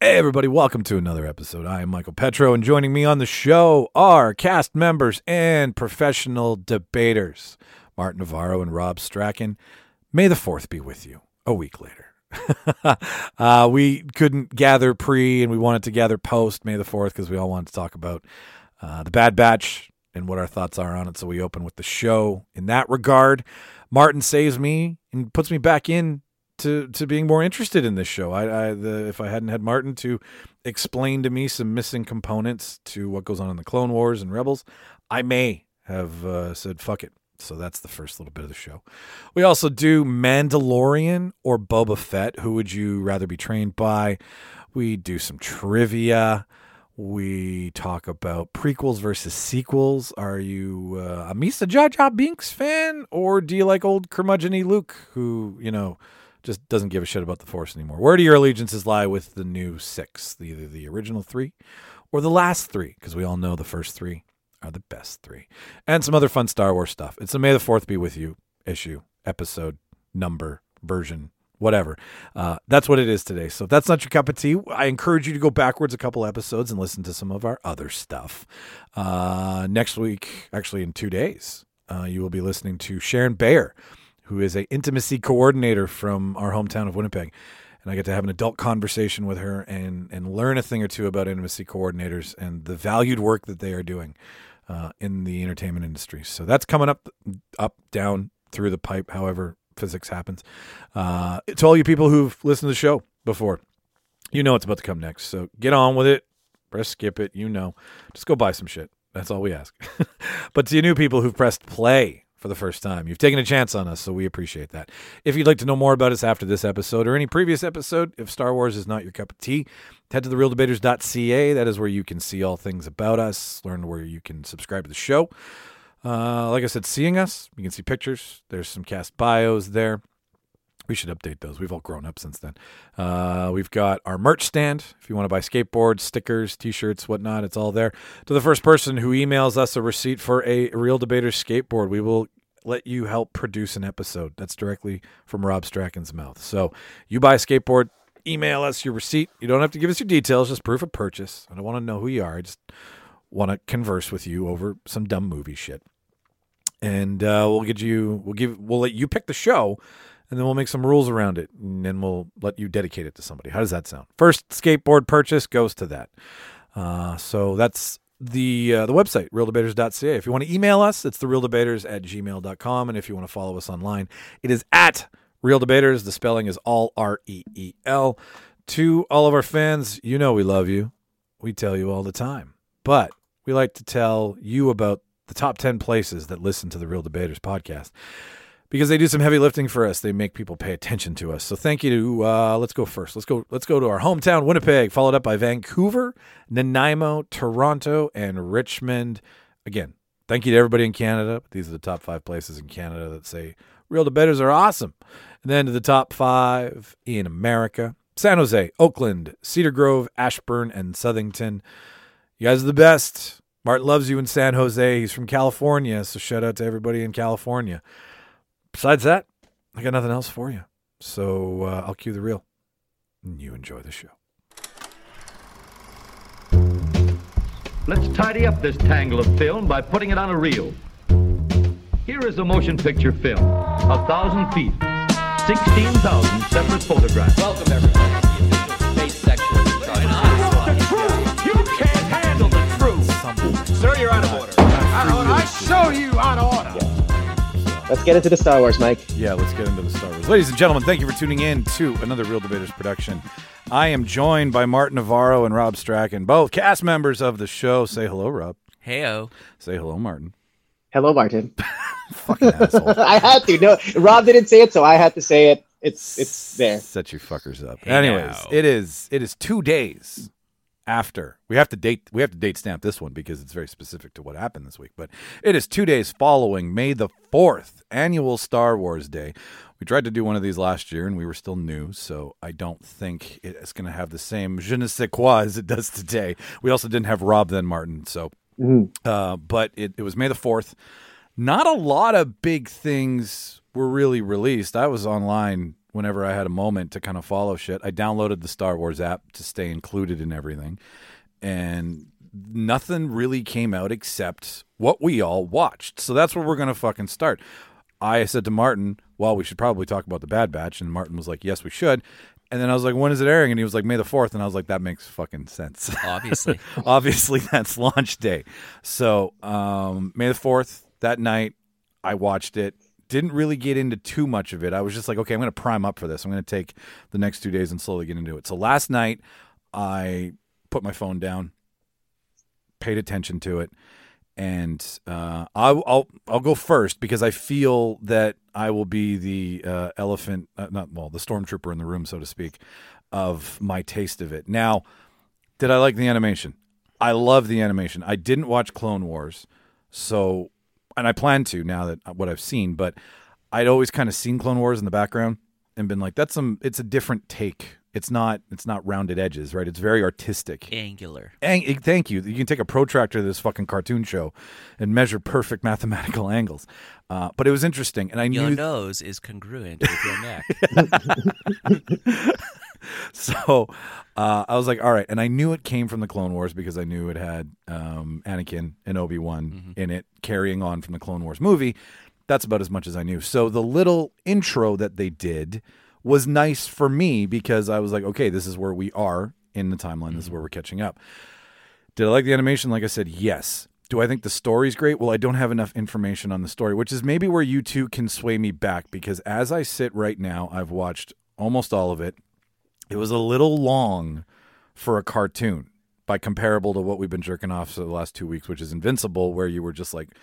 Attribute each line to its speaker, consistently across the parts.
Speaker 1: Hey, everybody, welcome to another episode. I am Michael Petro, and joining me on the show are cast members and professional debaters Martin Navarro and Rob Strachan. May the 4th be with you a week later. uh, we couldn't gather pre and we wanted to gather post May the 4th because we all wanted to talk about uh, the Bad Batch and what our thoughts are on it. So we open with the show in that regard. Martin saves me and puts me back in to to being more interested in this show. I, I the if I hadn't had Martin to explain to me some missing components to what goes on in the Clone Wars and Rebels, I may have uh, said fuck it. So that's the first little bit of the show. We also do Mandalorian or Boba Fett. Who would you rather be trained by? We do some trivia. We talk about prequels versus sequels. Are you uh, a Misa Jar Jar Binks fan, or do you like old curmudgeon Luke, who you know just doesn't give a shit about the Force anymore. Where do your allegiances lie with the new six, either the original three or the last three? Because we all know the first three are the best three. And some other fun Star Wars stuff. It's a May the 4th be with you issue, episode, number, version, whatever. Uh, that's what it is today. So if that's not your cup of tea, I encourage you to go backwards a couple episodes and listen to some of our other stuff. Uh, next week, actually in two days, uh, you will be listening to Sharon Bayer who is a intimacy coordinator from our hometown of Winnipeg. And I get to have an adult conversation with her and and learn a thing or two about intimacy coordinators and the valued work that they are doing uh, in the entertainment industry. So that's coming up, up, down, through the pipe, however physics happens. Uh, to all you people who've listened to the show before, you know what's about to come next. So get on with it. Press skip it. You know, just go buy some shit. That's all we ask. but to you new people who've pressed play for the first time. You've taken a chance on us, so we appreciate that. If you'd like to know more about us after this episode or any previous episode, if Star Wars is not your cup of tea, head to therealdebaters.ca. That is where you can see all things about us, learn where you can subscribe to the show. Uh, like I said, seeing us, you can see pictures. There's some cast bios there. We should update those. We've all grown up since then. Uh, we've got our merch stand. If you want to buy skateboards, stickers, t-shirts, whatnot, it's all there. To the first person who emails us a receipt for a Real Debater skateboard, we will let you help produce an episode. That's directly from Rob Strachan's mouth. So you buy a skateboard, email us your receipt. You don't have to give us your details, just proof of purchase. I don't want to know who you are. I just want to converse with you over some dumb movie shit. And uh, we'll get you. We'll give. We'll let you pick the show and then we'll make some rules around it and then we'll let you dedicate it to somebody. How does that sound? First skateboard purchase goes to that. Uh, so that's the uh, the website realdebaters.ca if you want to email us it's the realdebaters at gmail.com and if you want to follow us online it is at real debaters the spelling is all r-e-e-l to all of our fans you know we love you we tell you all the time but we like to tell you about the top 10 places that listen to the real debaters podcast because they do some heavy lifting for us. They make people pay attention to us. So thank you to uh, let's go first. Let's go. Let's go to our hometown, Winnipeg, followed up by Vancouver, Nanaimo, Toronto, and Richmond. Again, thank you to everybody in Canada. These are the top five places in Canada that say real debaters are awesome. And then to the top five in America: San Jose, Oakland, Cedar Grove, Ashburn, and Southington. You guys are the best. Martin loves you in San Jose. He's from California, so shout out to everybody in California besides that, I got nothing else for you. So uh, I'll cue the reel. And you enjoy the show.
Speaker 2: Let's tidy up this tangle of film by putting it on a reel. Here is a motion picture film, a thousand feet, 16,000 separate photographs.
Speaker 3: Welcome, everybody, to the official space section of the Star Wars podcast.
Speaker 2: You can't handle the truth.
Speaker 3: Sir, you're out of order.
Speaker 2: I show you on order.
Speaker 4: Let's get into the Star Wars, Mike.
Speaker 1: Yeah, let's get into the Star Wars. Ladies and gentlemen, thank you for tuning in to another Real Debaters production. I am joined by Martin Navarro and Rob Strachan, both cast members of the show. Say hello, Rob.
Speaker 3: Heyo.
Speaker 1: Say hello, Martin.
Speaker 4: Hello, Martin.
Speaker 1: Fucking asshole.
Speaker 4: I had to. No, Rob didn't say it, so I had to say it. It's it's there.
Speaker 1: Set you fuckers up.
Speaker 3: Hey,
Speaker 1: Anyways,
Speaker 3: now.
Speaker 1: it is it is two days after we have to date we have to date stamp this one because it's very specific to what happened this week. But it is two days following May the fourth annual Star Wars Day. We tried to do one of these last year and we were still new, so I don't think it's going to have the same je ne sais quoi as it does today. We also didn't have Rob then Martin, so
Speaker 4: Mm-hmm.
Speaker 1: uh, but it, it was May the 4th. Not a lot of big things were really released. I was online whenever I had a moment to kind of follow shit. I downloaded the Star Wars app to stay included in everything, and nothing really came out except what we all watched. So that's where we're gonna fucking start. I said to Martin, "Well, we should probably talk about the Bad Batch," and Martin was like, "Yes, we should." And then I was like, "When is it airing?" And he was like, "May the 4th. and I was like, "That makes fucking sense."
Speaker 5: obviously.
Speaker 1: obviously that's launch day. So um, May the fourth that night, I watched it. Didn't really get into too much of it. I was just like, okay, I'm going to prime up for this. I'm going to take the next two days and slowly get into it. So last night, I put my phone down, paid attention to it, and uh, I'll, I'll I'll go first because I feel that I will be the uh, elephant, uh, not well, the stormtrooper in the room, so to speak, of my taste of it. Now, did I like the animation? I love the animation. I didn't watch Clone Wars, so and I plan to now that uh, what I've seen, but I'd always kind of seen Clone Wars in the background and been like, that's some it's a different take. It's not it's not rounded edges, right? It's very artistic.
Speaker 5: Angular.
Speaker 1: Ang- eh, thank you. You can take a protractor to this fucking cartoon show and measure perfect mathematical angles. Uh, but it was interesting, and I
Speaker 5: Your
Speaker 1: knew
Speaker 5: nose is congruent with your neck.
Speaker 1: so uh, I was like, all right. And I knew it came from the Clone Wars because I knew it had um, Anakin and Obi Wan in it, carrying on from the Clone Wars movie. That's about as much as I knew. So the little intro that they did was nice for me because I was like, okay, this is where we are in the timeline. This is where we're catching up. Did I like the animation? Like I said, yes. Do I think the story's great? Well, I don't have enough information on the story, which is maybe where you two can sway me back because as I sit right now, I've watched almost all of it. It was a little long for a cartoon by comparable to what we've been jerking off for the last two weeks, which is Invincible, where you were just like
Speaker 5: it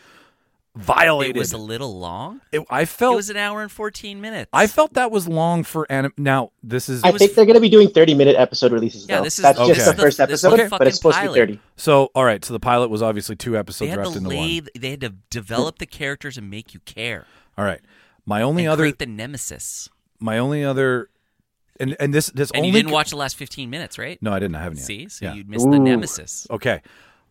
Speaker 1: violated.
Speaker 5: was a little long.
Speaker 1: It- I
Speaker 5: It
Speaker 1: felt
Speaker 5: was an hour and 14 minutes.
Speaker 1: Oh. I felt that was long for anim. Now this is
Speaker 4: I think they're going to be doing 30 minute episode releases.
Speaker 5: Yeah,
Speaker 4: though.
Speaker 5: this is-
Speaker 4: That's
Speaker 1: Okay.
Speaker 4: just the
Speaker 1: this
Speaker 4: first
Speaker 5: is the- this is
Speaker 4: episode,
Speaker 5: the
Speaker 4: but it's supposed to
Speaker 5: fucking
Speaker 4: be 30.
Speaker 1: so. All right, so the pilot was obviously two
Speaker 5: they
Speaker 1: episodes
Speaker 5: had
Speaker 1: wrapped
Speaker 5: to
Speaker 1: into
Speaker 5: lay,
Speaker 1: one.
Speaker 5: they had to develop the characters and make you care.
Speaker 1: All right, my only
Speaker 5: and
Speaker 1: other,
Speaker 5: create the nemesis.
Speaker 1: my only other, and and this this
Speaker 5: And
Speaker 1: only
Speaker 5: you didn't
Speaker 1: co-
Speaker 5: watch the last 15 minutes, right?
Speaker 1: No, I didn't. I haven't yet.
Speaker 5: See? So
Speaker 1: Yeah.
Speaker 5: you'd miss the nemesis.
Speaker 1: Okay.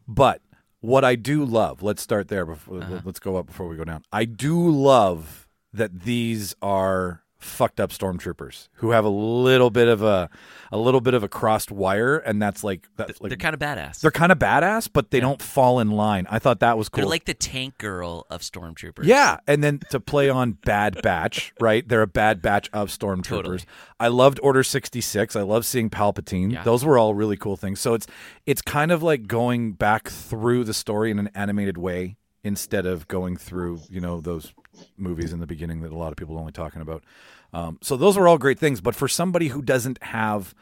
Speaker 1: But what I do love, let's start there before
Speaker 5: Uh-huh.
Speaker 1: let's go up before we go down. I do love that these are fucked up stormtroopers who have a little bit of a a little bit of a crossed wire and that's like that's like
Speaker 5: They're kind of badass.
Speaker 1: they're kind of badass but they don't fall in line. I thought that was cool.
Speaker 5: They're like the tank girl of stormtroopers.
Speaker 1: Yeah, and then to play on Bad Batch, right? They're a bad batch of stormtroopers.
Speaker 5: Totally.
Speaker 1: I loved Order 66. I love seeing Palpatine.
Speaker 5: Yeah.
Speaker 1: Those were all really cool things. So it's it's kind of like going back through the story in an animated way instead of going through, you know, those movies in the beginning that a lot of people are only talking about. Um, so those were all great things, but for somebody who doesn't have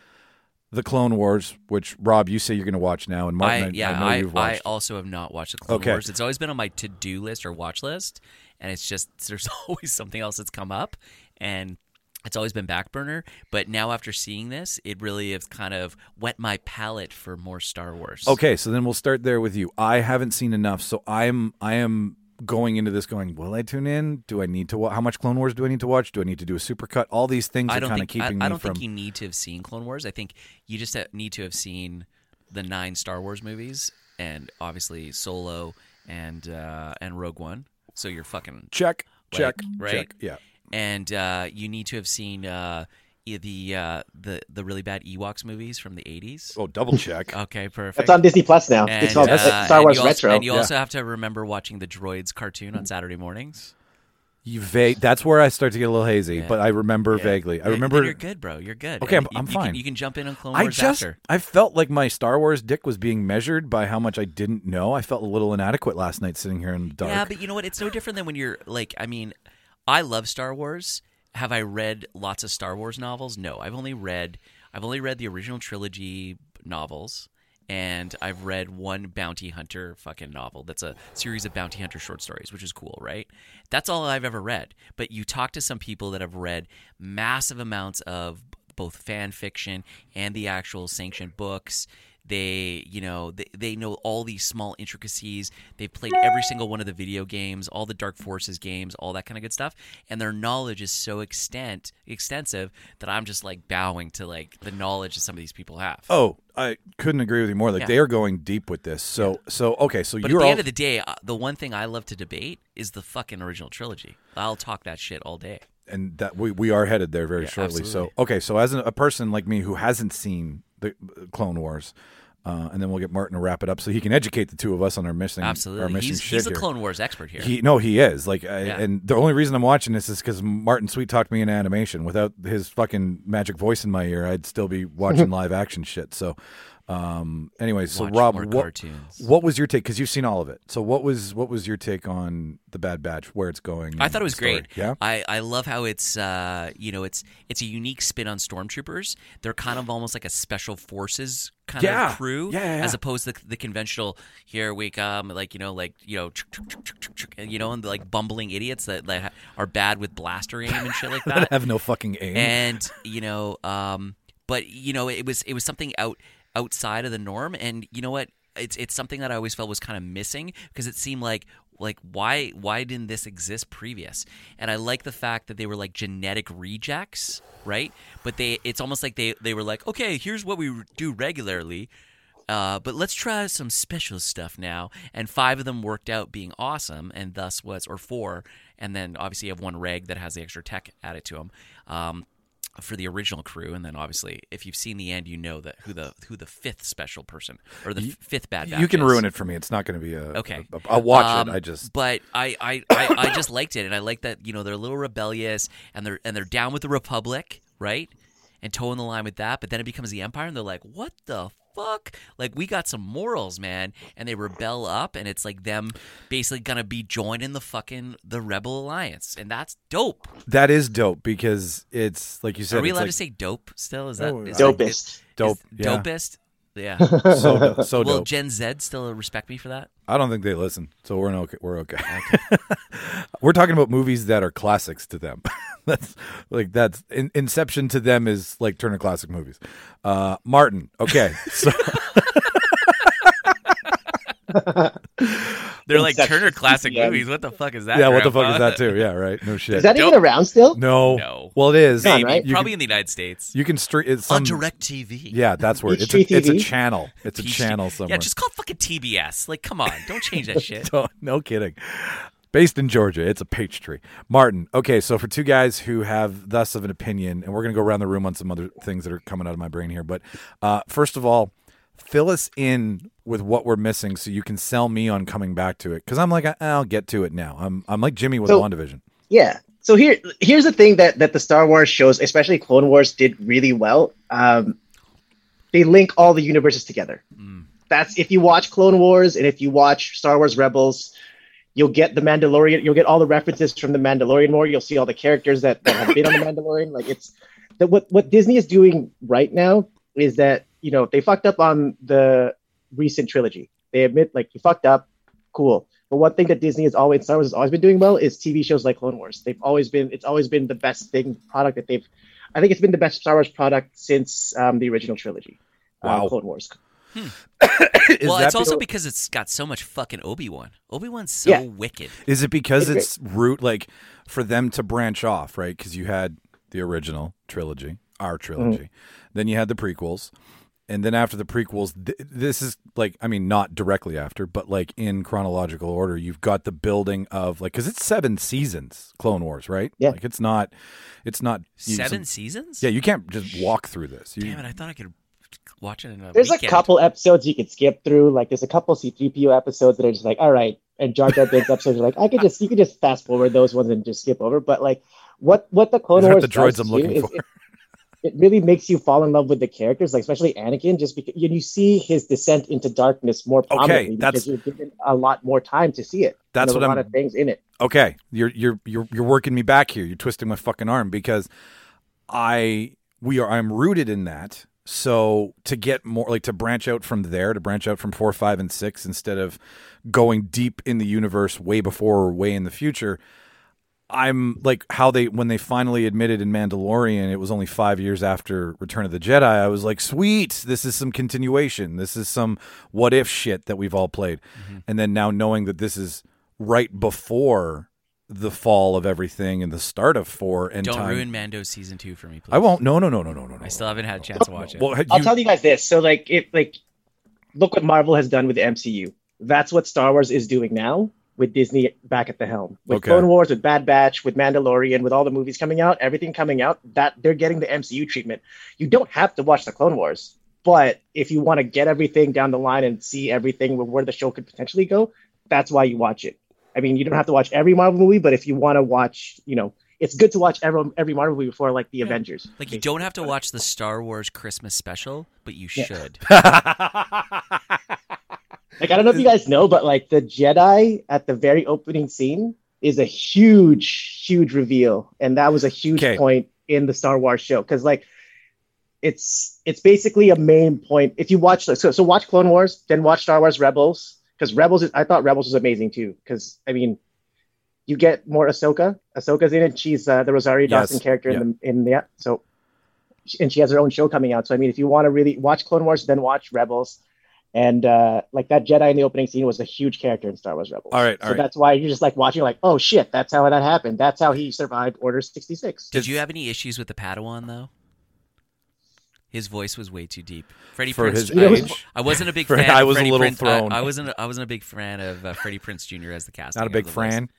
Speaker 1: the Clone Wars, which Rob, you say you're going to watch now, and Martin, I,
Speaker 5: I, yeah,
Speaker 1: I know
Speaker 5: I,
Speaker 1: you've
Speaker 5: I
Speaker 1: watched.
Speaker 5: also have not watched the Clone
Speaker 1: Okay.
Speaker 5: Wars. It's always been on my to do list or watch list, and it's just there's always something else that's come up, and it's always been back burner. But now after seeing this, it really has kind of wet my palate for more Star Wars.
Speaker 1: Okay, so then we'll start there with you. I haven't seen enough, so I'm I am going into this going. Will I tune in? Do I need to? Wa- how much Clone Wars do I need to watch? Do I need to do a supercut? All these things
Speaker 5: I
Speaker 1: are
Speaker 5: don't
Speaker 1: kind of
Speaker 5: think I,
Speaker 1: keeping
Speaker 5: I
Speaker 1: me
Speaker 5: don't
Speaker 1: from.
Speaker 5: think you need to have seen Clone Wars. I think you just ha- need to have seen the nine Star Wars movies, and obviously Solo and uh, and Rogue One. So you're fucking
Speaker 1: check,
Speaker 5: Like,
Speaker 1: check,
Speaker 5: right?
Speaker 1: check. Yeah.
Speaker 5: and uh, you need to have seen uh, e- the uh, the the really bad Ewoks movies from the eighties.
Speaker 1: Oh, double check.
Speaker 5: Okay, perfect.
Speaker 4: That's on Disney Plus now.
Speaker 5: and,
Speaker 4: it's called
Speaker 5: uh,
Speaker 4: uh, Star
Speaker 5: and
Speaker 4: Wars
Speaker 5: you also,
Speaker 4: Retro.
Speaker 5: And you also have to remember watching the Droids cartoon on Saturday mornings.
Speaker 1: you va- That's where I start to get a little hazy, but I remember vaguely. I
Speaker 5: Then- then
Speaker 1: remember.
Speaker 5: you're good, bro. You're good.
Speaker 1: Okay,
Speaker 5: And
Speaker 1: I'm-
Speaker 5: you-
Speaker 1: I'm
Speaker 5: you
Speaker 1: fine.
Speaker 5: Can, you can jump in on Clone
Speaker 1: I
Speaker 5: Wars
Speaker 1: just
Speaker 5: after.
Speaker 1: I felt like my Star Wars dick was being measured by how much I didn't know. I felt a little inadequate last night sitting here in the dark.
Speaker 5: Yeah, but you know what? It's no different than when you're like. I mean, I love Star Wars. Have I read lots of Star Wars novels? No, I've only read I've only read the original trilogy novels, and I've read one bounty hunter fucking novel. That's a series of bounty hunter short stories, which is cool, right? That's all I've ever read. But you talk to some people that have read massive amounts of b- both fan fiction and the actual sanctioned books they you know they, they know all these small intricacies they've played every single one of the video games all the dark forces games all that kind of good stuff and their knowledge is so extent extensive that i'm just like bowing to like the knowledge that some of these people have
Speaker 1: Oh, I couldn't agree with you more. Like
Speaker 5: Yeah.
Speaker 1: they are going deep with this. So so okay. So
Speaker 5: but at
Speaker 1: you're
Speaker 5: the
Speaker 1: all
Speaker 5: end of the day uh, the one thing i love to debate is the fucking original trilogy i'll talk that shit all day
Speaker 1: and that we, we are headed there very
Speaker 5: Yeah,
Speaker 1: shortly.
Speaker 5: absolutely.
Speaker 1: So okay, so as an, a person like me who hasn't seen the uh, Clone Wars, uh, and then we'll get Martin to wrap it up so he can educate the two of us on our missing our
Speaker 5: Absolutely.
Speaker 1: missing
Speaker 5: He's,
Speaker 1: shit
Speaker 5: he's a
Speaker 1: here.
Speaker 5: Clone Wars expert here.
Speaker 1: He no, he is like, I,
Speaker 5: Yeah.
Speaker 1: and the only reason I'm watching this is because Martin Sweet talked me into animation. Without his fucking magic voice in my ear, I'd still be watching live action shit. So, um, anyway, so
Speaker 5: Watch
Speaker 1: Rob,
Speaker 5: more
Speaker 1: what,
Speaker 5: cartoons.
Speaker 1: what was your take? Because you've seen all of it. So what was what was your take on the Bad Batch? Where it's going?
Speaker 5: I
Speaker 1: and
Speaker 5: thought it was
Speaker 1: the story?
Speaker 5: great.
Speaker 1: Yeah,
Speaker 5: I, I love how it's uh you know it's it's a unique spin on stormtroopers. They're kind of almost like a special forces kind
Speaker 1: Yeah.
Speaker 5: of crew,
Speaker 1: Yeah, yeah, yeah.
Speaker 5: as opposed to the, the conventional here we come like you know like you know chuk, chuk, chuk, chuk, chuk, chuk, and, you know and the, like bumbling idiots that, that ha- are bad with blaster aim and shit like that.
Speaker 1: I have no fucking aim.
Speaker 5: and you know um but you know it was it was something out outside of the norm and you know what it's it's something that i always felt was kind of missing because it seemed like like why why didn't this exist previous and i like the fact that they were like genetic rejects right but they it's almost like they they were like okay here's what we do regularly uh, but let's try some special stuff now. And five of them worked out being awesome, and thus was, or four. And then obviously you have one reg that has the extra tech added to them um, for the original crew. And then obviously, if you've seen the end, you know that who the who the fifth special person or the f- fifth bad batch
Speaker 1: you can
Speaker 5: is.
Speaker 1: ruin it for me. It's not going to be a
Speaker 5: Okay.
Speaker 1: i I'll watch it.
Speaker 5: Um,
Speaker 1: I just
Speaker 5: But I, I, I, I just liked it, and I like that you know they're a little rebellious, and they're and they're down with the Republic, right? And toeing the line with that, but then it becomes the Empire, and they're like, what the fuck? Like we got some morals, man, and they rebel up, and it's like them basically gonna be joining the fucking the Rebel Alliance, and that's dope.
Speaker 1: that is dope because it's like you said.
Speaker 5: Are we
Speaker 1: it's
Speaker 5: allowed
Speaker 1: like
Speaker 5: to say dope still? Is that
Speaker 1: Oh,
Speaker 5: is
Speaker 1: Dope
Speaker 5: that-
Speaker 4: Dopest.
Speaker 1: dope?
Speaker 5: is-
Speaker 1: yeah.
Speaker 5: dopest? Yeah.
Speaker 1: So, do- so
Speaker 5: Will
Speaker 1: dope.
Speaker 5: Gen Z still respect me for that?
Speaker 1: I don't think they listen, so we're in okay. We're okay. we're talking about movies that are classics to them. that's like that's in, Inception to them is like Turner classic movies. Uh, Martin, okay, so
Speaker 5: They're like
Speaker 4: Inception.
Speaker 5: Turner classic
Speaker 4: Yeah.
Speaker 5: movies. What the fuck is that?
Speaker 1: yeah, what the fuck
Speaker 5: Grandpa?
Speaker 1: is that too? Yeah, right. No shit.
Speaker 4: Is that
Speaker 5: Dope.
Speaker 4: even around still?
Speaker 1: no?
Speaker 5: No.
Speaker 1: Well, it is.
Speaker 4: Maybe.
Speaker 1: You
Speaker 4: right?
Speaker 1: can-
Speaker 5: Probably in the United States.
Speaker 1: You can street it's some
Speaker 5: on direct TV.
Speaker 1: Yeah, that's where it's a,
Speaker 4: HGTV?
Speaker 1: it's a channel. It's a channel somewhere.
Speaker 5: Yeah, just call it fucking TBS. Like, come on, don't change that shit.
Speaker 1: Don't- no kidding. Based in Georgia, it's a peach tree. Martin, okay, so for two guys who have thus of an opinion, and we're going to go around the room on some other things that are coming out of my brain here, but uh, first of all, fill us in with what we're missing so you can sell me on coming back to it because I'm like, I- I'll get to it now. I'm, I'm like Jimmy with
Speaker 4: So-
Speaker 1: WandaVision.
Speaker 4: Yeah. So here, here's the thing that that the Star Wars shows, especially Clone Wars, did really well. Um, they link all the universes together. That's if you watch Clone Wars and if you watch Star Wars Rebels, you'll get the Mandalorian. You'll get all the references from the Mandalorian War. You'll see all the characters that, that have been on the Mandalorian. Like it's that what what Disney is doing right now is that you know they fucked up on the recent trilogy. They admit like you fucked up. Cool. But one thing that Disney has always Star Wars has always been doing well is TV shows like Clone Wars. They've always been it's always been the best thing product that they've. I think it's been the best Star Wars product since um, the original trilogy. um,
Speaker 1: Wow.
Speaker 4: Clone Wars.
Speaker 1: Is
Speaker 5: well,
Speaker 1: that
Speaker 5: it's also
Speaker 1: be-
Speaker 5: because it's got so much fucking Obi Wan. Obi Wan's so
Speaker 4: Yeah.
Speaker 5: wicked.
Speaker 1: Is it because
Speaker 4: It's
Speaker 1: it's root like for them to branch off, right? Because you had the original trilogy, our
Speaker 4: Mm-hmm.
Speaker 1: trilogy, then you had the prequels, and then after the prequels, th- this is like I mean not directly after, but like in chronological order, you've got the building of like because it's seven seasons, Clone Wars, right?
Speaker 4: Yeah.
Speaker 1: like it's not, it's not you-
Speaker 5: Seven
Speaker 1: some-
Speaker 5: seasons?
Speaker 1: yeah, you can't just walk through this. You,
Speaker 5: Damn it, I thought I could watch it in a
Speaker 4: There's a
Speaker 5: weekend.
Speaker 4: couple episodes you can skip through. Like there's a couple C3PO episodes that are just like, all right, and Jar Jar Binks episodes are like, I could just you could just fast forward those ones and just skip over. But like, what what the Clone
Speaker 1: These aren't
Speaker 4: Wars
Speaker 1: the droids
Speaker 4: does
Speaker 1: I'm
Speaker 4: to
Speaker 1: looking
Speaker 4: you is
Speaker 1: for.
Speaker 4: It, it really makes you fall in love with the characters, like especially Anakin, just because you, you see his descent into darkness more prominently
Speaker 1: that's-
Speaker 4: because you're given a lot more time to see it.
Speaker 1: That's
Speaker 4: There's
Speaker 1: what
Speaker 4: a lot
Speaker 1: I'm-
Speaker 4: of things in it.
Speaker 1: okay, you're you're you're you're working me back here. You're twisting my fucking arm because I we are I'm rooted in that. So to get more like to branch out from there, to branch out from four, five, and six instead of going deep in the universe way before or way in the future. I'm like how they when they finally admitted in Mandalorian it was only 5 years after Return of the Jedi I was like sweet this is some continuation this is some what if shit that we've all played
Speaker 5: Mm-hmm.
Speaker 1: and then now knowing that this is right before the fall of everything and the start of 4 and
Speaker 5: Don't
Speaker 1: time
Speaker 5: ruin Mando season two for me, please.
Speaker 1: I won't no no no no no no no
Speaker 5: I still haven't had a chance to watch it.
Speaker 1: well, you,
Speaker 4: I'll tell you guys this. So like it like look what Marvel has done with the MCU. That's what Star Wars is doing now. with Disney back at the helm. With
Speaker 1: Okay.
Speaker 4: Clone Wars, with Bad Batch, with Mandalorian, with all the movies coming out, everything coming out, that they're getting the MCU treatment. You don't have to watch the Clone Wars, but if you want to get everything down the line and see everything where- where the show could potentially go, that's why you watch it. I mean, you don't have to watch every Marvel movie, but if you want to watch, you know, it's good to watch every every Marvel movie before like the Avengers.
Speaker 5: Like you don't have to watch the Star Wars Christmas special, but you should.
Speaker 4: Like I don't know if you guys know, but like the Jedi at the very opening scene is a huge, huge reveal, and that was a huge
Speaker 1: Okay.
Speaker 4: point in the Star Wars show because like it's it's basically a main point. If you watch so so watch Clone Wars, then watch Star Wars Rebels because Rebels is, I thought Rebels was amazing too because I mean you get more Ahsoka. Ahsoka's in it. She's uh, the Rosario
Speaker 1: Yes.
Speaker 4: Dawson character in the in the yeah, so and she has her own show coming out. So I mean, if you want to really watch Clone Wars, then watch Rebels. And uh, like that Jedi in the opening scene was a huge character in Star Wars Rebels.
Speaker 1: All right, all
Speaker 4: so
Speaker 1: right.
Speaker 4: that's why you're just like watching, like, oh shit, that's how that happened. That's how he survived Order sixty six.
Speaker 5: Did you have any issues with the Padawan though? His voice was way too deep. Freddie
Speaker 1: For
Speaker 5: Prince.
Speaker 1: his
Speaker 5: I,
Speaker 1: age.
Speaker 5: I wasn't a big
Speaker 1: For-
Speaker 5: fan.
Speaker 1: I
Speaker 5: of
Speaker 1: was a
Speaker 5: Freddie
Speaker 1: little
Speaker 5: Prinze- I-
Speaker 1: thrown.
Speaker 5: I, wasn't. I wasn't a big fan of uh, Freddie Prince Jr. as the cast.
Speaker 1: Not a big Fran.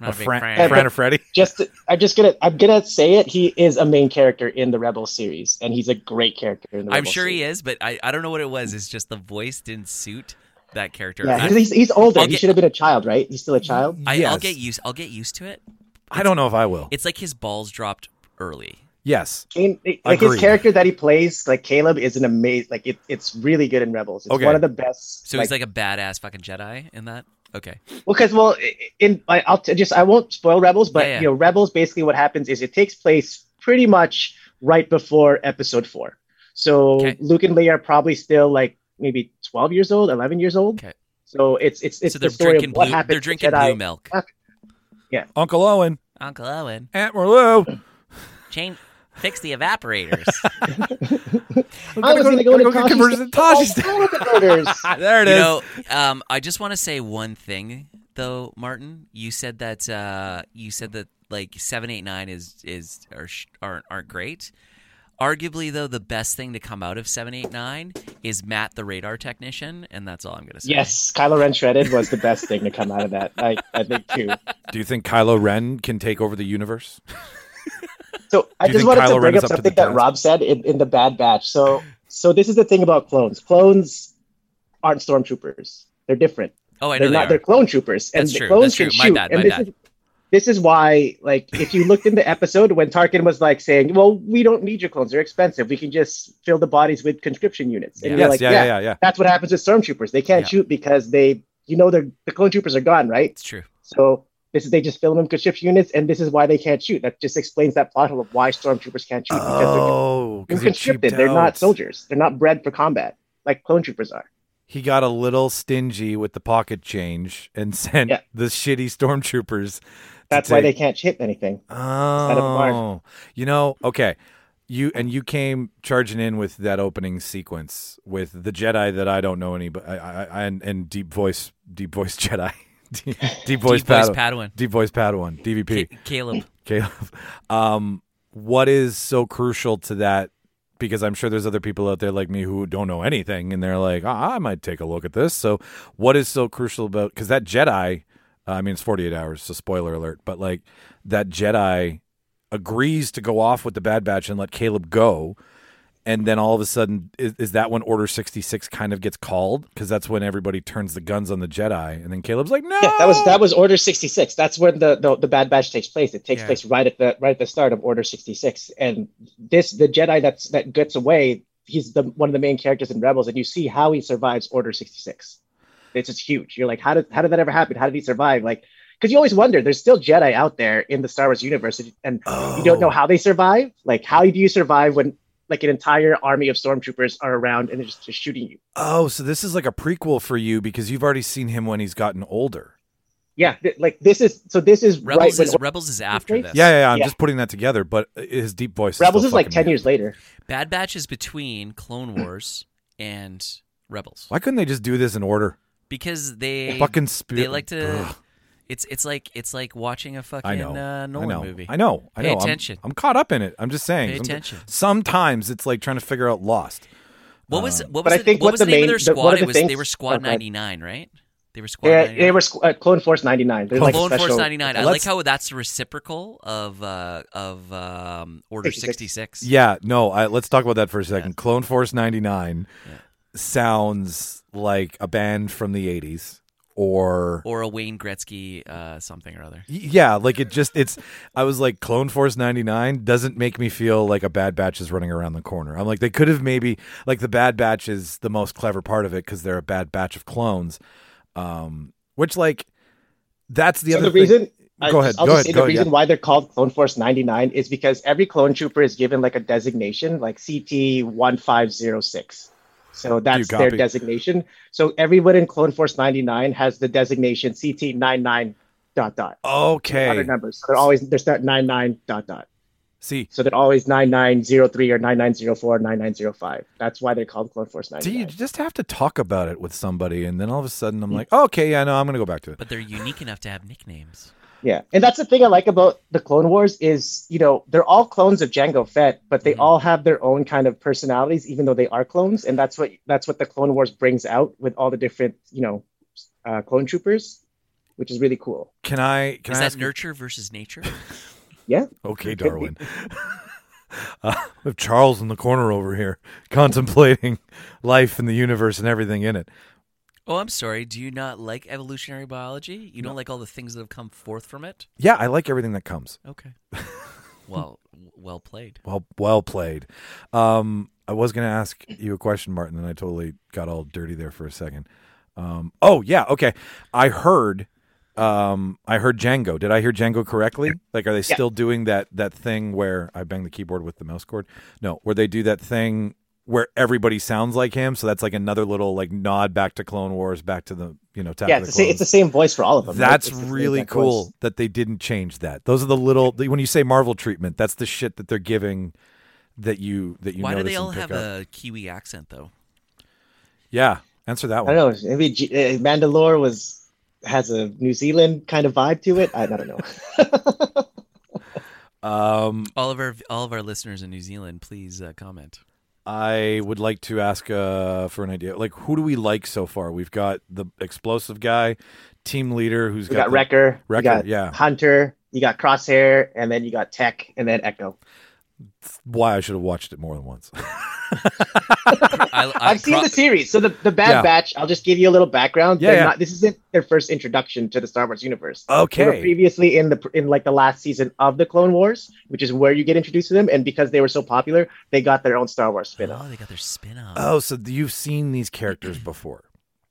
Speaker 5: Not a big
Speaker 1: Fran,
Speaker 5: Fran.
Speaker 1: Fran, or Freddy.
Speaker 4: Just, I'm just gonna, I'm gonna say it. He is a main character in the Rebels series, and he's a great character. in the
Speaker 5: I'm
Speaker 4: Rebels
Speaker 5: sure
Speaker 4: series.
Speaker 5: he is, but I, I don't know what it was. It's just the voice didn't suit that character.
Speaker 4: Yeah,
Speaker 5: I,
Speaker 4: he's, he's, he's older.
Speaker 5: I'll
Speaker 4: he
Speaker 5: get- Mm-hmm.
Speaker 4: should have been a child, right? He's still a child.
Speaker 5: I,
Speaker 1: yes.
Speaker 5: will get used. I'll get used to it.
Speaker 1: I don't know if I will.
Speaker 5: It's like his balls dropped early.
Speaker 1: Yes.
Speaker 4: Kane, like his
Speaker 1: Agreed.
Speaker 4: character that he plays, like Caleb, is an amazing. Like it, it's really good in Rebels. It's
Speaker 1: Okay.
Speaker 4: one of the best.
Speaker 5: So he's like a badass fucking Jedi in that. Okay.
Speaker 4: Well, because well, i- in I, I'll t- just I won't spoil Rebels, but
Speaker 5: Yeah, yeah.
Speaker 4: you know, Rebels basically what happens is it takes place pretty much right before Episode Four. So
Speaker 5: Okay.
Speaker 4: Luke and Leia are probably still like maybe twelve years old, eleven years old.
Speaker 5: Okay.
Speaker 4: So it's it's it's
Speaker 5: so
Speaker 4: the
Speaker 5: they're
Speaker 4: story
Speaker 5: drinking
Speaker 4: of what
Speaker 5: blue.
Speaker 4: happened.
Speaker 5: They're
Speaker 4: to
Speaker 5: drinking
Speaker 4: Jedi.
Speaker 5: blue milk.
Speaker 1: Uncle Owen,
Speaker 5: Uncle Owen,
Speaker 1: Aunt Merlot.
Speaker 5: change, fix the evaporators.
Speaker 1: We're
Speaker 4: I was Oh, gonna go,
Speaker 1: gotta
Speaker 4: to
Speaker 1: get converted to
Speaker 4: Tashi's.
Speaker 1: Tashi's.
Speaker 4: All the murders.
Speaker 1: There it
Speaker 5: you
Speaker 1: is.
Speaker 5: know, um, I just want to say one thing though, Martin. You said that uh, you said that like seven, eight, nine is is are sh- aren't aren't great. Arguably, though, the best thing to come out of seven, eight, nine is Matt, the radar technician, and that's all I'm gonna say.
Speaker 4: Yes, Kylo Ren shredded was the best thing to come out of that. I, I think too.
Speaker 1: Do you think Kylo Ren can take over the universe?
Speaker 4: So I
Speaker 1: Do you
Speaker 4: just
Speaker 1: think
Speaker 4: wanted
Speaker 1: Kylo
Speaker 4: to
Speaker 1: Ren
Speaker 4: bring
Speaker 1: is
Speaker 4: up
Speaker 1: up to
Speaker 4: something
Speaker 1: the
Speaker 4: that
Speaker 1: task?
Speaker 4: Rob said in, in the Bad Batch. So so this is the thing about clones. Clones aren't stormtroopers. They're different.
Speaker 5: Oh, I know
Speaker 4: They're
Speaker 5: they
Speaker 4: not.
Speaker 5: are.
Speaker 4: They're clone troopers, and
Speaker 5: That's
Speaker 4: the
Speaker 5: true.
Speaker 4: clones
Speaker 5: That's
Speaker 4: can
Speaker 5: true. My
Speaker 4: shoot.
Speaker 5: bad,
Speaker 4: and
Speaker 5: my
Speaker 4: this
Speaker 5: bad.
Speaker 4: is this is why, like, if you looked in the episode when Tarkin was like saying, "Well, we don't need your clones. They're expensive. We can just fill the bodies with conscription units," and
Speaker 5: Yeah.
Speaker 4: you're
Speaker 1: yes.
Speaker 4: like,
Speaker 1: yeah,
Speaker 4: yeah,
Speaker 1: yeah, yeah, yeah.
Speaker 4: that's what happens with stormtroopers. They can't
Speaker 5: Yeah.
Speaker 4: shoot because they, you know, they're the clone troopers are gone, right?
Speaker 5: It's true.
Speaker 4: So this is they just fill them with shift units, and this is why they can't shoot. That just explains that plot hole of why stormtroopers can't shoot
Speaker 1: Oh,
Speaker 4: because they're,
Speaker 1: because
Speaker 4: they're conscripted. They're not soldiers. They're not bred for combat like clone troopers are.
Speaker 1: He got a little stingy with the pocket change and sent
Speaker 4: Yeah.
Speaker 1: the shitty stormtroopers. to
Speaker 4: That's why
Speaker 1: take-
Speaker 4: they can't hit anything. of Marv.
Speaker 1: Oh, you know, okay. You and you came charging in with that opening sequence with the Jedi that I don't know any, but I, I, I and, and deep voice, deep voice Jedi, deep, deep voice
Speaker 5: Deep voice
Speaker 1: Padawan,
Speaker 5: Padawan.
Speaker 1: deep voice Padawan, DVP,
Speaker 5: Ca- Caleb.
Speaker 1: Caleb. Um, what is so crucial to that? Because I'm sure there's other people out there like me who don't know anything, and they're like, ah, I might take a look at this. So, what is so crucial about? Because that Jedi, I mean, it's 48 hours, so spoiler alert, but like that Jedi agrees to go off with the Bad Batch and let Caleb go. And then all of a sudden, is, is that when Order 66 kind of gets called? Because that's when everybody turns the guns on the Jedi. And then Caleb's like, no.
Speaker 4: Yeah, that was that was Order sixty six. That's where the, the the Bad Batch takes place. It takes
Speaker 5: Yeah.
Speaker 4: place right at the right at the start of Order sixty six. And this the Jedi that's that gets away. He's the one of the main characters in Rebels, and you see how he survives Order sixty six. It's just huge. You're like, how did how did that ever happen? How did he survive? Like, because you always wonder. There's still Jedi out there in the Star Wars universe, and- and
Speaker 1: Oh.
Speaker 4: you don't know how they survive. Like, how do you survive when like an entire army of stormtroopers are around and they're just, just shooting you?
Speaker 1: Oh, so this is like a prequel for you because you've already seen him when he's gotten older.
Speaker 4: Yeah, th- like this is so. This is right
Speaker 5: Rebels
Speaker 4: when
Speaker 5: is
Speaker 4: Order
Speaker 5: Rebels is after this.
Speaker 1: Yeah, yeah, yeah. I'm
Speaker 4: Yeah.
Speaker 1: just putting that together, but uh, his deep voice.
Speaker 4: Rebels
Speaker 1: is,
Speaker 4: is
Speaker 1: still
Speaker 4: like
Speaker 1: fucking
Speaker 4: ten
Speaker 1: me.
Speaker 4: years later.
Speaker 5: Bad Batch is between Clone Wars and Rebels
Speaker 1: Why couldn't they just do this in order?
Speaker 5: because they
Speaker 1: Fucking spirit.
Speaker 5: they like to. It's it's like it's like watching a fucking
Speaker 1: I know.
Speaker 5: Uh, Nolan
Speaker 1: I know.
Speaker 5: movie.
Speaker 1: I know. I
Speaker 5: Pay
Speaker 1: know. I'm-
Speaker 5: attention.
Speaker 1: I'm, caught up in it. I'm just saying.
Speaker 5: Pay
Speaker 1: Some-
Speaker 5: attention.
Speaker 1: Sometimes it's like trying to figure out Lost.
Speaker 5: What was what
Speaker 4: Um, but
Speaker 5: was
Speaker 4: I
Speaker 5: the,
Speaker 4: think
Speaker 5: what
Speaker 4: what
Speaker 5: was the
Speaker 4: the
Speaker 5: name of
Speaker 4: main-
Speaker 5: their
Speaker 4: the- one of
Speaker 5: squad? it
Speaker 4: the
Speaker 5: was they
Speaker 4: things-
Speaker 5: were
Speaker 4: oh,
Speaker 5: Squad
Speaker 4: go ahead.
Speaker 5: ninety nine, right? They were squad.
Speaker 4: They,
Speaker 5: 99.
Speaker 4: they were squ- uh, Clone Force 99. They're like a
Speaker 5: Clone
Speaker 4: special,
Speaker 5: Force 99. I like
Speaker 1: Let's-
Speaker 5: how that's the reciprocal of uh, of um, Order 66.
Speaker 4: 66.
Speaker 1: Yeah, no, I, let's talk about that for a second. Clone Force 99 sounds like a band from the 80s or,
Speaker 5: Or a Wayne Gretzky uh, something or other.
Speaker 1: yeah, like it just it's I was like Clone Force 99 doesn't make me feel like a bad batch is running around the corner. I'm like they could have maybe like the bad batch is the most clever part of it cuz they're a bad batch of clones. Um which like that's the
Speaker 4: So
Speaker 1: other
Speaker 4: the
Speaker 1: thing-
Speaker 4: reason. I-
Speaker 1: Go ahead.
Speaker 4: I'll
Speaker 1: go ahead.
Speaker 4: just say
Speaker 1: go
Speaker 4: the
Speaker 1: ahead,
Speaker 4: reason
Speaker 1: yeah.
Speaker 4: why they're called Clone Force 99 is because every clone trooper is given like a designation, like CT 1506. So that's their
Speaker 1: copy?
Speaker 4: designation. So everyone in Clone Force 99 has the designation CT 99 dot dot.
Speaker 1: Okay.
Speaker 4: Other numbers. So they're always, there's that 99 dot dot.
Speaker 1: See,
Speaker 4: So they're always 9903 or 9904 9905. That's why they're called Clone Force
Speaker 1: do you
Speaker 4: 99.
Speaker 1: just have to talk about it with somebody and then all of a sudden I'm like, "Oh, "Okay, yeah, no, I'm going to go back to it."
Speaker 5: But they're unique enough to have nicknames.
Speaker 4: Yeah. And that's the thing I like about the Clone Wars is, you know, they're all clones of Django Fett, but they
Speaker 1: Mm-hmm.
Speaker 5: Mhm.
Speaker 4: all have their own kind of personalities even though they are clones, and that's what that's what the Clone Wars brings out with all the different, you know, uh, clone troopers, which is really cool.
Speaker 1: Can I can
Speaker 5: Is
Speaker 1: I
Speaker 5: that
Speaker 1: ask you-
Speaker 5: nurture versus nature?
Speaker 4: Yeah.
Speaker 1: Okay, Darwin. uh, we have Charles in the corner over here contemplating life and the universe and everything in it.
Speaker 5: Oh, I'm sorry. Do you not like evolutionary biology? You don't like all the things that have come forth from it?
Speaker 1: Yeah, I like everything that comes.
Speaker 5: Okay. well, w- well played.
Speaker 1: Well, well played. Um, I was going to ask you a question, Martin, and I totally got all dirty there for a second. Um, oh yeah, okay. I heard, um, I heard Django. Did I hear Django correctly? Like, are they still doing that that thing where I bang the keyboard with the mouse cord? No, where they do that thing where everybody sounds like him. So that's like another little like nod back to Clone Wars, back to the you know, Attack
Speaker 4: yeah,
Speaker 1: of the
Speaker 4: it's the, same,
Speaker 1: Clones.
Speaker 4: it's the same voice for all of them. right?
Speaker 1: That's
Speaker 4: It's the same
Speaker 1: really
Speaker 4: exact voice.
Speaker 1: cool that they didn't change that. Those are the little the- when you say Marvel treatment, that's the shit that they're giving that you that you
Speaker 5: Why do
Speaker 1: notice
Speaker 5: they
Speaker 1: and
Speaker 5: all
Speaker 1: pick
Speaker 5: have
Speaker 1: up.
Speaker 5: a Kiwi accent though?
Speaker 1: Yeah, answer that
Speaker 4: I
Speaker 1: one.
Speaker 4: don't know. Maybe G- uh, Mandalore was has a New Zealand kind of vibe to it. I, I don't know.
Speaker 1: Um
Speaker 5: All of our all of our listeners in New Zealand, please uh, comment.
Speaker 1: I would like to ask uh for an idea. Like who do we like so far? We've got the explosive guy, team leader who's
Speaker 4: We
Speaker 1: got,
Speaker 4: got
Speaker 1: the-
Speaker 4: Wrecker,
Speaker 1: Wrecker,
Speaker 4: you got
Speaker 1: yeah.
Speaker 4: Hunter, you got Crosshair, and then you got Tech, and then Echo.
Speaker 1: why I should have watched it more than once.
Speaker 5: I, I,
Speaker 4: I've seen
Speaker 5: Cro-
Speaker 4: the series, so the, the Bad
Speaker 1: Yeah.
Speaker 4: Batch. I'll just give you a little background.
Speaker 1: Yeah,
Speaker 4: They're
Speaker 1: yeah.
Speaker 4: Not, this isn't their first introduction to the Star Wars universe. They were
Speaker 1: okay.
Speaker 4: previously in the in like the last season of the Clone Wars, which is where you get introduced to them. And because they were so popular, they got their own Star Wars spin-off.
Speaker 5: Oh, they got their spin off.
Speaker 1: Oh, so you've seen these characters before.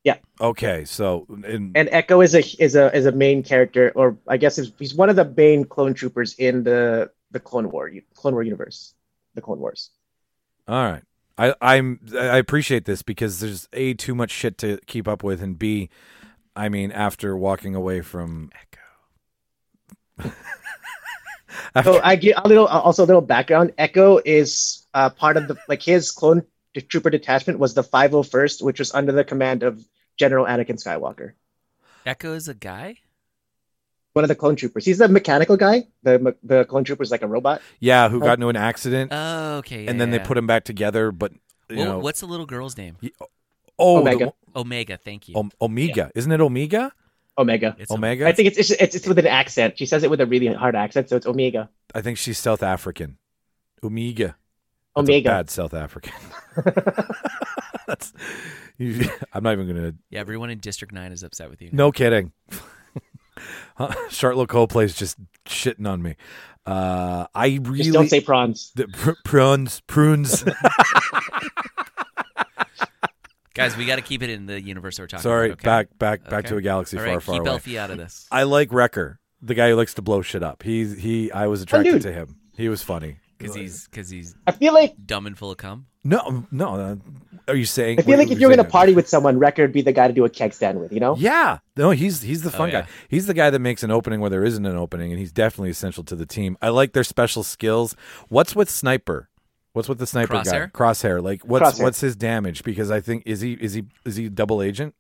Speaker 4: Yeah.
Speaker 1: Okay, so in,
Speaker 4: and Echo is a is a is a main character, or I guess is- he's one of the main clone troopers in the the Clone War Clone War universe, the Clone Wars.
Speaker 1: All right. I, I'm I appreciate this because there's a too much shit to keep up with and b I mean after walking away from
Speaker 4: So I give a little uh, also a little background. Echo is uh, part of the like his clone t- trooper detachment was the 501st, which was under the command of General Anakin Skywalker,
Speaker 5: Echo is a guy.
Speaker 4: one of the clone troopers. He's the mechanical guy. The me- the clone trooper is like a robot.
Speaker 1: yeah who got into an accident
Speaker 5: Oh, okay.
Speaker 1: and then they
Speaker 5: yeah.
Speaker 1: put him back together but you
Speaker 5: Well,
Speaker 1: know
Speaker 5: what's the little girl's name?
Speaker 1: oh
Speaker 4: Omega.
Speaker 1: the-
Speaker 5: Omega. Thank you.
Speaker 1: Om- Omega isn't it Omega
Speaker 4: Omega.
Speaker 5: It's
Speaker 1: Omega
Speaker 4: I think it's, it's it's it's with an accent. She says it with a really hard accent, so it's Omega.
Speaker 1: I think she's South African Omega That's a
Speaker 4: Omega.
Speaker 1: bad South African That's, you, I'm not even gonna
Speaker 5: Yeah, everyone in District Nine is upset with you.
Speaker 1: No kidding. Huh? Charlotte Coldplay's just shitting on me. Uh, I really
Speaker 4: Just don't say prawns.
Speaker 1: The pr- prunes, prunes.
Speaker 5: guys, we got to keep it in the universe we're talking.
Speaker 1: Sorry,
Speaker 5: about, okay?
Speaker 1: back, back, back
Speaker 5: Okay.
Speaker 1: to a galaxy
Speaker 5: All
Speaker 1: far,
Speaker 5: right,
Speaker 1: far
Speaker 5: keep
Speaker 1: away.
Speaker 5: Elfie out of this.
Speaker 1: I like Wrecker, the guy who likes to blow shit up. He's he. I was attracted
Speaker 4: dude.
Speaker 1: to him. He was funny.
Speaker 5: Because he's because he's
Speaker 4: I feel like
Speaker 5: dumb and full of cum.
Speaker 1: No, no. uh, Are you saying?
Speaker 4: I feel like
Speaker 1: wait,
Speaker 4: if you're gonna
Speaker 1: saying-
Speaker 4: party with someone, Wrecker would be the guy to do a keg stand with. You know.
Speaker 1: Yeah, no, he's he's the fun
Speaker 5: Oh. yeah.
Speaker 1: guy. He's the guy that makes an opening where there isn't an opening, and he's definitely essential to the team. I like their special skills. What's with sniper? What's with the sniper guy?
Speaker 5: Crosshair?
Speaker 1: Crosshair. Like, what's
Speaker 4: Crosshair.
Speaker 1: what's his damage? Because I think is he is he is he double agent?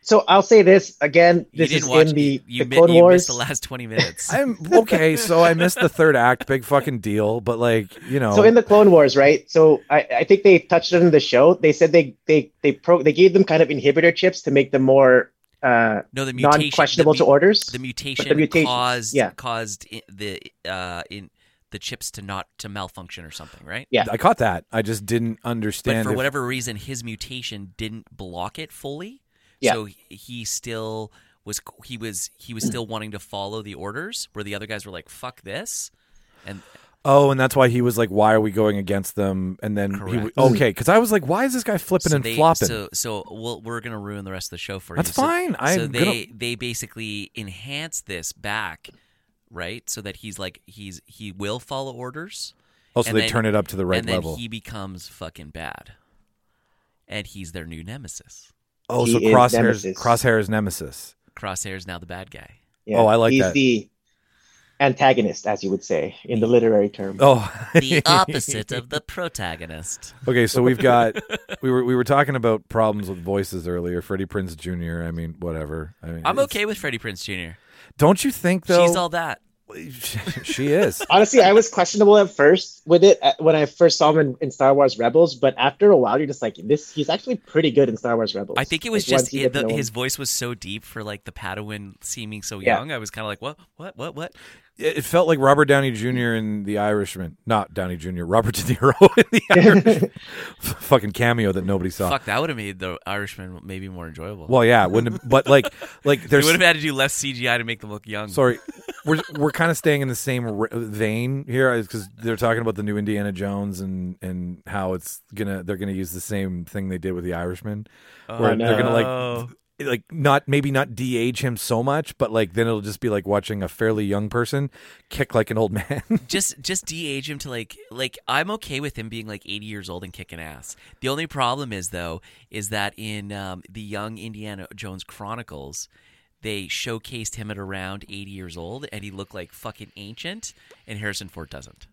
Speaker 4: So I'll say this again.
Speaker 5: You
Speaker 4: This
Speaker 5: didn't
Speaker 4: is
Speaker 5: watch
Speaker 4: in the,
Speaker 5: you, you,
Speaker 4: the
Speaker 5: mi-
Speaker 4: Clone
Speaker 5: you
Speaker 4: Wars.
Speaker 5: missed the last twenty minutes.
Speaker 1: I'm okay. so I missed the third act. Big fucking deal. But like, you know,
Speaker 4: So in the Clone Wars, right? So I, I think they touched on it in the show. They said they they they pro they gave them kind of inhibitor chips to make them more uh,
Speaker 5: No, the mutation. the
Speaker 4: non-questionable to
Speaker 5: mu-
Speaker 4: orders.
Speaker 5: The mutation,
Speaker 4: mutation-
Speaker 5: caused
Speaker 4: yeah.
Speaker 5: caused i- the uh in the chips to not to malfunction or something, right?
Speaker 4: Yeah.
Speaker 1: I caught that. I just didn't understand.
Speaker 5: But for
Speaker 1: if-
Speaker 5: whatever reason, his mutation didn't block it fully.
Speaker 4: Yeah.
Speaker 5: So he- he still was he was he was still wanting to follow the orders where the other guys were like fuck this and
Speaker 1: oh, and that's why he was like, "Why are we going against them?" And then he w- Oh,
Speaker 5: Correct.
Speaker 1: okay, because I was like, "Why is this guy flipping
Speaker 5: so
Speaker 1: and
Speaker 5: they-
Speaker 1: flopping?"
Speaker 5: So, so we'll, we're going to ruin the rest of the show for
Speaker 1: That's
Speaker 5: you. So-
Speaker 1: fine. I'm
Speaker 5: so
Speaker 1: gonna-
Speaker 5: they they basically enhance this back, right? So that he's like he's he will follow orders.
Speaker 1: oh, so
Speaker 5: and
Speaker 1: they
Speaker 5: then-
Speaker 1: turn it up to the right
Speaker 5: and then
Speaker 1: level.
Speaker 5: he becomes fucking bad, and he's their new nemesis.
Speaker 1: oh,
Speaker 4: He
Speaker 1: so
Speaker 4: is
Speaker 1: crosshairs,
Speaker 4: Nemesis.
Speaker 1: crosshair is nemesis.
Speaker 5: Crosshair's now the bad guy.
Speaker 4: Yeah,
Speaker 1: Oh, I like
Speaker 4: he's
Speaker 1: that.
Speaker 4: the antagonist, as you would say in the literary term.
Speaker 1: Oh,
Speaker 5: The opposite of the protagonist.
Speaker 1: Okay, so we've got we were we were talking about problems with voices earlier. Freddie Prince Jr. I mean, whatever. I mean,
Speaker 5: I'm
Speaker 1: it's-
Speaker 5: okay with Freddie Prince Jr.
Speaker 1: Don't you think though?
Speaker 5: She's all that.
Speaker 1: she is.
Speaker 4: Honestly, I was questionable at first with it uh, when I first saw him in, in Star Wars Rebels, but after a while, you're just like, this. He's actually pretty good in Star Wars Rebels.
Speaker 5: I think it was
Speaker 4: Like, once
Speaker 5: just
Speaker 4: you
Speaker 5: it,
Speaker 4: get to
Speaker 5: the,
Speaker 4: know
Speaker 5: his
Speaker 4: him.
Speaker 5: voice was so deep for like the Padawan seeming so
Speaker 4: Yeah.
Speaker 5: young. I was kind of like, what, what, what, what?
Speaker 1: It it felt like Robert Downey Jr. in The Irishman, not Downey Jr. Robert De Niro in The Irishman. F- fucking cameo that nobody saw.
Speaker 5: Fuck, that would have made the Irishman maybe more enjoyable.
Speaker 1: Well, yeah, wouldn't. But like, like
Speaker 5: they
Speaker 1: there's
Speaker 5: would have had to do less CGI to make them look young.
Speaker 1: Sorry, we're we're kind of staying in the same r- vein here because they're talking about the new Indiana Jones and and how it's gonna they're gonna use the same thing they did with the Irishman, where
Speaker 4: no.
Speaker 1: they're gonna like
Speaker 5: Oh.
Speaker 1: th- like not maybe not de-age him so much, but like then it'll just be like watching a fairly young person kick like an old man.
Speaker 5: just just de-age him to like like I'm okay with him being like 80 years old and kicking ass. The only problem is though is that in um, the Young Indiana Jones Chronicles, they showcased him at around 80 years old and he looked like fucking ancient, and Harrison Ford doesn't.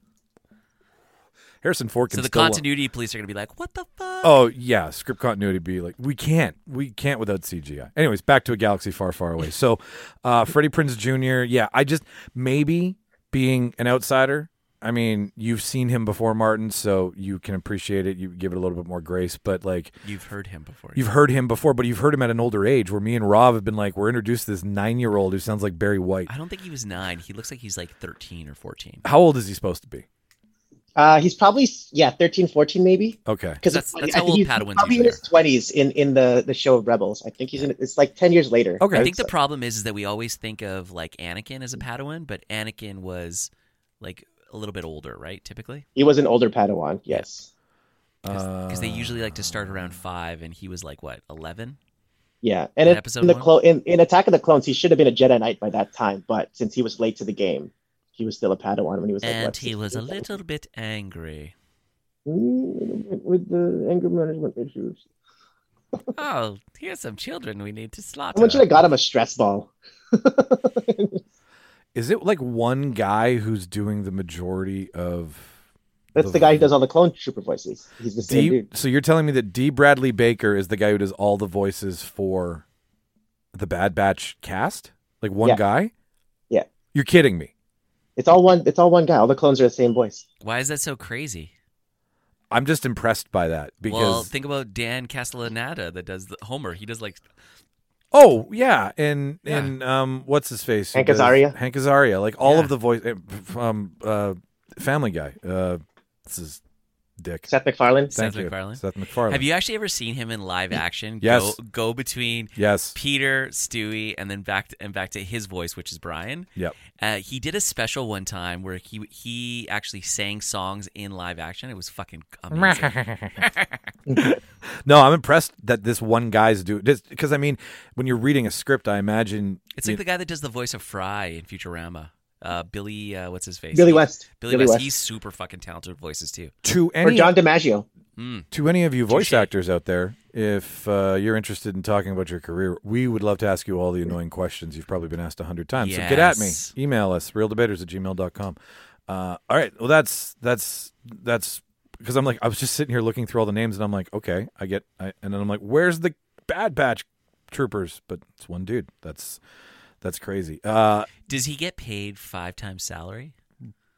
Speaker 1: Harrison Ford can
Speaker 5: So the
Speaker 1: still wa-
Speaker 5: continuity police are gonna be like, what the fuck?
Speaker 1: Oh yeah, script continuity be like we can't, we can't without CGI. Anyways, back to a galaxy far, far away. So, uh, Freddie Prince Jr. Yeah, I just maybe being an outsider. I mean, you've seen him before, Martin, so you can appreciate it. You give it a little bit more grace, but like
Speaker 5: You've heard him before.
Speaker 1: you've heard him before, but you've heard him at an older age. Where me and Rob have been like, we're introduced to this nine-year-old who sounds like Barry White.
Speaker 5: I don't think he was nine. He looks like he's like 13 or 14.
Speaker 1: How old is he supposed to be?
Speaker 4: Uh, he's probably yeah, 13, 14 maybe.
Speaker 1: Okay,
Speaker 4: Because
Speaker 5: That's-
Speaker 4: it's like-
Speaker 5: that's
Speaker 4: I
Speaker 5: how
Speaker 4: think
Speaker 5: old
Speaker 4: he's
Speaker 5: Padawans
Speaker 4: probably in
Speaker 5: usually
Speaker 4: his twenties in, in the, the show of Rebels. I think he's in. It's like ten years later.
Speaker 1: Okay.
Speaker 5: I think the
Speaker 4: So-
Speaker 5: problem is, is that we always think of like Anakin as a Padawan, but Anakin was like a little bit older, right? Typically,
Speaker 4: he was an older Padawan. Yes.
Speaker 5: because
Speaker 1: Uh,
Speaker 5: they usually like to start around five, and he was like what eleven?
Speaker 4: Yeah, and
Speaker 5: In
Speaker 4: in,
Speaker 5: episode
Speaker 4: in the
Speaker 5: one?
Speaker 4: clo- in, in Attack of the Clones, he should have been a Jedi Knight by that time, but since he was late to the game, he was still a Padawan when he was like,
Speaker 5: And
Speaker 4: what,
Speaker 5: he was a
Speaker 4: 16?
Speaker 5: little bit angry.
Speaker 4: Mm, with the anger management issues.
Speaker 5: Oh, here's some children we need to slaughter.
Speaker 4: Someone should have got him a stress ball.
Speaker 1: is it like one guy who's doing the majority of?
Speaker 4: That's the guy who does all the clone trooper voices. He's the same
Speaker 1: D,
Speaker 4: dude.
Speaker 1: so you're telling me that D. Bradley Baker is the guy who does all the voices for the Bad Batch cast? Like one
Speaker 4: Yeah.
Speaker 1: guy?
Speaker 4: Yeah.
Speaker 1: You're kidding me.
Speaker 4: It's all one. It's all one guy. All the clones are the same voice.
Speaker 5: Why is that so crazy?
Speaker 1: I'm just impressed by that because
Speaker 5: Well, think about Dan Castellaneta that does the Homer. He does like
Speaker 1: oh yeah, and
Speaker 5: Yeah.
Speaker 1: and um, what's his face? who
Speaker 4: Hank
Speaker 1: does-
Speaker 4: Azaria?
Speaker 1: Hank Azaria, like all
Speaker 5: Yeah.
Speaker 1: of the voice eh, um uh, Family Guy. Uh, this is Dick.
Speaker 4: Seth MacFarlane.
Speaker 5: Seth
Speaker 1: Thank you.
Speaker 5: MacFarlane?
Speaker 1: Seth MacFarlane.
Speaker 5: Have you actually ever seen him in live action?
Speaker 1: Yes.
Speaker 5: Go, go between
Speaker 1: Yes.
Speaker 5: Peter, Stewie, and then back to, and back to his voice, which is Brian.
Speaker 1: Yep.
Speaker 5: Uh, he did a special one time where he he actually sang songs in live action. It was fucking amazing.
Speaker 1: No, I'm impressed that this one guy's do because I mean, when you're reading a script, I imagine
Speaker 5: it's like the guy that does the voice of Fry in Futurama. Uh, Billy, uh, what's his face?
Speaker 4: Billy
Speaker 5: He-
Speaker 4: West.
Speaker 5: Billy,
Speaker 4: Billy
Speaker 5: West.
Speaker 4: West.
Speaker 5: He's super fucking talented with voices too.
Speaker 1: to
Speaker 4: Or
Speaker 1: any
Speaker 4: John DiMaggio.
Speaker 1: to any of you voice
Speaker 5: Touche.
Speaker 1: actors out there, if uh, you're interested in talking about your career, we would love to ask you all the annoying questions you've probably been asked a hundred times. So get at me.
Speaker 5: Yes.
Speaker 1: Email us, realdebaters at gmail.com. Uh, all right. Well, that's, that's, that's because I'm like, I was just sitting here looking through all the names and I'm like, okay, I get, I, and then I'm like, where's the Bad Batch troopers? But it's one dude. That's, that's crazy. Uh,
Speaker 5: Does he get paid five times salary?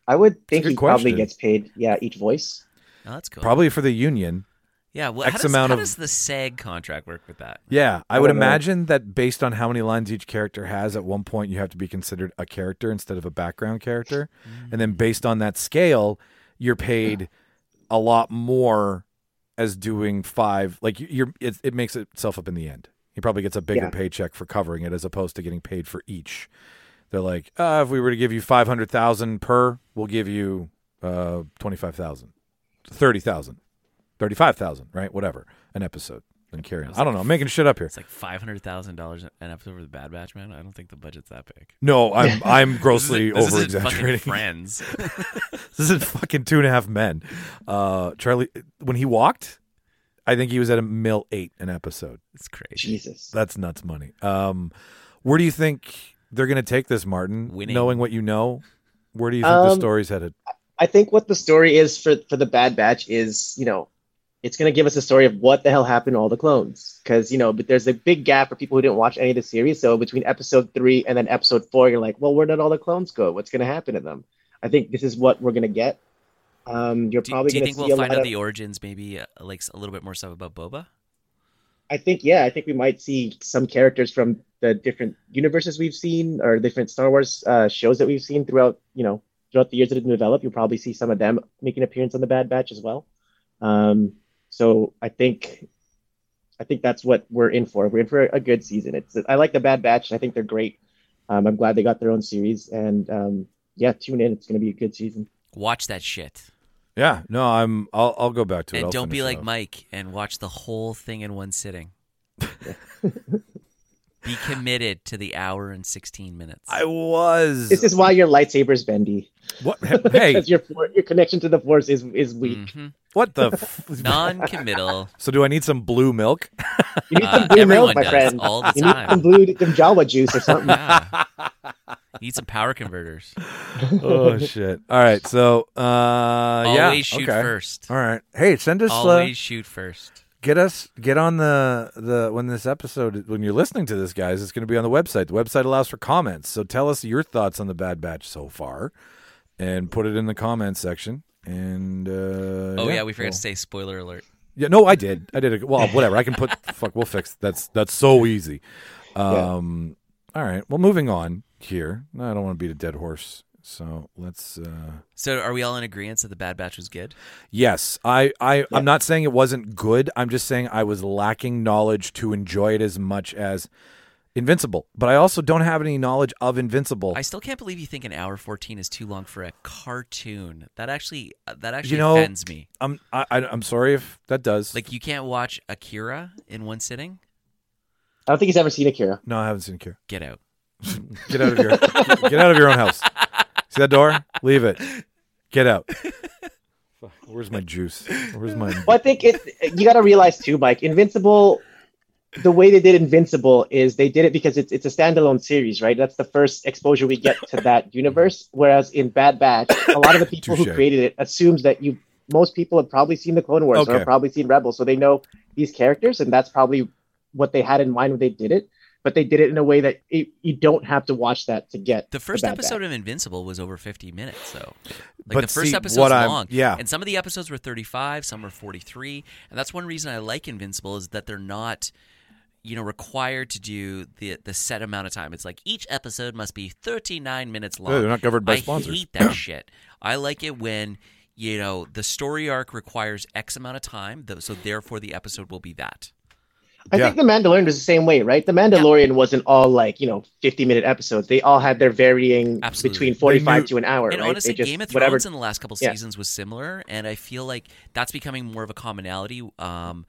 Speaker 4: I would think
Speaker 1: good
Speaker 4: he
Speaker 1: question.
Speaker 4: probably gets paid. Yeah, each voice.
Speaker 5: Oh, that's cool.
Speaker 1: probably for the union.
Speaker 5: Yeah, well,
Speaker 1: X
Speaker 5: how does,
Speaker 1: amount
Speaker 5: how
Speaker 1: of-
Speaker 5: does the SAG contract work with that?
Speaker 1: Yeah, I,
Speaker 4: I
Speaker 1: would
Speaker 4: don't know.
Speaker 1: imagine that based on how many lines each character has, at one point you have to be considered a character instead of a background character. And then based on that scale, you're paid a lot more as doing five. Like you- you're, it, it makes itself up in the end. He probably gets a bigger
Speaker 4: Yeah.
Speaker 1: paycheck for covering it as opposed to getting paid for each. They're like, uh, if we were to give you 500,000 per, we'll give you uh, 25,000, 30,000, 35,000, right? Whatever, an episode. And carry on. I don't know. I'm making shit up here.
Speaker 5: It's like five hundred thousand dollars an episode for the Bad Batch, man. I don't think the budget's that big.
Speaker 1: No, I'm I'm
Speaker 5: This
Speaker 1: grossly
Speaker 5: isn't- this
Speaker 1: over
Speaker 5: isn't fucking
Speaker 1: exaggerating.
Speaker 5: Friends.
Speaker 1: This is fucking two and a half men. Uh, Charlie, when he walked, I think he was at a mill eight an episode.
Speaker 5: It's crazy.
Speaker 4: Jesus.
Speaker 1: That's nuts money. Um, where do you think they're gonna take this, Martin?
Speaker 5: Winning.
Speaker 1: Knowing what you know, where do you think the
Speaker 4: Um,
Speaker 1: story's headed?
Speaker 4: I think what the story is for for the Bad Batch is, you know, it's going to give us a story of what the hell happened to all the clones because you know, but there's a big gap for people who didn't watch any of the series. So between episode three and then episode four, you're like, well, where did all the clones go? What's going to happen to them? I think this is what we're going to get. Um, you're
Speaker 5: Do,
Speaker 4: probably
Speaker 5: do you
Speaker 4: going to
Speaker 5: think
Speaker 4: see
Speaker 5: we'll
Speaker 4: a lot
Speaker 5: find out
Speaker 4: of.
Speaker 5: the origins? Maybe uh, like s- a little bit more stuff about Boba.
Speaker 4: I think yeah, I think we might see some characters from the different universes we've seen or different Star Wars uh, shows that we've seen throughout you know throughout the years that have been developed. You'll probably see some of them make an appearance on the Bad Batch as well. Um, so I think I think that's what we're in for. We're in for a good season. It's I like the Bad Batch. I think they're great. Um, I'm glad they got their own series and um, yeah, tune in. It's going to be a good season.
Speaker 5: Watch that shit,
Speaker 1: Yeah, no, I'm. I'll I'll go back to it.
Speaker 5: and
Speaker 1: I'll
Speaker 5: don't be
Speaker 1: finish it
Speaker 5: like
Speaker 1: off.
Speaker 5: Mike and watch the whole thing in one sitting. be committed to the hour and sixteen minutes.
Speaker 1: I was.
Speaker 4: This is why your lightsaber's bendy.
Speaker 1: what? Hey,
Speaker 4: because your for- your connection to the Force is is weak.
Speaker 5: Mhm.
Speaker 1: what the? F-
Speaker 5: Non-committal.
Speaker 1: so do I need some blue milk?
Speaker 4: You need
Speaker 5: Uh,
Speaker 4: some blue
Speaker 5: everyone
Speaker 4: milk, my
Speaker 5: does,
Speaker 4: friend.
Speaker 5: all the
Speaker 4: you need
Speaker 5: time.
Speaker 4: some blue some Jawa juice or something.
Speaker 5: yeah. Need some power converters.
Speaker 1: oh shit! All right, so uh, yeah,
Speaker 5: Always shoot
Speaker 1: okay.
Speaker 5: first.
Speaker 1: All right. Hey, send us. uh,
Speaker 5: Always shoot first.
Speaker 1: get us get on the the when this episode when you're listening to this guys it's going to be on the website the website allows for comments so tell us your thoughts on the bad batch so far and put it in the comments section and uh
Speaker 5: Oh yeah, we forgot
Speaker 1: cool.
Speaker 5: to say spoiler alert.
Speaker 1: yeah no i did i did a, well whatever i can put fuck we'll fix that's that's so easy um all right well moving on here i don't want to beat a dead horse so let's uh
Speaker 5: So are we all in agreement that the Bad Batch was good?
Speaker 1: Yes, I, I I'm not saying it wasn't good. I'm just saying I was lacking knowledge to enjoy it as much as Invincible. But I also don't have any knowledge of Invincible.
Speaker 5: I still can't believe you think an hour fourteen is too long for a cartoon. That actually uh, that actually
Speaker 1: know-
Speaker 5: offends me.
Speaker 1: I'm I, I, I'm sorry if that does.
Speaker 5: Like you can't watch Akira in one sitting.
Speaker 4: I don't think he's ever seen Akira.
Speaker 1: no, I haven't seen Cure.
Speaker 5: Get out.
Speaker 1: Get out of your get out of your own house. See that door? Leave it. Get out. Fuck, Where's my juice? Where's my
Speaker 4: Well, I think it you got to realize too, Mike. Invincible, the way they did Invincible is they did it because it's it's a standalone series, right? That's the first exposure we get to that universe. Whereas in Bad Batch, a lot of the people who
Speaker 1: Touche.
Speaker 4: created it assumes that you most people have probably seen the Clone Wars or
Speaker 1: Okay.
Speaker 4: have probably seen Rebels, so they know these characters, and that's probably what they had in mind when they did it. But they did it in a way that it, you don't have to watch that to get
Speaker 5: The first
Speaker 4: Bad
Speaker 5: episode
Speaker 4: Batch.
Speaker 5: of Invincible was over fifty minutes, though. Like
Speaker 1: But
Speaker 5: the first
Speaker 1: see,
Speaker 5: episode's
Speaker 1: what I'm-
Speaker 5: long.
Speaker 1: yeah.
Speaker 5: And some of the episodes were thirty five, some were forty three. And that's one reason I like Invincible is that they're not you know, required to do the the set amount of time. It's like each episode must be thirty nine minutes long.
Speaker 1: Yeah, they're not covered by
Speaker 5: I
Speaker 1: sponsors.
Speaker 5: hate that shit. I like it when you know the story arc requires X amount of time, th- so therefore the episode will be that.
Speaker 4: I
Speaker 1: Yeah.
Speaker 4: think The Mandalorian was the same way, right? The Mandalorian wasn't all like, you know, 50 minute episodes. They all had their varying
Speaker 5: Absolutely.
Speaker 4: between
Speaker 5: They
Speaker 4: 45
Speaker 1: knew-
Speaker 4: to an hour,
Speaker 5: and
Speaker 4: right?
Speaker 5: honestly,
Speaker 4: they just,
Speaker 5: Game of Thrones
Speaker 4: whatever.
Speaker 5: in the last couple
Speaker 4: Yeah.
Speaker 5: seasons was similar, and I feel like that's becoming more of a commonality um,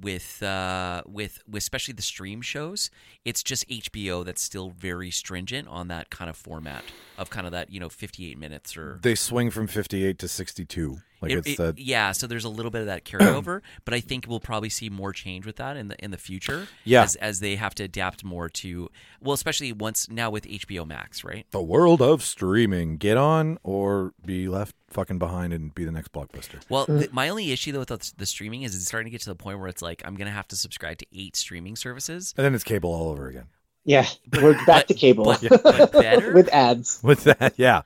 Speaker 5: with, uh, with with especially the stream shows. It's just HBO that's still very stringent on that kind of format of kind of that you know fifty eight minutes or
Speaker 1: They swing from 58 to 62. Like
Speaker 5: It-
Speaker 1: it's
Speaker 5: it-
Speaker 1: that
Speaker 5: yeah, so there's a little bit of that carryover, but I think we'll probably see more change with that in the in the future.
Speaker 1: Yeah.
Speaker 5: as, as they have to adapt more to well, especially once now with HBO Max, right?
Speaker 1: the world of streaming. Get on or be left fucking behind and be the next blockbuster.
Speaker 5: Well, th- my only issue though with the, the streaming is it's starting to get to the point where it's like I'm gonna have to subscribe to eight streaming services.
Speaker 1: And then it's cable all over again.
Speaker 4: Yeah, we're back to cable
Speaker 5: But, but better?
Speaker 4: with ads.
Speaker 1: with that yeah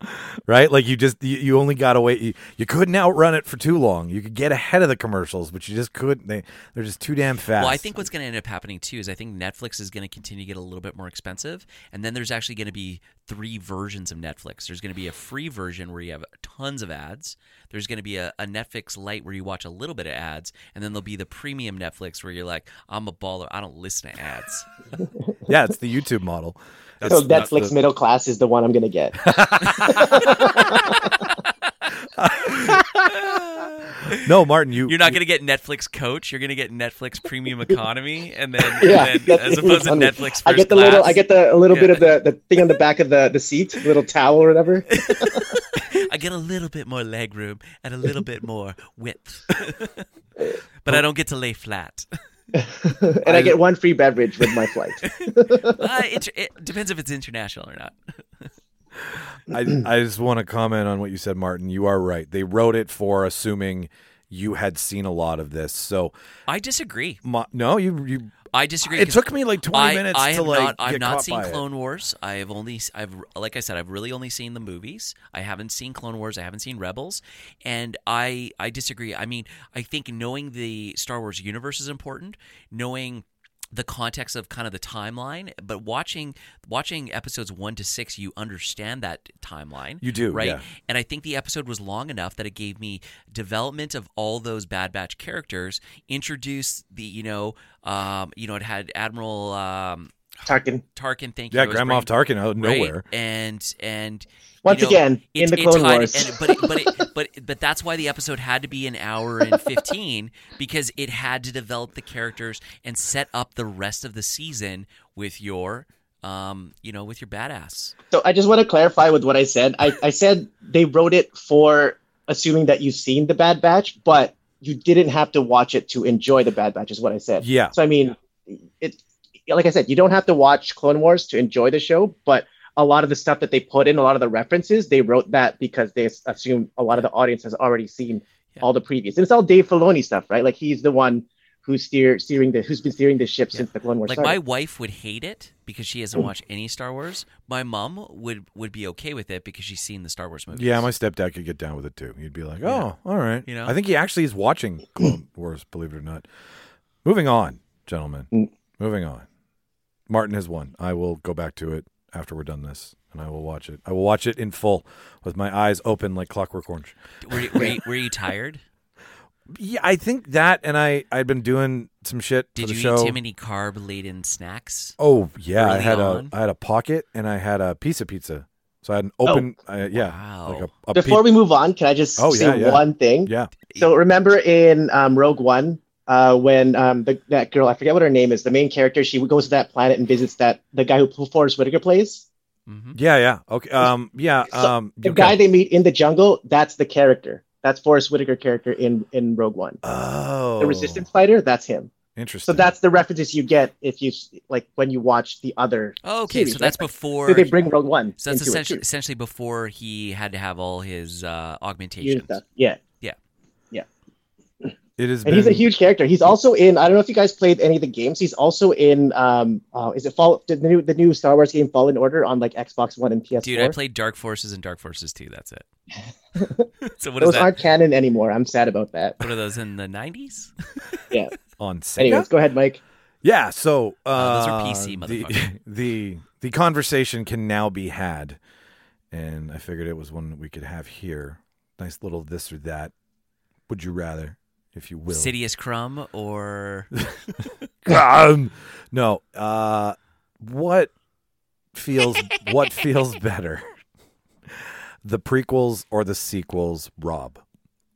Speaker 1: right like you just you, you only got to wait you, you couldn't outrun it for too long you could get ahead of the commercials but you just couldn't they they're just too damn fast
Speaker 5: Well, I think what's going to end up happening too is I think Netflix is going to continue to get a little bit more expensive, and then there's actually going to be three versions of Netflix. There's going to be a free version where you have tons of ads. There's going to be a, a Netflix Lite where you watch a little bit of ads, and then there'll be the premium Netflix where you're like, I'm a baller. I don't listen to ads.
Speaker 1: yeah it's the youtube model
Speaker 4: So Netflix middle class is the one I'm gonna get.
Speaker 1: no martin you
Speaker 5: You're not going to get Netflix Coach. You're going to get Netflix Premium Economy, and then,
Speaker 4: yeah,
Speaker 5: and then
Speaker 4: that's
Speaker 5: as opposed to
Speaker 4: funny.
Speaker 5: Netflix First
Speaker 4: I get the
Speaker 5: class,
Speaker 4: little, I get the a little bit
Speaker 5: Yeah.
Speaker 4: of the, the thing on the back of the the seat, little towel or whatever.
Speaker 5: I get a little bit more leg room and a little bit more width, but I don't get to lay flat.
Speaker 4: and I, get one free beverage with my flight.
Speaker 5: uh, it, it depends if it's international or not.
Speaker 1: I, I just want to comment on what you said martin you are right they wrote it for assuming you had seen a lot of this so
Speaker 5: I disagree.
Speaker 1: my, no you you
Speaker 5: I disagree.
Speaker 1: it
Speaker 5: 'cause
Speaker 1: took me like 20
Speaker 5: I,
Speaker 1: minutes
Speaker 5: I
Speaker 1: to
Speaker 5: have
Speaker 1: like
Speaker 5: not,
Speaker 1: get
Speaker 5: I've not
Speaker 1: caught
Speaker 5: seen
Speaker 1: by it.
Speaker 5: Clone Wars. I have only, s- I've like I said, I've really only seen the movies. I haven't seen Clone Wars. I haven't seen Rebels, and I, I disagree. I mean, I think knowing the Star Wars universe is important. Knowing the context of kind of the timeline, but watching watching episodes one to six, you understand that timeline.
Speaker 1: You do,
Speaker 5: right?
Speaker 1: yeah.
Speaker 5: And I think the episode was long enough that it gave me development of all those Bad Batch characters. Introduced the you know, um, you know, it had Admiral um,
Speaker 4: Tarkin.
Speaker 5: Tarkin. Thank you.
Speaker 1: yeah
Speaker 5: I was
Speaker 1: grand moff
Speaker 5: bringing-
Speaker 1: tarkin out of
Speaker 5: right?
Speaker 1: nowhere
Speaker 5: And and
Speaker 4: Once
Speaker 5: you know,
Speaker 4: again,
Speaker 5: it-
Speaker 4: in the
Speaker 5: it
Speaker 4: Clone
Speaker 5: tied-
Speaker 4: Wars.
Speaker 5: and- but it, but it, but but that's why the episode had to be an hour and fifteen because it had to develop the characters and set up the rest of the season with your um you know with your badass.
Speaker 4: So I just want to clarify with what I said. I, I said they wrote it for assuming that you've seen the Bad Batch, but you didn't have to watch it to enjoy the Bad Batch, is what I said.
Speaker 1: yeah
Speaker 4: So I mean, it like I said, you don't have to watch Clone Wars to enjoy the show, but a lot of the stuff that they put in, a lot of the references, they wrote that because they s- assume a lot of the audience has already seen
Speaker 5: Yeah.
Speaker 4: all the previous. And it's all Dave Filoni stuff, right? Like he's the one who's steer steering the who's been steering the ship since the Clone Wars
Speaker 5: Like
Speaker 4: started.
Speaker 5: my wife would hate it because she hasn't watched any Star Wars. My mom would would be okay with it because she's seen the Star Wars movies.
Speaker 1: Yeah, my stepdad could get down with it too. He'd be like, "Oh,
Speaker 5: Yeah.
Speaker 1: all right."
Speaker 5: You know?
Speaker 1: I think he actually is watching Clone Wars. Believe it or not. Moving on, gentlemen.
Speaker 4: Mm.
Speaker 1: Moving on. Martin has won. I will go back to it after we're done this, and I will watch it. I will watch it in full with my eyes open like Clockwork Orange.
Speaker 5: were, you- were, you, were you tired?
Speaker 1: Yeah, I think that, and I I'd been doing some shit
Speaker 5: Did
Speaker 1: for the
Speaker 5: you
Speaker 1: show.
Speaker 5: eat too many carb laden snacks?
Speaker 1: oh yeah, I
Speaker 5: early
Speaker 1: had
Speaker 5: on?
Speaker 1: a I had a pocket, and I had a piece of pizza. So I had an open, uh, yeah,
Speaker 5: Wow.
Speaker 1: like a, a
Speaker 4: Oh. Before
Speaker 1: pi-
Speaker 4: we move on, can I just
Speaker 1: Oh,
Speaker 4: say
Speaker 1: yeah, yeah.
Speaker 4: one thing?
Speaker 1: yeah,
Speaker 4: So remember in um, Rogue One, uh, when um, the, that girl, I forget what her name is, the main character, she goes to that planet and visits that the guy who Forrest Whitaker plays.
Speaker 5: Mm-hmm.
Speaker 1: yeah, yeah, okay, um, yeah,
Speaker 4: So,
Speaker 1: um,
Speaker 4: The
Speaker 1: okay.
Speaker 4: guy they meet in the jungle, that's the character. That's Forrest Whitaker character in in Rogue One.
Speaker 1: Oh,
Speaker 4: The Resistance fighter, that's him. So
Speaker 1: Interesting.
Speaker 4: that's the references you get if you s- like when you watch the other.
Speaker 5: Oh, okay,
Speaker 4: series,
Speaker 5: so that's
Speaker 4: right?
Speaker 5: before.
Speaker 4: So they bring Rogue One.
Speaker 5: so that's
Speaker 4: into it,
Speaker 5: essentially,
Speaker 4: too.
Speaker 5: essentially before he had to have all his uh,
Speaker 4: Huge
Speaker 5: augmentations.
Speaker 4: stuff. Yeah,
Speaker 1: it has
Speaker 4: and
Speaker 1: been-
Speaker 4: he's a huge character. He's also in. I don't know if you guys played any of the games. He's also in. Um, uh, is it Fall? The new the new Star Wars game Fallen Order on like Xbox One and PS4.
Speaker 5: Dude, I played Dark Forces and Dark Forces 2. That's it. so what is
Speaker 4: Those
Speaker 5: that?
Speaker 4: aren't canon anymore. I'm sad about that.
Speaker 5: What are those in the 90s?
Speaker 4: Yeah.
Speaker 1: on Sega.
Speaker 4: Anyways, go ahead, Mike.
Speaker 1: yeah. So uh,
Speaker 5: those are PC,
Speaker 1: the,
Speaker 5: motherfucker.
Speaker 1: the the conversation can now be had, and I figured it was one that we could have here. Nice little this or that. Would you rather, if you will?
Speaker 5: Sidious Crumb or
Speaker 1: Um, no. Uh, what feels what feels better, the prequels or the sequels? Rob,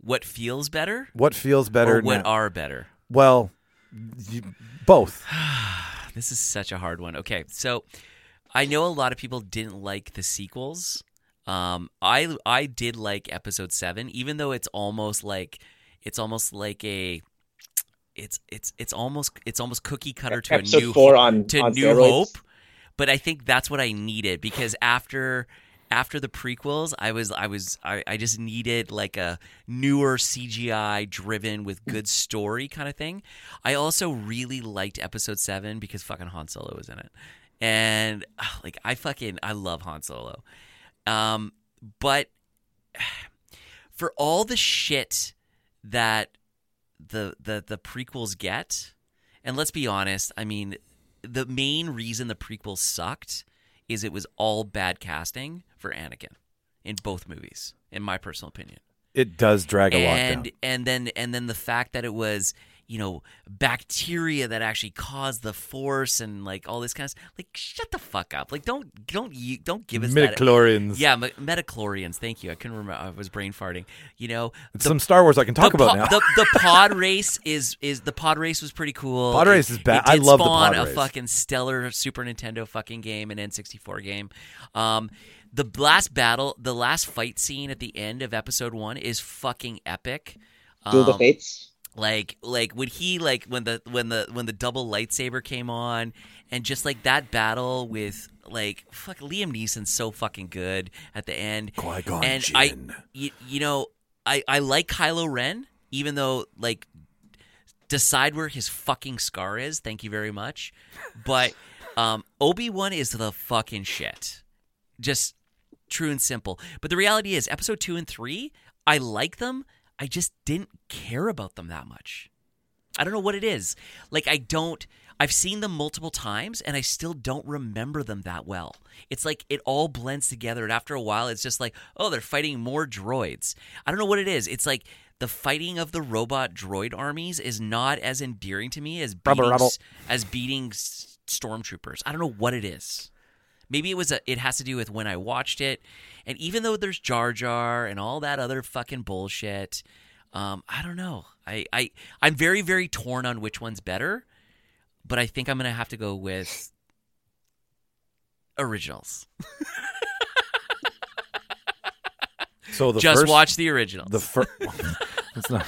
Speaker 5: what feels better?
Speaker 1: what feels better?
Speaker 5: or what
Speaker 1: now-
Speaker 5: are better?
Speaker 1: well, you, both.
Speaker 5: This is such a hard one. Okay, so I know a lot of people didn't like the sequels. Um, I I did like episode seven, even though it's almost like it's almost like a it's it's it's almost it's almost cookie cutter to a new
Speaker 4: Episode four on
Speaker 5: to
Speaker 4: on
Speaker 5: New
Speaker 4: steroids.
Speaker 5: Hope, but I think that's what I needed because after after the prequels, I was I was I, I just needed like a newer CGI driven with good story kind of thing. I also really liked Episode Seven because fucking Han Solo was in it, and ah, like I fucking I love Han Solo, um, but for all the shit that the the the prequels get, and let's be honest, I mean, the main reason the prequels sucked is it was all bad casting for Anakin in both movies, in my personal opinion
Speaker 1: It does drag a lot
Speaker 5: and
Speaker 1: down.
Speaker 5: and then and then the fact that it was you know bacteria that actually caused the force and like all this kind of stuff. like shut the fuck up like don't don't you don't give us that
Speaker 1: Midichlorians.
Speaker 5: yeah me- metachlorians thank you i couldn't remember i was brain farting you know
Speaker 1: It's some Star Wars I can talk
Speaker 5: the
Speaker 1: about
Speaker 5: po-
Speaker 1: now.
Speaker 5: the, the pod race is is the pod race was pretty cool.
Speaker 1: Pod race is bad.
Speaker 5: It did
Speaker 1: I love the
Speaker 5: spawn
Speaker 1: pod
Speaker 5: a
Speaker 1: race.
Speaker 5: fucking stellar Super Nintendo fucking game, an N64 game. Um, the last battle, the last fight scene at the end of episode one is fucking epic.
Speaker 4: Duel of the
Speaker 5: Um,
Speaker 4: Fates.
Speaker 5: like like when he like when the when the when the double lightsaber came on and just like that battle with like fuck Liam Neeson's so fucking good at the end
Speaker 1: Qui-Gon
Speaker 5: and I
Speaker 1: Jinn.
Speaker 5: you, you know I I like Kylo Ren even though like decide where his fucking scar is thank you very much but um Obi-Wan is the fucking shit just true and simple. But the reality is, episode two and three, I like them. I just didn't care about them that much. I don't know what it is. Like, I don't, I've seen them multiple times and I still don't remember them that well. It's like it all blends together. And after a while, it's just like, oh, they're fighting more droids. I don't know what it is. It's like, the fighting of the robot droid armies is not as endearing to me as
Speaker 1: Rubber,
Speaker 5: beating,
Speaker 1: rubber.
Speaker 5: s- as beating s- stormtroopers. I don't know what it is maybe it was a, it has to do with when I watched it. And even though there's Jar Jar and all that other fucking bullshit, um, I don't know. I, I I'm very very torn on which one's better, but I think I'm gonna have to go with originals.
Speaker 1: so the
Speaker 5: Just
Speaker 1: first,
Speaker 5: watch the originals.
Speaker 1: the first. that's not.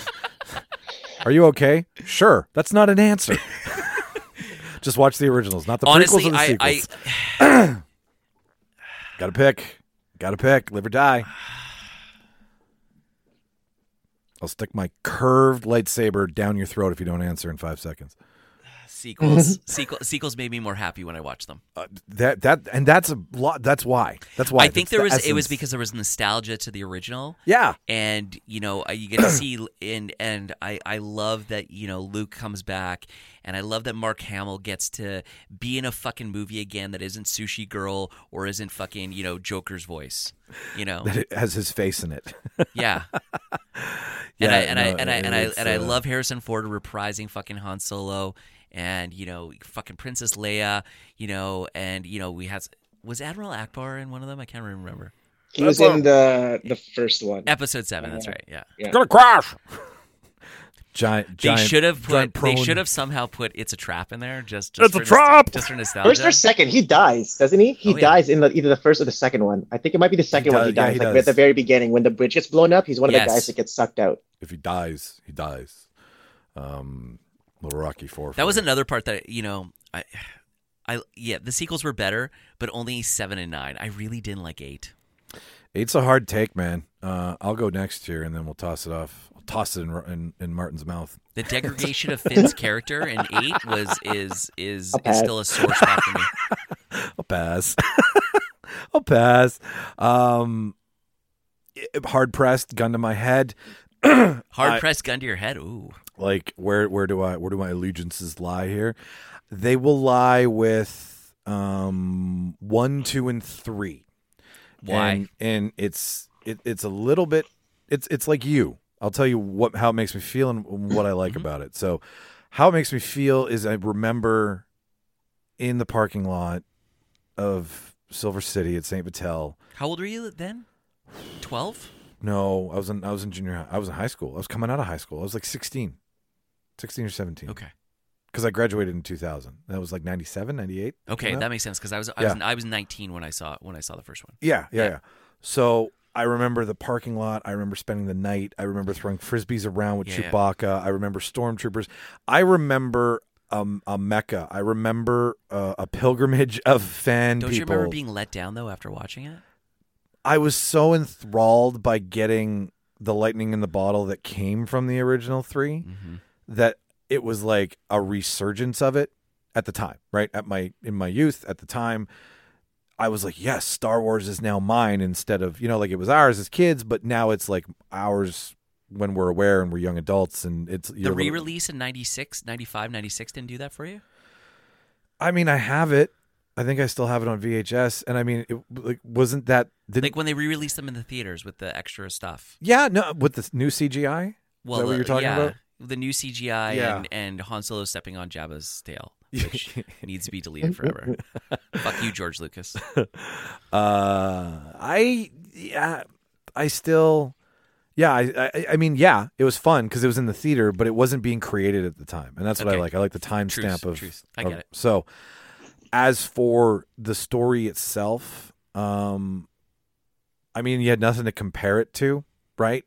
Speaker 1: Are you okay? Sure. That's not an answer. Just watch the originals, not the
Speaker 5: Honestly,
Speaker 1: prequels or the
Speaker 5: I,
Speaker 1: sequels.
Speaker 5: I
Speaker 1: Got to pick. Got to pick. Live or die. I'll stick my curved lightsaber down your throat if you don't answer in five seconds.
Speaker 5: sequels sequel, sequels made me more happy when I watched them.
Speaker 1: Uh, that that and that's a lot. That's why. That's why.
Speaker 5: I think
Speaker 1: That's
Speaker 5: there
Speaker 1: the
Speaker 5: was it was
Speaker 1: essence.
Speaker 5: because there was nostalgia to the original.
Speaker 1: Yeah.
Speaker 5: and you know uh, you get to see and and I I love that you know Luke comes back and I love that Mark Hamill gets to be in a fucking movie again that isn't Sushi Girl or isn't fucking you know Joker's voice, you know
Speaker 1: That it has his face in it.
Speaker 5: yeah.
Speaker 1: Yeah,
Speaker 5: and I and I
Speaker 1: no,
Speaker 5: and I and I,
Speaker 1: it's,
Speaker 5: and I
Speaker 1: uh,
Speaker 5: love Harrison Ford reprising fucking Han Solo and you know fucking Princess Leia, you know, and you know we had was Admiral Akbar in one of them? I can't remember.
Speaker 4: He was in the the first one.
Speaker 5: Episode seven. That's right. Yeah.
Speaker 1: It's gonna crash. Giant.
Speaker 5: They
Speaker 1: giant-
Speaker 5: should have
Speaker 1: giant
Speaker 5: put. They
Speaker 1: prone.
Speaker 5: should have somehow put "It's a Trap" in there. Just, just
Speaker 1: It's a
Speaker 5: for nos-
Speaker 1: trap!
Speaker 5: Just for nostalgia.
Speaker 4: First or second, he dies, doesn't he? He
Speaker 5: Oh, yeah.
Speaker 4: dies in the, either the first or the second one. I think it might be the second one.
Speaker 1: does-
Speaker 4: He
Speaker 1: yeah,
Speaker 4: dies,
Speaker 1: he
Speaker 4: like
Speaker 1: does.
Speaker 4: at the very beginning when the bridge gets blown up. He's one of
Speaker 5: Yes.
Speaker 4: the guys that gets sucked out.
Speaker 1: If he dies, he dies. Um, little Rocky Four.
Speaker 5: that was another part that you know. I, I yeah. The sequels were better, but only seven and nine. I really didn't like eight.
Speaker 1: It's a hard take, man. Uh, I'll go next here, and then we'll toss it off. I'll toss it in, in, in Martin's mouth.
Speaker 5: The degradation of Finn's character in eight was is is,
Speaker 4: I'll
Speaker 5: is
Speaker 4: pass.
Speaker 5: still a sore spot for me.
Speaker 1: I'll pass. I'll pass. Um, i- hard pressed, gun to my head.
Speaker 5: Hard
Speaker 1: I-
Speaker 5: pressed gun to your head. Ooh,
Speaker 1: Like where where do I where do my allegiances lie here? They will lie with um one, two, and three.
Speaker 5: why?
Speaker 1: And, and it's it, it's a little bit it's it's like you. I'll tell you what how it makes me feel and what I like about it. So how it makes me feel is I remember in the parking lot of Silver City at St. Vitel.
Speaker 5: How old were you then? Twelve.
Speaker 1: No, I was in I was in junior high. I was in high school. I was coming out of high school. I was like 16. 16 or 17.
Speaker 5: Okay.
Speaker 1: Cuz I graduated in 2000. That was like 97, 98.
Speaker 5: Okay,
Speaker 1: something like
Speaker 5: that makes sense because I was I, was I was nineteen when I saw when I saw the first one.
Speaker 1: Yeah, yeah, yeah. So I remember the parking lot. I remember spending the night. I remember throwing frisbees around with
Speaker 5: Yeah, yeah.
Speaker 1: Chewbacca. I remember stormtroopers. I remember um, a Mecca. I remember uh, a pilgrimage of fan
Speaker 5: Don't you
Speaker 1: people.
Speaker 5: remember being let down though after watching it?
Speaker 1: I was so enthralled by getting the lightning in the bottle that Mm-hmm. came from the original 3 that it was like a resurgence of it. at the time, right? At my in my youth at the time, I was like, yes, Star Wars is now mine instead of, you know, like it was ours as kids, but now it's like ours when we're aware and we're young adults and it's
Speaker 5: The
Speaker 1: you're a
Speaker 5: re
Speaker 1: little-
Speaker 5: release in 96, 95, 96 didn't do that for you?
Speaker 1: I mean, I have it. I think I still have it on VHS and I mean, it like wasn't that didn't
Speaker 5: Like when they re released them in the theaters with the extra stuff.
Speaker 1: Yeah, no, with the new CGI?
Speaker 5: Well,
Speaker 1: is that what
Speaker 5: uh,
Speaker 1: you're talking
Speaker 5: yeah,
Speaker 1: about?
Speaker 5: The new CGI
Speaker 1: Yeah.
Speaker 5: and, and Han Solo stepping on Jabba's tail, which needs to be deleted forever. Fuck you, George Lucas.
Speaker 1: Uh, I yeah, I still yeah, I I, I mean yeah, it was fun because it was in the theater, but it wasn't being created at the time, and that's what I
Speaker 5: Okay.
Speaker 1: like. I like the timestamp
Speaker 5: Truth,
Speaker 1: of.
Speaker 5: truth. I
Speaker 1: of-
Speaker 5: get it.
Speaker 1: So, as for the story itself, um, I mean, you had nothing to compare it to, right?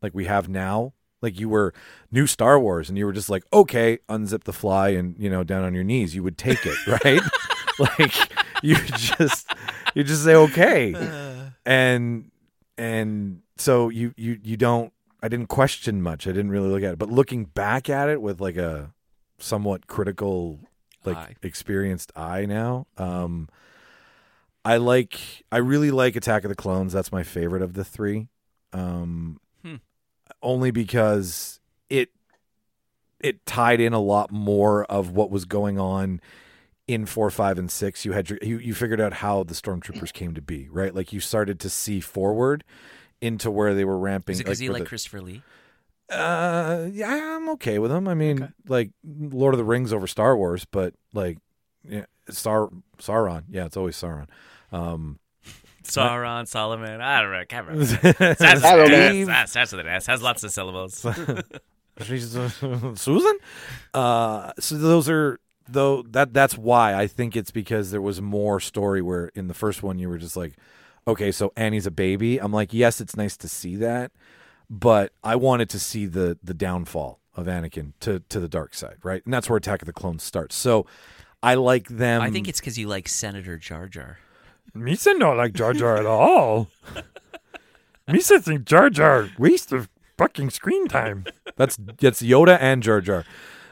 Speaker 1: Like we have now. Like you were new Star Wars, and you were just like, okay, unzip the fly, and you know, down on your knees, you would take it, right? like you just you just say
Speaker 5: Uh.
Speaker 1: okay, and and so you you you don't. I didn't question much. I didn't really look at it, but looking back at it with like a somewhat critical, like
Speaker 5: Eye.
Speaker 1: experienced eye now, um, I like I really like Attack of the Clones. That's my favorite of the three. Um
Speaker 5: Hmm.
Speaker 1: only because it it tied in a lot more of what was going on in four, five, and six. You had your, you you figured out how the stormtroopers came to be, right? Like you started to see forward into where they were ramping.
Speaker 5: Is it because he
Speaker 1: with
Speaker 5: liked
Speaker 1: the-
Speaker 5: Christopher Lee?
Speaker 1: uh, yeah, I'm okay with them. I mean, like Lord of the Rings over Star Wars, but like, yeah, Sar Sauron. Yeah, it's always Sauron. Um,
Speaker 5: Sauron, Solomon, I don't know, can't remember.
Speaker 1: Steve-
Speaker 4: I don't know.
Speaker 5: starts with an S, has lots of syllables.
Speaker 1: Um, She's, uh, Susan. Uh, so those are though that that's why I think it's because there was more story where in the first one you were just like, okay, so Annie's a baby. I'm like, yes, it's nice to see that, but I wanted to see the the downfall of Anakin to to the dark side, right? And that's where Attack of the Clones starts. So I like them.
Speaker 5: I think it's because you like Senator Jar Jar.
Speaker 1: Misa not like Jar Jar at all. Misa think Jar Jar waste of fucking screen time. That's that's Yoda and Jar Jar.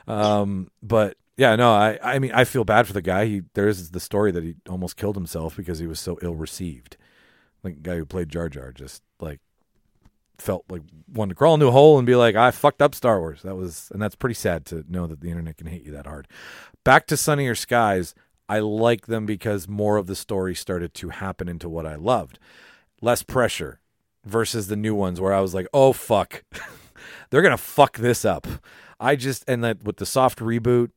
Speaker 1: Um, but yeah, no, I I mean I feel bad for the guy. He there is the story that he almost killed himself because he was so ill received. Like the guy who played Jar Jar just like felt like wanted to crawl into a hole and be like, I fucked up Star Wars. That was and that's pretty sad to know that the internet can hate you that hard. Back to Sunnier Skies, I like them because more of the story started to happen into what I loved. Less pressure versus the new ones where I was like, oh fuck. They're gonna fuck this up. I just and that with the soft reboot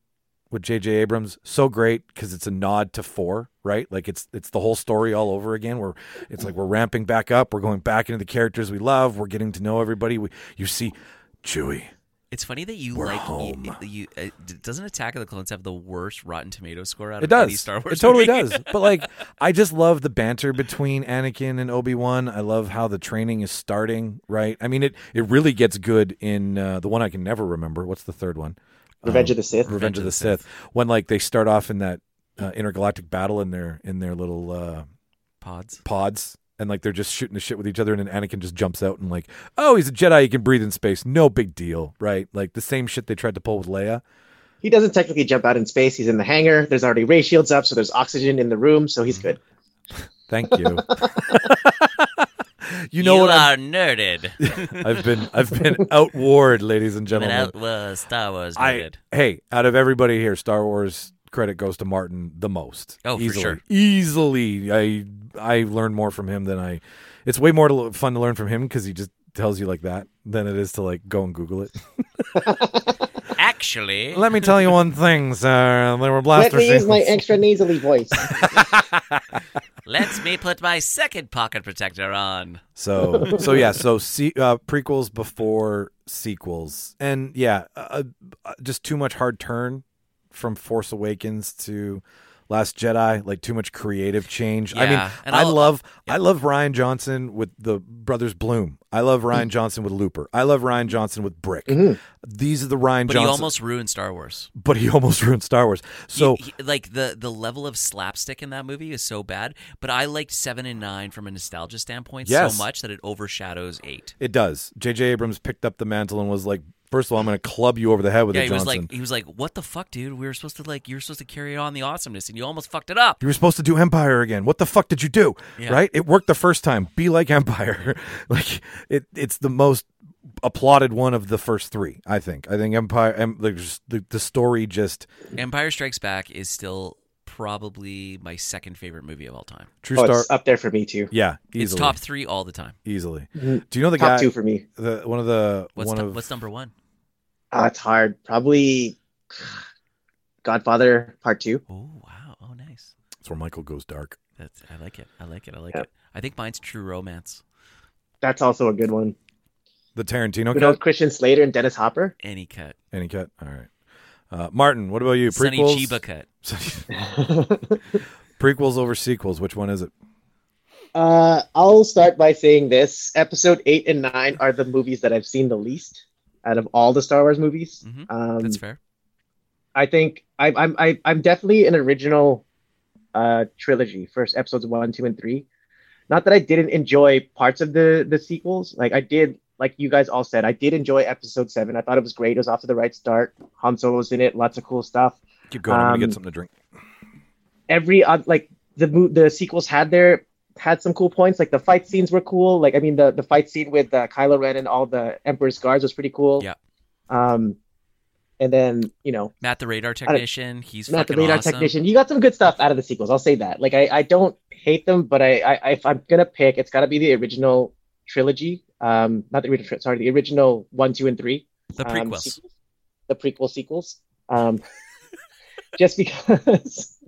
Speaker 1: with JJ Abrams, so great because it's a nod to four, right? Like it's it's the whole story all over again. We're it's like we're ramping back up, we're going back into the characters we love, we're getting to know everybody. We you see Chewie.
Speaker 5: It's funny that you
Speaker 1: We're
Speaker 5: like
Speaker 1: home.
Speaker 5: You, you- uh, d- doesn't Attack of the Clones have the worst Rotten Tomato score out
Speaker 1: It
Speaker 5: of any
Speaker 1: does.
Speaker 5: Star Wars?
Speaker 1: it totally
Speaker 5: movie?
Speaker 1: does. But like, I just love the banter between Anakin and Obi Wan. I love how the training is starting. Right. I mean, it it really gets good in uh, the one I can never remember. What's the third one? Um,
Speaker 4: Revenge of the Sith.
Speaker 1: Revenge, of the, Sith. When like they start off in that uh, intergalactic battle in their in their little uh,
Speaker 5: Pods.
Speaker 1: pods. And like they're just shooting the shit with each other, and then Anakin just jumps out and like, oh, he's a Jedi, he can breathe in space, no big deal, right? Like the same shit they tried to pull with Leia.
Speaker 4: He doesn't technically jump out in space. He's in the hangar. There's already ray shields up, so there's oxygen in the room, so he's good.
Speaker 1: Thank you. you know what? I'm-
Speaker 5: are nerded.
Speaker 1: I've been I've been outward, ladies and
Speaker 5: But
Speaker 1: gentlemen.
Speaker 5: out was Star Wars
Speaker 1: I
Speaker 5: nerded.
Speaker 1: hey, out of everybody here, Star Wars credit goes to Martin the most.
Speaker 5: Oh, for
Speaker 1: easily.
Speaker 5: sure.
Speaker 1: easily. I I learned more from him than I. It's way more to, fun to learn from him because he just tells you like that than it is to like go and Google it.
Speaker 5: Actually,
Speaker 1: Let me tell you one thing, sir. There were
Speaker 4: Let
Speaker 1: blaster
Speaker 4: me use my
Speaker 1: signals.
Speaker 4: extra nasally voice.
Speaker 5: let me put my second pocket protector on.
Speaker 1: So so yeah, so se- uh, prequels before sequels, and yeah, uh, uh, just too much hard turn from Force Awakens to Last Jedi, like too much creative change. I mean,
Speaker 5: Yeah, and
Speaker 1: I
Speaker 5: I'll- uh,
Speaker 1: love I love Ryan Johnson with the Brothers Bloom. I love
Speaker 5: Mm-hmm.
Speaker 1: Ryan Johnson with Looper. I love Ryan Johnson with Brick. These are the Ryan
Speaker 5: But
Speaker 1: Johnson,
Speaker 5: he almost ruined Star Wars.
Speaker 1: but he almost ruined Star Wars. So
Speaker 5: He- he- like the the level of slapstick in that movie is so bad. But I liked seven and nine from a nostalgia standpoint
Speaker 1: Yes.
Speaker 5: so much that it overshadows eight.
Speaker 1: It does. J.J. Abrams picked up the mantle and was like, First of all, I'm going to club you over the head with
Speaker 5: yeah,
Speaker 1: a
Speaker 5: he was
Speaker 1: Johnson.
Speaker 5: like, he was like, "What the fuck, dude? We were supposed to like, you were supposed to carry on the awesomeness, and you almost fucked it up."
Speaker 1: you were supposed to do Empire again. What the fuck did you do?
Speaker 5: Yeah.
Speaker 1: Right? It worked the first time. Be like Empire. like it. It's the most applauded one of the first three. I think. I think Empire. Em, like, just, the, the story just
Speaker 5: Empire Strikes Back is still probably my second favorite movie of all time.
Speaker 1: true
Speaker 4: Oh,
Speaker 1: star.
Speaker 4: it's up there for me too.
Speaker 1: Yeah, easily.
Speaker 5: It's top three all the time.
Speaker 1: Easily.
Speaker 4: Mhm.
Speaker 1: Do you know the guy?
Speaker 4: Top two for me.
Speaker 1: The one of the
Speaker 5: What's
Speaker 1: one
Speaker 5: nu-
Speaker 1: of
Speaker 5: what's number one?
Speaker 4: Uh, it's hard. Probably Godfather Part Two.
Speaker 5: Oh wow! Oh nice.
Speaker 1: that's where Michael goes dark.
Speaker 5: That's I like it. I like it. I like
Speaker 4: Yep.
Speaker 5: it. I think mine's True Romance.
Speaker 4: That's also a good one.
Speaker 1: The Tarantino
Speaker 4: You know
Speaker 1: cut.
Speaker 4: Christian Slater and Dennis Hopper.
Speaker 5: Any cut.
Speaker 1: Any cut? All right. Uh, Martin, what about you?
Speaker 5: Sonny
Speaker 1: Prequels.
Speaker 5: Chiba cut.
Speaker 1: Prequels over sequels. Which one is it?
Speaker 4: Uh, I'll start by saying this: Episode eight and nine are the movies that I've seen the least out of all the Star Wars movies.
Speaker 5: Mhm.
Speaker 4: Um,
Speaker 5: That's fair.
Speaker 4: I think I, I'm I, I'm definitely an original uh, trilogy. First episodes one, two, and three. Not that I didn't enjoy parts of the the sequels. Like I did, like you guys all said, I did enjoy episode seven. I thought it was great. It was off to the right start. Han Solo was in it. Lots of cool stuff.
Speaker 1: Keep going. I'm gonna
Speaker 4: Um,
Speaker 1: get something to drink.
Speaker 4: Every uh, like the mo- the sequels had their had some cool points. Like the fight scenes were cool. Like I mean, the the fight scene with uh, Kylo Ren and all the Emperor's guards was pretty cool.
Speaker 5: Yeah.
Speaker 4: Um, and then you know
Speaker 5: Matt the radar technician. He's
Speaker 4: not the
Speaker 5: fucking
Speaker 4: radar
Speaker 5: awesome.
Speaker 4: technician. You got some good stuff out of the sequels. I'll say that. Like I, I don't hate them, but I, I if I'm gonna pick, it's got to be the original trilogy. Um, not the original. Sorry, the original one, two, and three.
Speaker 5: The
Speaker 4: um,
Speaker 5: prequels.
Speaker 4: sequels. the prequel sequels. Um, just because.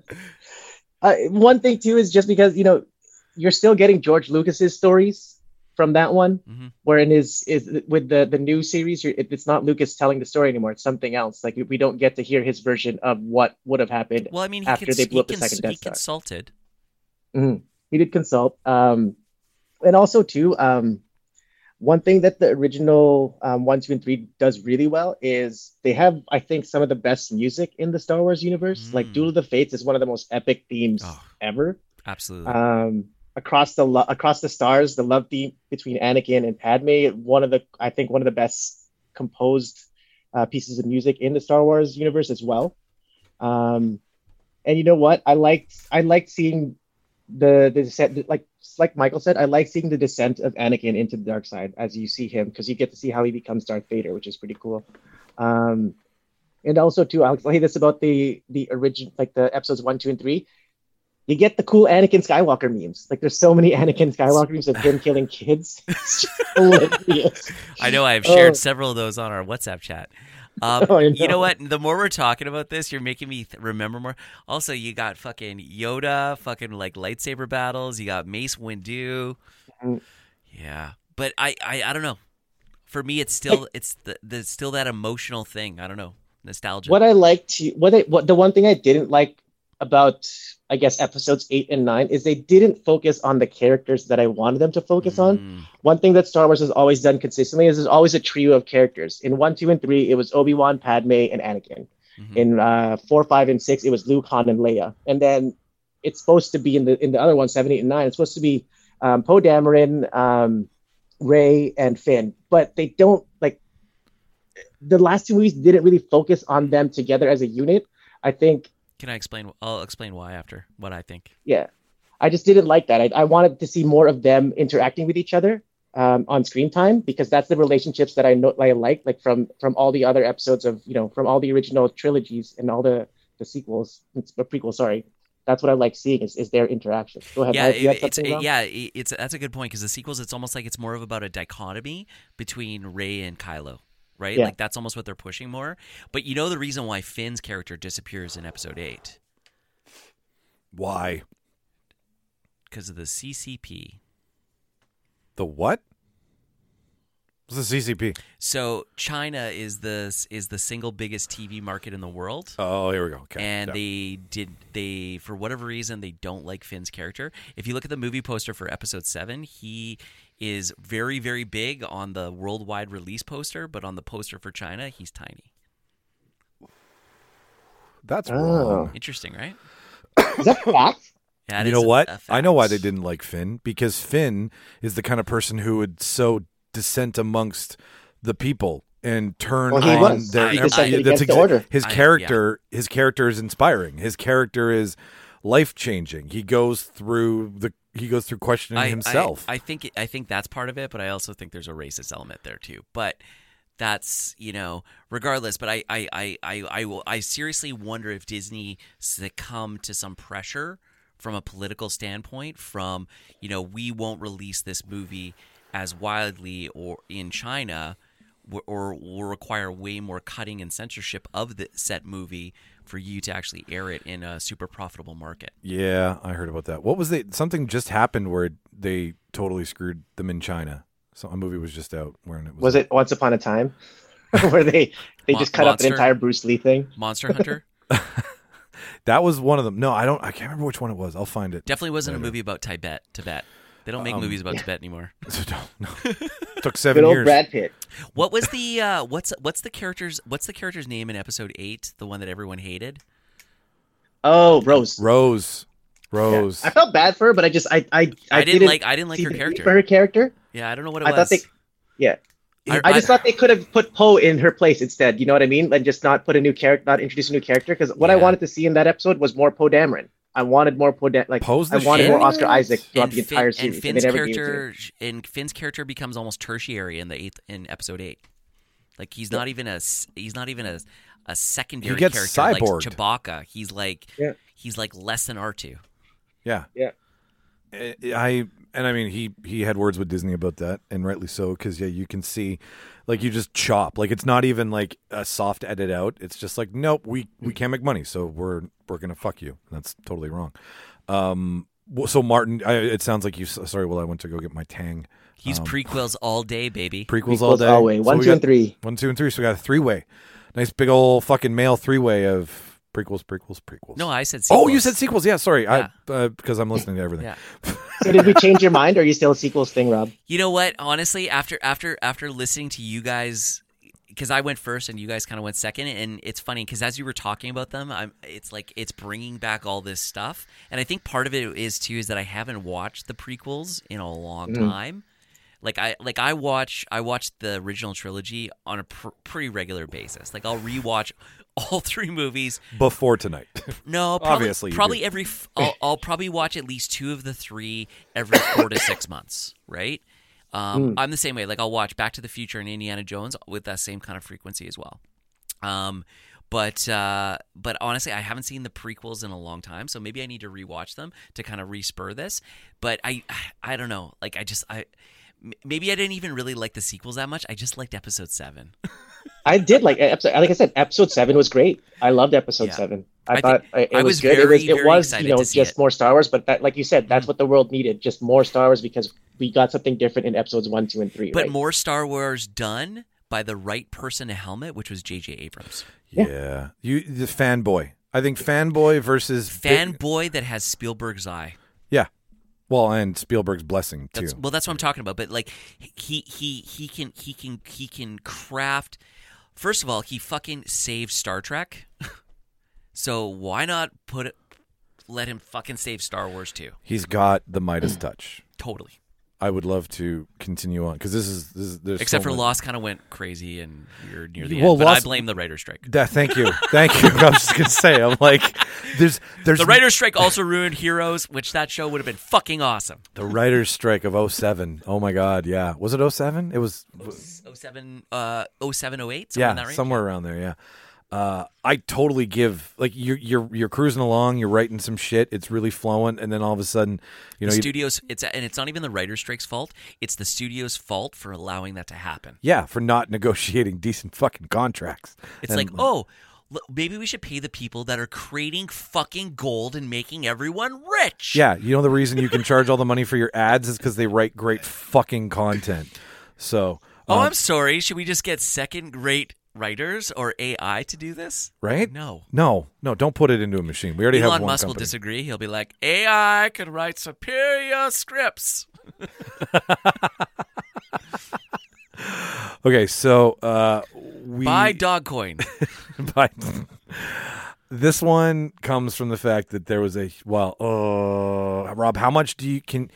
Speaker 4: uh, one thing too is just because you know you're still getting George Lucas's stories from that one,
Speaker 5: Mhm.
Speaker 4: where in his is with the the new series, you're, it, it's not Lucas telling the story anymore. It's something else. Like we don't get to hear his version of what would have happened.
Speaker 5: Well, I mean, he,
Speaker 4: after
Speaker 5: cons-
Speaker 4: they blew
Speaker 5: he,
Speaker 4: up the
Speaker 5: cons-
Speaker 4: second Death
Speaker 5: he
Speaker 4: Star.
Speaker 5: consulted.
Speaker 4: He did consult. Um, and also too, um, one thing that the original um, one, two, and three does really well is they have, I think, some of the best music in the Star Wars universe.
Speaker 5: Mm.
Speaker 4: Like Duel of the Fates is one of the most epic themes
Speaker 5: Oh.
Speaker 4: ever.
Speaker 5: Absolutely.
Speaker 4: Um, across the lo- across the stars, the love theme between Anakin and Padme, one of the I think one of the best composed uh, pieces of music in the Star Wars universe as well. Um, and you know what? I liked I liked seeing the the descent like like Michael said, I like seeing the descent of Anakin into the dark side as you see him because you get to see how he becomes Darth Vader, which is pretty cool. Um, and also too, I'll say this about the the origin like the episodes one, two, and three. You get the cool Anakin Skywalker memes. Like there's so many Anakin Skywalker memes of him killing kids. It's just hilarious.
Speaker 5: I know I've shared
Speaker 4: Oh.
Speaker 5: several of those on our WhatsApp chat. Um,
Speaker 4: Oh, I
Speaker 5: You know
Speaker 4: know.
Speaker 5: what? The more we're talking about this, you're making me th- remember more. Also, you got fucking Yoda, fucking like lightsaber battles. You got Mace Windu.
Speaker 4: Mhm.
Speaker 5: Yeah, but I, I, I don't know. For me, it's still it's the, the still that emotional thing. I don't know nostalgia.
Speaker 4: What I liked, to what I, what the one thing I didn't like about I guess episodes eight and nine is they didn't focus on the characters that I wanted them to focus on.
Speaker 5: Mm,
Speaker 4: One thing that Star Wars has always done consistently is there's always a trio of characters. In one, two, and three, it was Obi Wan, Padme, and Anakin.
Speaker 5: mhm.
Speaker 4: In uh, four, five, and six, it was Luke, Han, and Leia. And then it's supposed to be in the in the other one, seven, eight, and nine. It's supposed to be um, Poe Dameron, um, Ray, and Finn. But they don't like the last two movies didn't really focus on them together as a unit. I think,
Speaker 5: Can I explain? I'll explain why after what I think.
Speaker 4: yeah, I just didn't like that. I, I wanted to see more of them interacting with each other um, on screen time because that's the relationships that I know I like, like from from all the other episodes of you know from all the original trilogies and all the the sequels, it's a prequel. Sorry, that's what I like seeing is, is their interaction. Go ahead,
Speaker 5: yeah,
Speaker 4: Mike, you had
Speaker 5: it- it's
Speaker 4: something
Speaker 5: it-
Speaker 4: now?
Speaker 5: yeah, it- it's that's a good point because the sequels, it's almost like it's more of about a dichotomy between Ray and Kylo, right?
Speaker 4: Yeah.
Speaker 5: Like that's almost what they're pushing more. But you know the reason why Finn's character disappears in Episode Eight
Speaker 1: Why
Speaker 5: because of the CCP.
Speaker 1: the what? What's the CCP?
Speaker 5: So China is the is the single biggest TV market in the world.
Speaker 1: Oh, here we go. Okay.
Speaker 5: and
Speaker 1: Yeah.
Speaker 5: they did they for whatever reason they don't like Finn's character. If you look at the movie poster for episode 7, he is very very big on the worldwide release poster, but on the poster for China, he's tiny.
Speaker 1: that's
Speaker 4: Oh.
Speaker 1: wrong.
Speaker 5: Interesting, right?
Speaker 4: Is that fact?
Speaker 5: That
Speaker 1: you
Speaker 5: is
Speaker 1: know
Speaker 5: a-
Speaker 1: what?
Speaker 5: a
Speaker 1: I know why
Speaker 5: fact.
Speaker 1: they didn't like Finn because Finn is the kind of person who would sow dissent amongst the people and turn
Speaker 4: Well, he
Speaker 1: on
Speaker 4: was.
Speaker 1: their.
Speaker 5: He
Speaker 1: every-
Speaker 5: decided
Speaker 1: that's
Speaker 4: against the
Speaker 1: exa-
Speaker 4: order.
Speaker 1: His
Speaker 5: I- yeah.
Speaker 1: character, his character is inspiring. His character is life changing. He goes through the he goes through questioning
Speaker 5: I- I-
Speaker 1: himself.
Speaker 5: I, think I think that's part of it, but I also think there's a racist element there too. But that's you know, regardless. But I I I I I, will, I seriously wonder if Disney succumbed to some pressure from a political standpoint. From you know, we won't release this movie as widely or in China. w- Or will require way more cutting and censorship of the set movie for you to actually air it in a super profitable market.
Speaker 1: yeah, I heard about that. What was it? Something just happened where they totally screwed them in China. So a movie was just out where it was.
Speaker 4: Was it Once Upon a Time? Where they they
Speaker 5: Mon-
Speaker 4: just cut up
Speaker 5: Monster?
Speaker 4: an entire Bruce Lee thing.
Speaker 5: Monster Hunter
Speaker 1: That was one of them. No, I don't. I can't remember which one it was. I'll find it.
Speaker 5: Definitely wasn't a
Speaker 1: Later.
Speaker 5: movie about Tibet. Tibet. They don't make
Speaker 4: Um,
Speaker 5: movies about Tibet anymore.
Speaker 1: So don't- no. Took
Speaker 4: Good
Speaker 1: seven
Speaker 4: old
Speaker 1: years.
Speaker 4: Brad Pitt.
Speaker 5: What was the uh, what's what's the character's what's the character's name in episode eight? The one that everyone hated.
Speaker 4: Oh, Rose.
Speaker 1: Rose, Rose.
Speaker 4: I felt bad for her, but I just I I
Speaker 5: I, didn't, like I didn't like
Speaker 4: see
Speaker 5: her
Speaker 4: the need
Speaker 5: character.
Speaker 4: for her character.
Speaker 5: Yeah, I don't know what it
Speaker 4: I
Speaker 5: was.
Speaker 4: thought they Yeah.
Speaker 5: I-
Speaker 4: I, just
Speaker 5: I-
Speaker 4: thought they could have put Poe in her place instead. You know what I mean? And just not put a new character, not introduce a new character. Because what I
Speaker 5: Yeah.
Speaker 4: wanted to see in that episode was more Poe Dameron. I wanted more Poe. Da- like
Speaker 1: Poe's the
Speaker 4: I wanted more
Speaker 1: shit.
Speaker 4: Oscar Isaac throughout
Speaker 5: and,
Speaker 4: the
Speaker 5: Fin-
Speaker 4: entire
Speaker 5: and
Speaker 4: series. and
Speaker 5: Finn's
Speaker 4: they never gave it to him.
Speaker 5: character and Finn's character becomes almost tertiary in the eighth in episode eight. Like he's not even a s- he's not even a a secondary
Speaker 1: gets
Speaker 5: character
Speaker 1: cyborged.
Speaker 5: like Chewbacca. He's like
Speaker 4: Yeah.
Speaker 5: he's like less than R two.
Speaker 1: yeah,
Speaker 4: Yeah.
Speaker 1: I I- and I mean he he had words with Disney about that, and rightly so, because yeah, you can see, like you just chop, like it's not even like a soft edit out. It's just like nope, we we
Speaker 4: Mm-hmm.
Speaker 1: can't make money, so we're we're gonna fuck you. And that's totally wrong. Um, wh- so Martin, I, it sounds like you. s- Sorry, well, I went to go get my tang.
Speaker 4: Um,
Speaker 5: He's prequels all day, baby.
Speaker 1: Prequels, all
Speaker 4: Prequels
Speaker 1: day.
Speaker 4: always. One,
Speaker 1: we
Speaker 4: two, and
Speaker 1: got-
Speaker 4: three.
Speaker 1: One, two, and three. So we got a three way. Nice big old fucking male three way of prequels, prequels, prequels.
Speaker 5: No, I said.
Speaker 1: Oh, you
Speaker 5: sequels.
Speaker 1: said sequels. Yeah, sorry.
Speaker 5: Yeah.
Speaker 1: I uh, because I'm listening to everything.
Speaker 5: Yeah.
Speaker 4: So did we change your mind? Or are you still a sequels thing, Rob?
Speaker 5: You know what? Honestly, after after after listening to you guys, because I went first and you guys kind of went second, and it's funny because as you were talking about them, I'm it's like it's bringing back all this stuff, and I think part of it is too is that I haven't watched the prequels in a long time. Like I like I watch I watch the original trilogy on a pr- pretty regular basis. Like I'll rewatch all three movies
Speaker 1: Before tonight.
Speaker 5: no, probably,
Speaker 1: Obviously you
Speaker 5: probably
Speaker 1: do.
Speaker 5: every. f- I'll, I'll probably watch at least two of the three every four to six months. Right. Um,
Speaker 1: Hmm.
Speaker 5: I'm the same way. Like I'll watch Back to the Future and Indiana Jones with that same kind of frequency as well. Um, but uh, but honestly, I haven't seen the prequels in a long time, so maybe I need to rewatch them to kind of respur this. But I I don't know. Like I just I m- maybe I didn't even really like the sequels that much. I just liked Episode Seven.
Speaker 4: I did like episode. Like I said, episode seven was great. I loved episode
Speaker 5: Yeah.
Speaker 4: seven. I,
Speaker 5: I
Speaker 4: thought
Speaker 5: think-
Speaker 4: I, it
Speaker 5: I
Speaker 4: was
Speaker 5: was
Speaker 4: good. it
Speaker 5: very,
Speaker 4: was it
Speaker 5: very
Speaker 4: was
Speaker 5: excited
Speaker 4: you know
Speaker 5: to see
Speaker 4: just
Speaker 5: it. Mm-hmm.
Speaker 4: more Star Wars, but that, like you said, that's what the world needed. Just more Star Wars because we got something different in episodes one, two, and three.
Speaker 5: But
Speaker 4: right?
Speaker 5: more Star Wars done by the right person to helmet, which was J.J. Abrams.
Speaker 1: yeah. You the fanboy. I think fanboy versus big-
Speaker 5: fanboy that has Spielberg's eye.
Speaker 1: yeah. Well, and Spielberg's blessing too.
Speaker 5: That's, well, that's what I'm talking about. But like, he he he can he can he can craft. First of all, he fucking saved Star Trek, so why not put it? Let him fucking save Star Wars too.
Speaker 1: He's got the Midas touch.
Speaker 5: Totally.
Speaker 1: I would love to continue on because this is this is there's
Speaker 5: Except
Speaker 1: so
Speaker 5: for
Speaker 1: much-
Speaker 5: Lost, kind of went crazy and weird near the
Speaker 1: Well,
Speaker 5: end. But I
Speaker 1: Lost-
Speaker 5: blame the writer strike.
Speaker 1: Yeah, thank you, thank you. I was just gonna say, I'm like, there's there's
Speaker 5: The writer strike also ruined Heroes, which that show would have been fucking awesome.
Speaker 1: the writers' strike of 07. Oh my god, yeah, was it 07? It was
Speaker 5: 07, uh, 07, 08, somewhere
Speaker 1: yeah,
Speaker 5: in that range.
Speaker 1: somewhere around there. Yeah, uh, I totally give like you're you're you're cruising along, you're writing some shit, it's really flowing, and then all of a sudden, you know,
Speaker 5: the
Speaker 1: you,
Speaker 5: studios it's and it's not even the writer strike's fault it's the studio's fault for allowing that to happen
Speaker 1: yeah, for not negotiating decent fucking contracts.
Speaker 5: it's like oh l- maybe we should pay the people that are creating fucking gold and making everyone rich
Speaker 1: yeah, you know the reason you can charge all the money for your ads is because they write great fucking content. So,
Speaker 5: oh
Speaker 1: um,
Speaker 5: i'm sorry should we just get second rate writers or ai to do this
Speaker 1: right?
Speaker 5: no
Speaker 1: no, no, don't put it into a machine. We already have
Speaker 5: Elon
Speaker 1: one
Speaker 5: Musk will
Speaker 1: company.
Speaker 5: disagree. He'll be like, AI can write superior scripts.
Speaker 1: okay, so uh, we
Speaker 5: Buy Dogcoin.
Speaker 1: but this one comes from the fact that there was a well uh rob how much do you can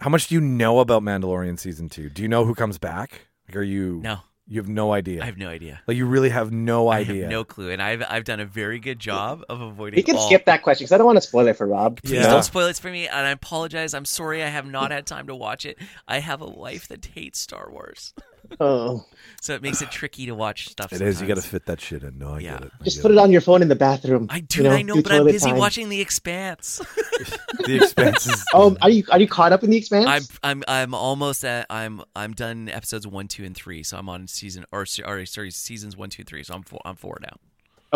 Speaker 1: how much do you know about mandalorian season two do you know who comes back like are you
Speaker 5: No.
Speaker 1: You have no idea.
Speaker 5: I have no idea.
Speaker 1: like you really have no
Speaker 5: I have
Speaker 1: idea.
Speaker 5: no clue, and I've I've done a very good job of avoiding.
Speaker 4: You can
Speaker 5: all-
Speaker 4: skip that question because I don't want to spoil it for Rob.
Speaker 5: Please
Speaker 1: Yeah.
Speaker 5: don't spoil it for me, and I apologize. I'm sorry. I have not had time to watch it. I have a life that hates Star Wars,
Speaker 4: Oh,
Speaker 5: so it makes it tricky to watch stuff.
Speaker 1: It is. You got to
Speaker 5: sometimes.
Speaker 1: fit that shit in. No, I
Speaker 5: Yeah.
Speaker 1: get it. I
Speaker 4: just
Speaker 1: get
Speaker 4: put it on your phone in the bathroom.
Speaker 5: I do.
Speaker 4: you know,
Speaker 5: I know,
Speaker 4: do
Speaker 5: but I'm
Speaker 4: toilet
Speaker 5: busy
Speaker 4: time.
Speaker 5: watching The Expanse.
Speaker 1: The expenses.
Speaker 4: Oh, are you are you caught up in the expanse?
Speaker 5: I'm I'm I'm almost at I'm I'm done episodes one, two, and three. So I'm on season or, se- or sorry seasons one, two, three. So I'm four, I'm four now.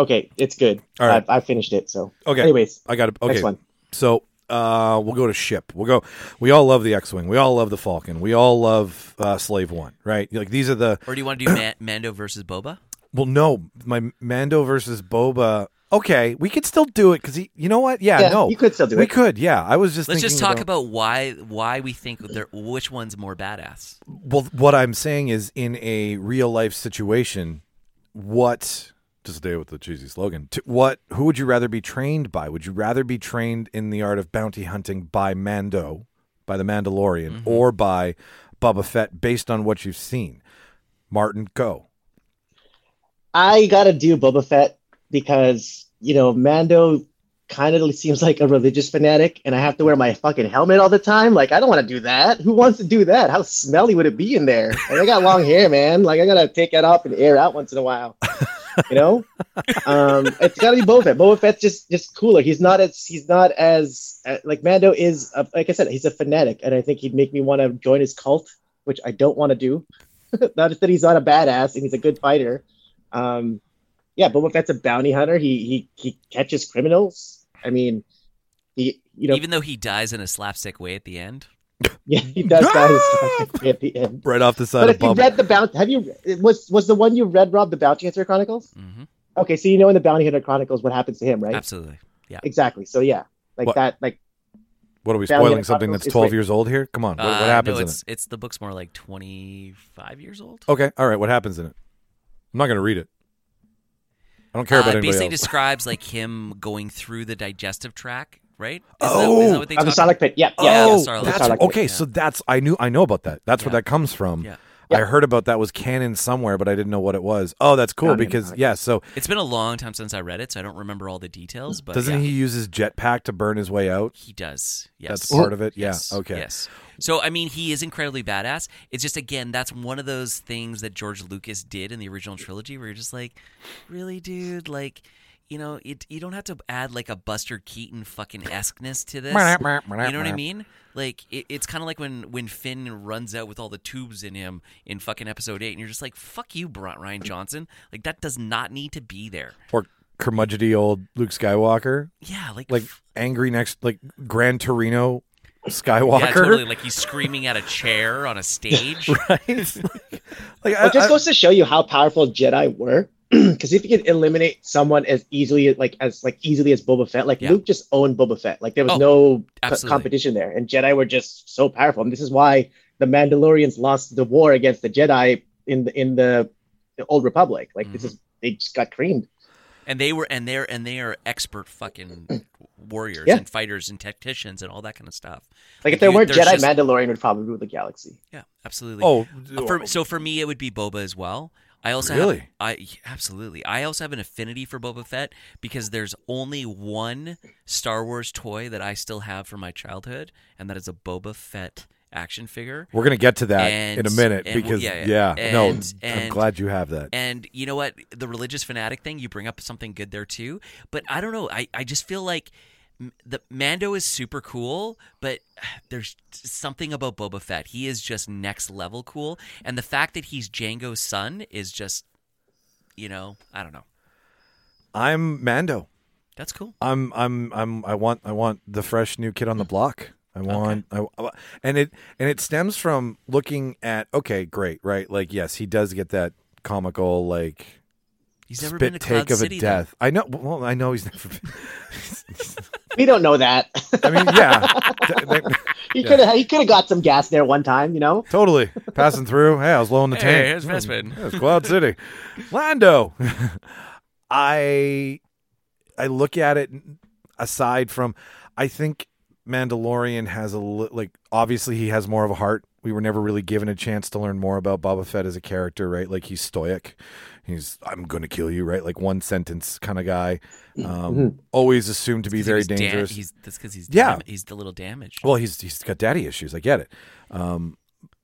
Speaker 4: Okay, it's good.
Speaker 1: All right.
Speaker 4: I, I finished it. So
Speaker 1: Okay.
Speaker 4: Anyways,
Speaker 1: I got it. Okay.
Speaker 4: Next one.
Speaker 1: So uh, we'll go to ship. We'll go. We all love the X-wing. We all love the Falcon. We all love uh, Slave One. Right? Like these are the.
Speaker 5: Or do you want to do Ma- Mando versus Boba?
Speaker 1: Well, no, my Mando versus Boba. Okay, we could still do it because he. You know what? Yeah,
Speaker 4: Yeah,
Speaker 1: no,
Speaker 4: you could still do
Speaker 1: We
Speaker 4: it.
Speaker 1: could. Yeah, I was just.
Speaker 5: Let's just
Speaker 1: thinking
Speaker 5: talk about why why we think they're, which one's more badass.
Speaker 1: Well, what I'm saying is, in a real life situation, what to stay with the cheesy slogan, to what who would you rather be trained by? Would you rather be trained in the art of bounty hunting by Mando, by the Mandalorian,
Speaker 5: Mm-hmm.
Speaker 1: or by Boba Fett, based on what you've seen? Martin, go.
Speaker 4: I gotta do Boba Fett because you know Mando kind of seems like a religious fanatic, and I have to wear my fucking helmet all the time. Like I don't want to do that. Who wants to do that? How smelly would it be in there? And I got long hair, man. Like I gotta take that off and air out once in a while. You know, um, it's gotta be Boba Fett. Boba Fett's just just cooler. He's not as he's not as uh, like Mando is. A, like I said, he's a fanatic, and I think he'd make me want to join his cult, which I don't want to do. not that he's not a badass and he's a good fighter. Um, yeah, Boba Fett's a bounty hunter. He he he catches criminals. I mean, he you know
Speaker 5: Even though he dies in a slapstick way at the end.
Speaker 4: yeah he does die his- at the end.
Speaker 1: Right off the side
Speaker 4: But
Speaker 1: of
Speaker 4: if you
Speaker 1: Boba.
Speaker 4: read the bounty, have you was was the one you read, Rob, the Bounty Hunter Chronicles?
Speaker 5: hmm
Speaker 4: Okay, so you know in the Bounty Hunter Chronicles what happens to him, right?
Speaker 5: Absolutely.
Speaker 4: Exactly. So yeah, like
Speaker 1: What?
Speaker 4: that, like
Speaker 1: what are we
Speaker 4: Down the
Speaker 1: spoiling? Something
Speaker 4: bottom
Speaker 1: that's
Speaker 4: is
Speaker 1: 12
Speaker 4: wait.
Speaker 1: years old here? Come on. What, what
Speaker 5: Uh,
Speaker 1: happens
Speaker 5: no,
Speaker 1: in
Speaker 5: it's
Speaker 1: it?
Speaker 5: it's the book's more like 25 years old.
Speaker 1: Okay. All right. What happens in it? I'm not going to read it. I don't care about
Speaker 5: uh,
Speaker 1: anybody
Speaker 5: basically
Speaker 1: else.
Speaker 5: describes like him going through the digestive tract, right? Is
Speaker 1: Oh!
Speaker 5: that, is that what they
Speaker 4: on the
Speaker 5: talk-
Speaker 4: Sonic Pit. Yeah, yeah.
Speaker 5: the
Speaker 1: oh,
Speaker 5: Sarlacc.
Speaker 1: that's
Speaker 4: Sarlacc pit,
Speaker 1: okay. So that's I knew I know about that. That's where
Speaker 5: Yeah.
Speaker 1: that comes from.
Speaker 5: Yeah.
Speaker 1: I heard about that was canon somewhere, but I didn't know what it was. Oh, that's cool
Speaker 4: No, no, no,
Speaker 1: because
Speaker 4: no.
Speaker 1: yeah. So
Speaker 5: It's been a long time since I read it, so I don't remember all the details. But
Speaker 1: doesn't
Speaker 5: yeah.
Speaker 1: he use his jetpack to burn his way out?
Speaker 5: He does. Yes.
Speaker 1: That's part of it? Yeah,
Speaker 5: Yes.
Speaker 1: okay.
Speaker 5: Yes. So I mean, he is incredibly badass. It's just again, that's one of those things that George Lucas did in the original trilogy, where you're just like, really, dude, like. You know, it, you don't have to add like a Buster Keaton fucking esqueness to this. You know what I mean? Like, it, it's kind of like when when Finn runs out with all the tubes in him in fucking episode eight, and you're just like, "Fuck you, Bron- Ryan Johnson." Like, that does not need to be there.
Speaker 1: Or curmudgeony old Luke Skywalker,
Speaker 5: Yeah, like,
Speaker 1: like
Speaker 5: f-
Speaker 1: angry next, like Gran Torino Skywalker.
Speaker 5: yeah, totally. Like he's screaming at a chair on a stage.
Speaker 1: Like, I-
Speaker 4: It just
Speaker 1: I-
Speaker 4: goes to show you how powerful Jedi were. Because if you could eliminate someone as easily, like as like easily as Boba Fett, like
Speaker 5: Yeah.
Speaker 4: Luke just owned Boba Fett. Like there was
Speaker 5: Oh,
Speaker 4: no co-
Speaker 5: absolutely.
Speaker 4: competition there, and Jedi were just so powerful. And this is why the Mandalorians lost the war against the Jedi in the in the, the Old Republic. Like
Speaker 1: Mm-hmm.
Speaker 4: this is they just got creamed.
Speaker 5: and they were and they're and they are expert fucking warriors
Speaker 4: Yeah.
Speaker 5: and fighters and tacticians and all that kind of stuff.
Speaker 4: Like if there
Speaker 5: You-
Speaker 4: weren't
Speaker 5: there's
Speaker 4: Jedi,
Speaker 5: just-
Speaker 4: Mandalorian would probably rule the galaxy.
Speaker 5: Yeah, absolutely.
Speaker 1: oh,
Speaker 5: Uh, For- so for me, it would be Boba as well. I also Have,
Speaker 1: Really?
Speaker 5: I absolutely. I also have an affinity for Boba Fett because there's only one Star Wars toy that I still have from my childhood, and that is a Boba Fett action figure.
Speaker 1: we're gonna get to that
Speaker 5: And-
Speaker 1: in a minute
Speaker 5: and-
Speaker 1: because
Speaker 5: yeah,
Speaker 1: yeah,
Speaker 5: yeah.
Speaker 1: no,
Speaker 5: And-
Speaker 1: I'm
Speaker 5: and-
Speaker 1: glad you have that.
Speaker 5: And you know what? The religious fanatic thing, you bring up something good there too. But I don't know. I, I just feel like m- the Mando is super cool, but there's something about Boba Fett. He is just next level cool. And the fact that he's Django's son is just, you know, I don't know.
Speaker 1: I'm Mando.
Speaker 5: That's cool.
Speaker 1: I'm I'm I'm I want I want the fresh new kid on
Speaker 5: Mm.
Speaker 1: the block. I want I, and it and it stems from looking at okay, great, right? Like yes, he does get that comical like
Speaker 5: He's never been to
Speaker 1: spit
Speaker 5: Cloud
Speaker 1: take of
Speaker 5: City,
Speaker 1: a
Speaker 5: though.
Speaker 1: death. I know well, I know he's never been
Speaker 4: We don't know that.
Speaker 1: I mean, yeah. Th- th-
Speaker 4: he could have he could have got some gas there one time, you know.
Speaker 1: totally. Passing through. Hey, I was low in the
Speaker 5: Hey,
Speaker 1: tank.
Speaker 5: here's Vespin.
Speaker 1: Yeah, it's Cloud City. Lando. I I look at it aside from I think Mandalorian has a li- like obviously he has more of a heart we were never really given a chance to learn more about Boba Fett as a character, right? Like he's stoic. He's I'm gonna kill you, right? Like one sentence kind of guy. Um, Always assumed to be very
Speaker 5: He's da-
Speaker 1: dangerous.
Speaker 5: he's that's because he's
Speaker 1: Yeah.
Speaker 5: yeah. he's the little damage.
Speaker 1: well, he's he's got daddy issues. I get it. Um,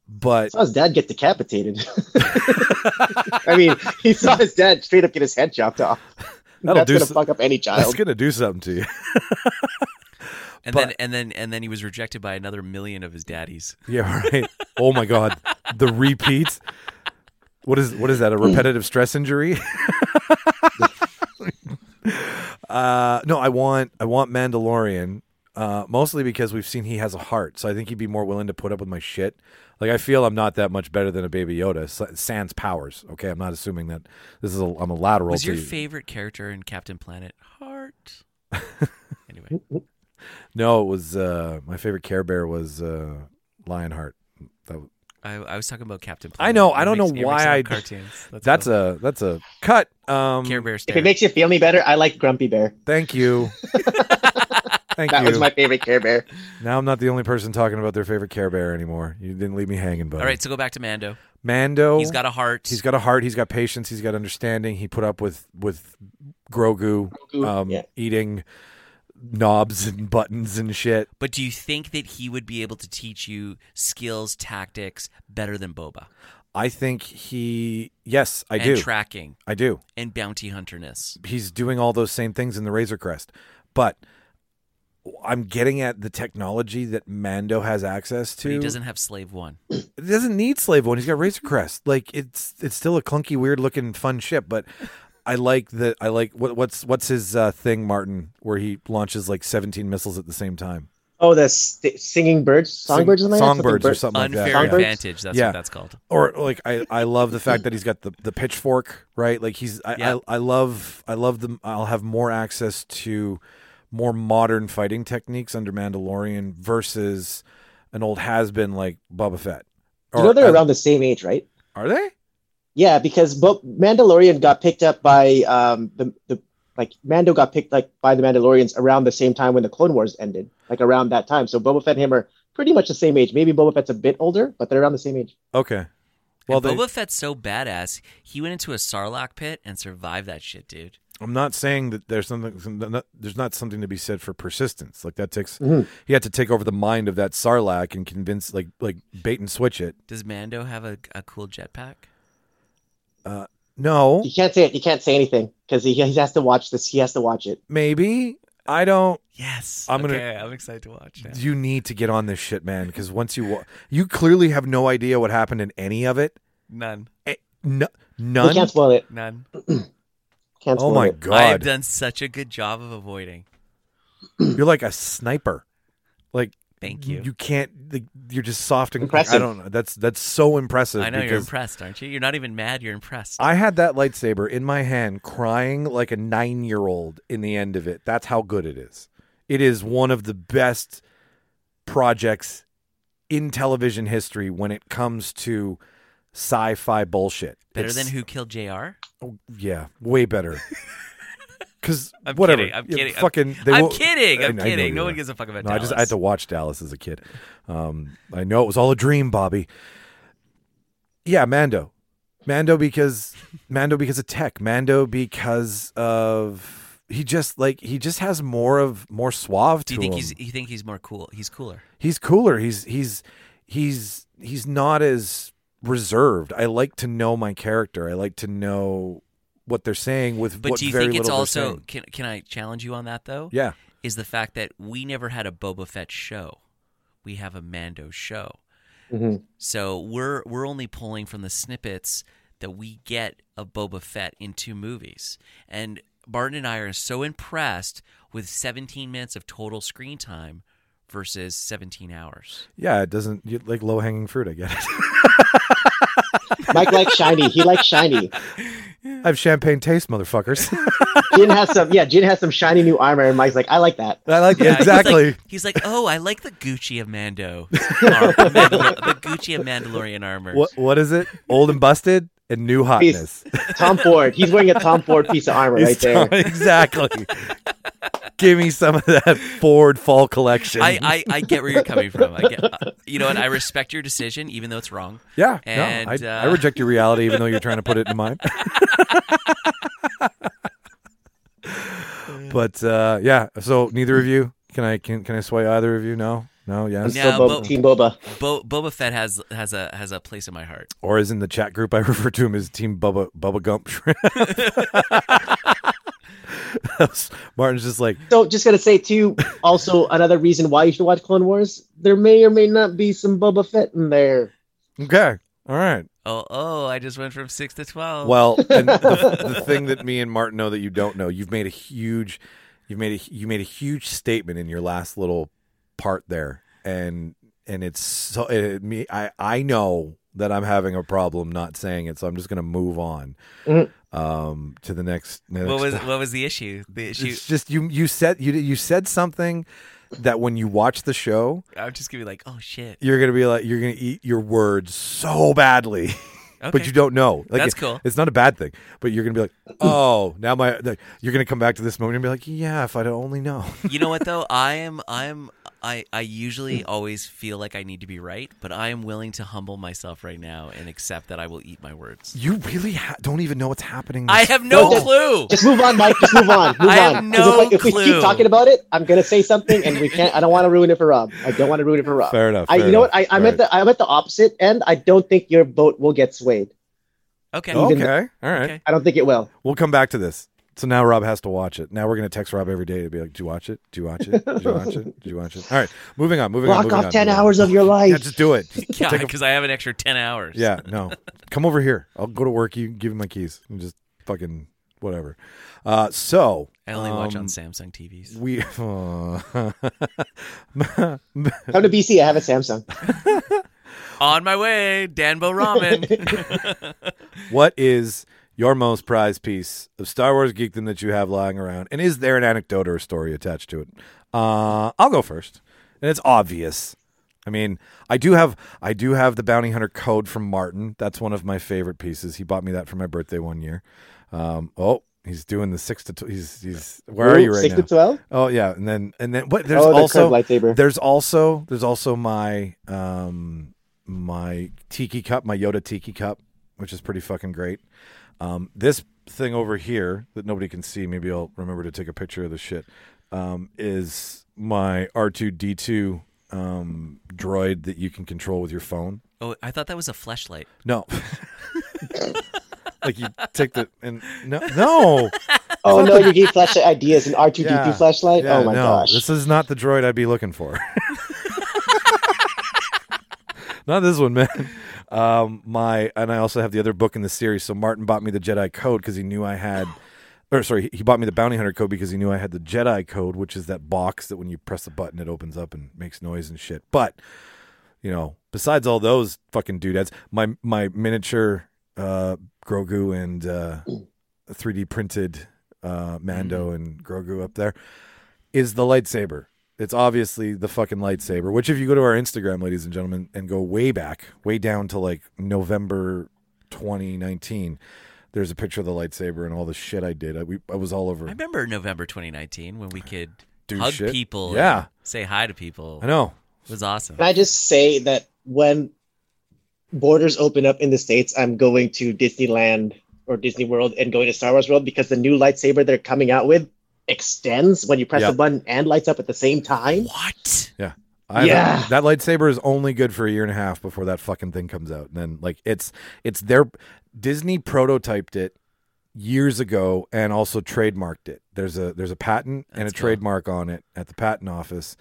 Speaker 1: but
Speaker 4: saw his dad get decapitated. I mean, he saw his dad straight up get his head chopped off.
Speaker 1: That'll
Speaker 4: That's
Speaker 1: do
Speaker 4: gonna
Speaker 1: so-
Speaker 4: fuck up any
Speaker 1: that's
Speaker 4: child.
Speaker 1: gonna do something to you.
Speaker 5: and
Speaker 1: but-
Speaker 5: then and then and then he was rejected by another million of his daddies.
Speaker 1: Yeah, right. Oh my god, the repeats. What is what is that? A repetitive stress injury? uh, no, I want I want Mandalorian. Uh, mostly because we've seen he has a heart, so I think he'd be more willing to put up with my shit. Like I feel I'm not that much better than a Baby Yoda. S- Sans powers, okay. I'm not assuming that this is a I'm a lateral.
Speaker 5: Was
Speaker 1: to
Speaker 5: your
Speaker 1: you.
Speaker 5: favorite character in Captain Planet Heart? anyway,
Speaker 1: no, it was uh, my favorite Care Bear was uh, Lionheart. That,
Speaker 5: I, I was talking about Captain Planet.
Speaker 1: I know.
Speaker 5: It
Speaker 1: I don't
Speaker 5: makes-
Speaker 1: know
Speaker 5: it makes
Speaker 1: why
Speaker 5: it on
Speaker 1: I-
Speaker 5: cartoons.
Speaker 1: that's
Speaker 5: cool.
Speaker 1: a that's a cut. Um,
Speaker 5: Care Bear stare.
Speaker 4: If it makes you feel any better, I like Grumpy Bear.
Speaker 1: Thank you. Thank
Speaker 4: That
Speaker 1: you.
Speaker 4: was my favorite Care Bear.
Speaker 1: now I'm not the only person talking about their favorite Care Bear anymore. You didn't leave me hanging, buddy.
Speaker 5: All right, so go back to Mando.
Speaker 1: Mando.
Speaker 5: He's got a heart.
Speaker 1: Oh, he's got a heart. He's got patience. He's got understanding. He put up with with Grogu,
Speaker 4: Grogu,
Speaker 1: um,
Speaker 4: yeah.
Speaker 1: eating knobs and buttons and shit.
Speaker 5: But do you think that he would be able to teach you skills, tactics better than Boba?
Speaker 1: I think he. Yes, I
Speaker 5: and
Speaker 1: do.
Speaker 5: tracking
Speaker 1: I do.
Speaker 5: and bounty hunterness.
Speaker 1: he's doing all those same things in the Razor Crest. But I'm getting at the technology that Mando has access to.
Speaker 5: But he doesn't have slave one.
Speaker 1: It doesn't need Slave One. He's got Razor Crest. Like it's it's still a clunky, weird looking, fun ship. But I like that. I like what, what's what's his uh, thing, Martin, where he launches like 17 missiles at the same time.
Speaker 4: Oh, the st- singing birds, songbirds,
Speaker 1: Sing-
Speaker 4: or something?
Speaker 1: songbirds or
Speaker 4: bird-
Speaker 1: something like that.
Speaker 5: Unfair
Speaker 1: yeah.
Speaker 4: Songbirds?
Speaker 5: advantage. That's
Speaker 1: Yeah.
Speaker 5: what that's called.
Speaker 1: Or like I, I love the fact that he's got the, the pitchfork, right? Like he's I,
Speaker 5: Yeah.
Speaker 1: I I love I love them. I'll have more access to more modern fighting techniques under Mandalorian versus an old has been like Boba Fett.
Speaker 4: You know
Speaker 1: Or-
Speaker 4: they're around the same age, right?
Speaker 1: Are they?
Speaker 4: Yeah, because Bo- Mandalorian got picked up by um the, the like Mando got picked like by the Mandalorians around the same time when the Clone Wars ended, like around that time. So Boba Fett and him are pretty much the same age. Maybe Boba Fett's a bit older, but they're around the same age.
Speaker 1: Okay. Well,
Speaker 5: Well,
Speaker 1: they,
Speaker 5: Boba Fett's so badass. He went into a Sarlacc pit and survived that shit, dude.
Speaker 1: I'm not saying that there's something some- not- there's not something to be said for persistence. Like that takes
Speaker 4: Mm-hmm.
Speaker 1: he had to take over the mind of that Sarlacc and convince like like bait and switch it.
Speaker 5: Does Mando have a, a cool jetpack?
Speaker 1: No,
Speaker 4: You can't say it. You can't say anything because he, he has to watch this. He has to watch it.
Speaker 1: maybe I don't.
Speaker 5: Yes.
Speaker 1: I'm gonna-
Speaker 5: Okay, I'm excited to watch. Now.
Speaker 1: You need to get on this shit, man. Because once you wa- you clearly have no idea what happened in any of it.
Speaker 5: None.
Speaker 1: Eh, no,
Speaker 4: We
Speaker 1: none.
Speaker 4: can't spoil it.
Speaker 5: None.
Speaker 4: Can't
Speaker 1: Oh
Speaker 4: spoil
Speaker 1: my
Speaker 4: it.
Speaker 5: I have
Speaker 1: god!
Speaker 5: done such a good job of avoiding.
Speaker 1: You're like a sniper. Like
Speaker 5: Thank you.
Speaker 1: You can't. Like, you're just soft and
Speaker 4: Impressive.
Speaker 1: I don't know. That's that's so impressive.
Speaker 5: I know you're
Speaker 1: because-
Speaker 5: impressed, aren't you? You're not even mad. You're impressed.
Speaker 1: I had that lightsaber in my hand, crying like a nine year old in the end of it. That's how good it is. It is one of the best projects in television history when it comes to sci fi bullshit.
Speaker 5: Better than
Speaker 1: It's-
Speaker 5: who killed Jr.
Speaker 1: Oh, yeah, way better. Because
Speaker 5: I'm
Speaker 1: whatever.
Speaker 5: kidding. I'm
Speaker 1: Yeah,
Speaker 5: kidding. I'm-
Speaker 1: Fucking, they
Speaker 5: I'm
Speaker 1: won't-
Speaker 5: kidding.
Speaker 1: I- I
Speaker 5: I'm
Speaker 1: know
Speaker 5: kidding.
Speaker 1: you
Speaker 5: No
Speaker 1: are.
Speaker 5: one gives a fuck about
Speaker 1: No, I just I
Speaker 5: Dallas.
Speaker 1: had to watch Dallas as a kid. Um, I know it was all a dream, Bobby. Yeah, Mando, Mando because Mando because of tech, Mando because of he just like he just has more of more suave to
Speaker 5: Do you think
Speaker 1: him.
Speaker 5: he's? You think he's more cool? He's cooler.
Speaker 1: He's cooler. He's he's he's he's not as reserved. I like to know my character. I like to know what they're saying with
Speaker 5: But
Speaker 1: what
Speaker 5: do you
Speaker 1: very
Speaker 5: think it's
Speaker 1: little they're
Speaker 5: also?
Speaker 1: saying.
Speaker 5: Can Can I challenge you on that though?
Speaker 1: yeah.
Speaker 5: Is the fact that we never had a Boba Fett show, we have a Mando show.
Speaker 4: Mhm.
Speaker 5: So we're we're only pulling from the snippets that we get of Boba Fett in two movies. And Barton and I are so impressed with 17 minutes of total screen time versus 17 hours.
Speaker 1: Yeah, it doesn't you, like low hanging fruit. I guess
Speaker 4: Mike likes shiny. He likes shiny.
Speaker 1: I have champagne taste, motherfuckers.
Speaker 4: Jin has some. Yeah, Jin has some shiny new armor, and Mike's like, I like that.
Speaker 1: I like
Speaker 5: Yeah, he's like-
Speaker 1: exactly.
Speaker 5: He's like, oh, I like the Gucci of Mando, armor, Mandal- the Gucci of Mandalorian armor.
Speaker 1: What what is it? Old and busted and new hotness.
Speaker 4: Tom Ford. He's wearing a Tom Ford piece of armor
Speaker 1: He's
Speaker 4: right there.
Speaker 1: telling- exactly. Give me some of that Ford Fall collection.
Speaker 5: I, I, I get where you're coming from. I get, uh, you know, and I respect your decision, even though it's wrong.
Speaker 1: yeah,
Speaker 5: And,
Speaker 1: no, I, I
Speaker 5: uh,
Speaker 1: reject your reality, even though you're trying to put it in mine. but uh, yeah, so neither of you can I can can I sway either of you? No, no,
Speaker 4: I'm
Speaker 1: yes,
Speaker 5: No.
Speaker 4: still Bo-
Speaker 5: but-
Speaker 4: Team Boba.
Speaker 5: Bo- Boba Fett has has a has a place in my heart.
Speaker 1: or as in the chat group, I refer to him as Team Bubba Bubba Gump. Martin's just like,
Speaker 4: So, just gonna say too. Also, another reason why you should watch Clone Wars. There may or may not be some Boba Fett in there.
Speaker 1: okay, all right.
Speaker 5: Oh oh, I just went from six to twelve.
Speaker 1: Well, and the, the thing that me and Martin know that you don't know, you've made a huge, you've made a you made a huge statement in your last little part there, and and it's so it, me. I I know that I'm having a problem not saying it, so I'm just gonna move on,
Speaker 4: Mhm.
Speaker 1: um, to the next. next
Speaker 5: what was what was the issue? The issue.
Speaker 1: It's just you. You said you you said something that when you watch the show,
Speaker 5: I'm just gonna be like, oh shit.
Speaker 1: you're gonna be like you're gonna eat your words so badly.
Speaker 5: Okay.
Speaker 1: but you don't know. Like,
Speaker 5: That's
Speaker 1: it-
Speaker 5: cool.
Speaker 1: It's not a bad thing. But you're gonna be like, oh, now my. Like, you're gonna come back to this moment and be like, yeah, if I'd only known.
Speaker 5: you know what though? I am I'm I I
Speaker 1: Mm.
Speaker 5: usually always feel like I need to be right, but I am willing to humble myself right now and accept that I will eat my words.
Speaker 1: You really ha- don't even know what's happening.
Speaker 5: I
Speaker 1: this-
Speaker 5: have no
Speaker 4: Well,
Speaker 5: clue.
Speaker 4: Just move on, Mike. Just move on. Move
Speaker 5: I have
Speaker 4: on. 'Cause if,
Speaker 5: no
Speaker 4: if we
Speaker 5: clue.
Speaker 4: keep talking about it, I'm gonna say something, and we can't. I don't want to ruin it for Rob. I don't want to ruin it for Rob.
Speaker 1: Fair enough.
Speaker 4: I, you
Speaker 1: fair
Speaker 4: know
Speaker 1: enough.
Speaker 4: what? I, I'm
Speaker 1: All
Speaker 4: at the I'm at the opposite end. I don't think your boat will get swayed.
Speaker 5: Okay.
Speaker 1: right.
Speaker 4: even-
Speaker 1: Okay. All right.
Speaker 5: Okay.
Speaker 4: I don't think it will.
Speaker 1: We'll come back to this. So now Rob has to watch it. Now we're gonna text Rob every day to be like, "Do you watch it? Do you watch it? Do you watch it? Do you watch it?" All right, moving on. Moving on.
Speaker 4: Block
Speaker 1: moving
Speaker 4: off
Speaker 1: on,
Speaker 4: ten
Speaker 1: moving on.
Speaker 4: hours of your
Speaker 1: Yeah,
Speaker 4: life.
Speaker 1: just do it.
Speaker 5: Yeah,
Speaker 1: Take a
Speaker 5: because I have an extra ten hours.
Speaker 1: Yeah, no. Come over here. I'll go to work. You can give me my keys and just fucking whatever. Uh, so
Speaker 5: I only watch on
Speaker 1: um,
Speaker 5: Samsung TVs.
Speaker 1: We
Speaker 4: Come to BC. I have a Samsung.
Speaker 5: On my way, Danbo Ramen.
Speaker 1: what is your most prized piece of Star Wars geekdom that you have lying around, and is there an anecdote or a story attached to it? Uh, I'll go first, and it's obvious. I mean, I do have I do have the bounty hunter code from Martin. That's one of my favorite pieces. He bought me that for my birthday one year. Um, oh, he's doing the six to tw- he's he's where are
Speaker 4: Ooh,
Speaker 1: you right
Speaker 4: Six
Speaker 1: now?
Speaker 4: to twelve.
Speaker 1: Oh yeah, and then and then what? There's
Speaker 4: oh, the
Speaker 1: also
Speaker 4: curved lightsaber.
Speaker 1: There's also there's also my um my tiki cup, my Yoda tiki cup, which is pretty fucking great. Um, this thing over here that nobody can see, maybe I'll remember to take a picture of the shit. Um, is my R two D two um droid that you can control with your phone?
Speaker 5: oh, I thought that was a flashlight.
Speaker 1: No. like you take the and no no
Speaker 4: oh no, you gave flashlight ideas and R two D
Speaker 1: Yeah.
Speaker 4: two flashlight.
Speaker 1: Yeah,
Speaker 4: oh my
Speaker 1: no,
Speaker 4: gosh.
Speaker 1: This is not the droid I'd be looking for. not this one, man. Um, my and I also have the other book in the series. So Martin bought me the Jedi Code because he knew I had, or sorry, he bought me the Bounty Hunter Code because he knew I had the Jedi Code, which is that box that when you press the button it opens up and makes noise and shit. But you know, besides all those fucking doodads, my my miniature uh, Grogu and uh, 3D printed uh, Mando and Grogu up there is the lightsaber. It's obviously the fucking lightsaber. Which, if you go to our Instagram, ladies and gentlemen, and go way back, way down to like November 2019, there's a picture of the lightsaber and all the shit I did. I, we, I was all over.
Speaker 5: I remember November 2019 when we could
Speaker 1: Do
Speaker 5: hug
Speaker 1: shit.
Speaker 5: people, and
Speaker 1: Yeah.
Speaker 5: say hi to people.
Speaker 1: I know.
Speaker 5: It was awesome.
Speaker 4: Can I just say that when borders open up in the states, I'm going to Disneyland or Disney World and going to Star Wars World because the new lightsaber they're coming out with extends when you press
Speaker 1: Yeah.
Speaker 4: the button and lights up at the same time.
Speaker 5: What?
Speaker 1: I
Speaker 4: Yeah.
Speaker 1: that lightsaber is only good for a year and a half before that fucking thing comes out. And then like it's it's their Disney prototyped it years ago and also trademarked it. There's a there's a patent and a
Speaker 5: That's cool.
Speaker 1: trademark on it at the patent office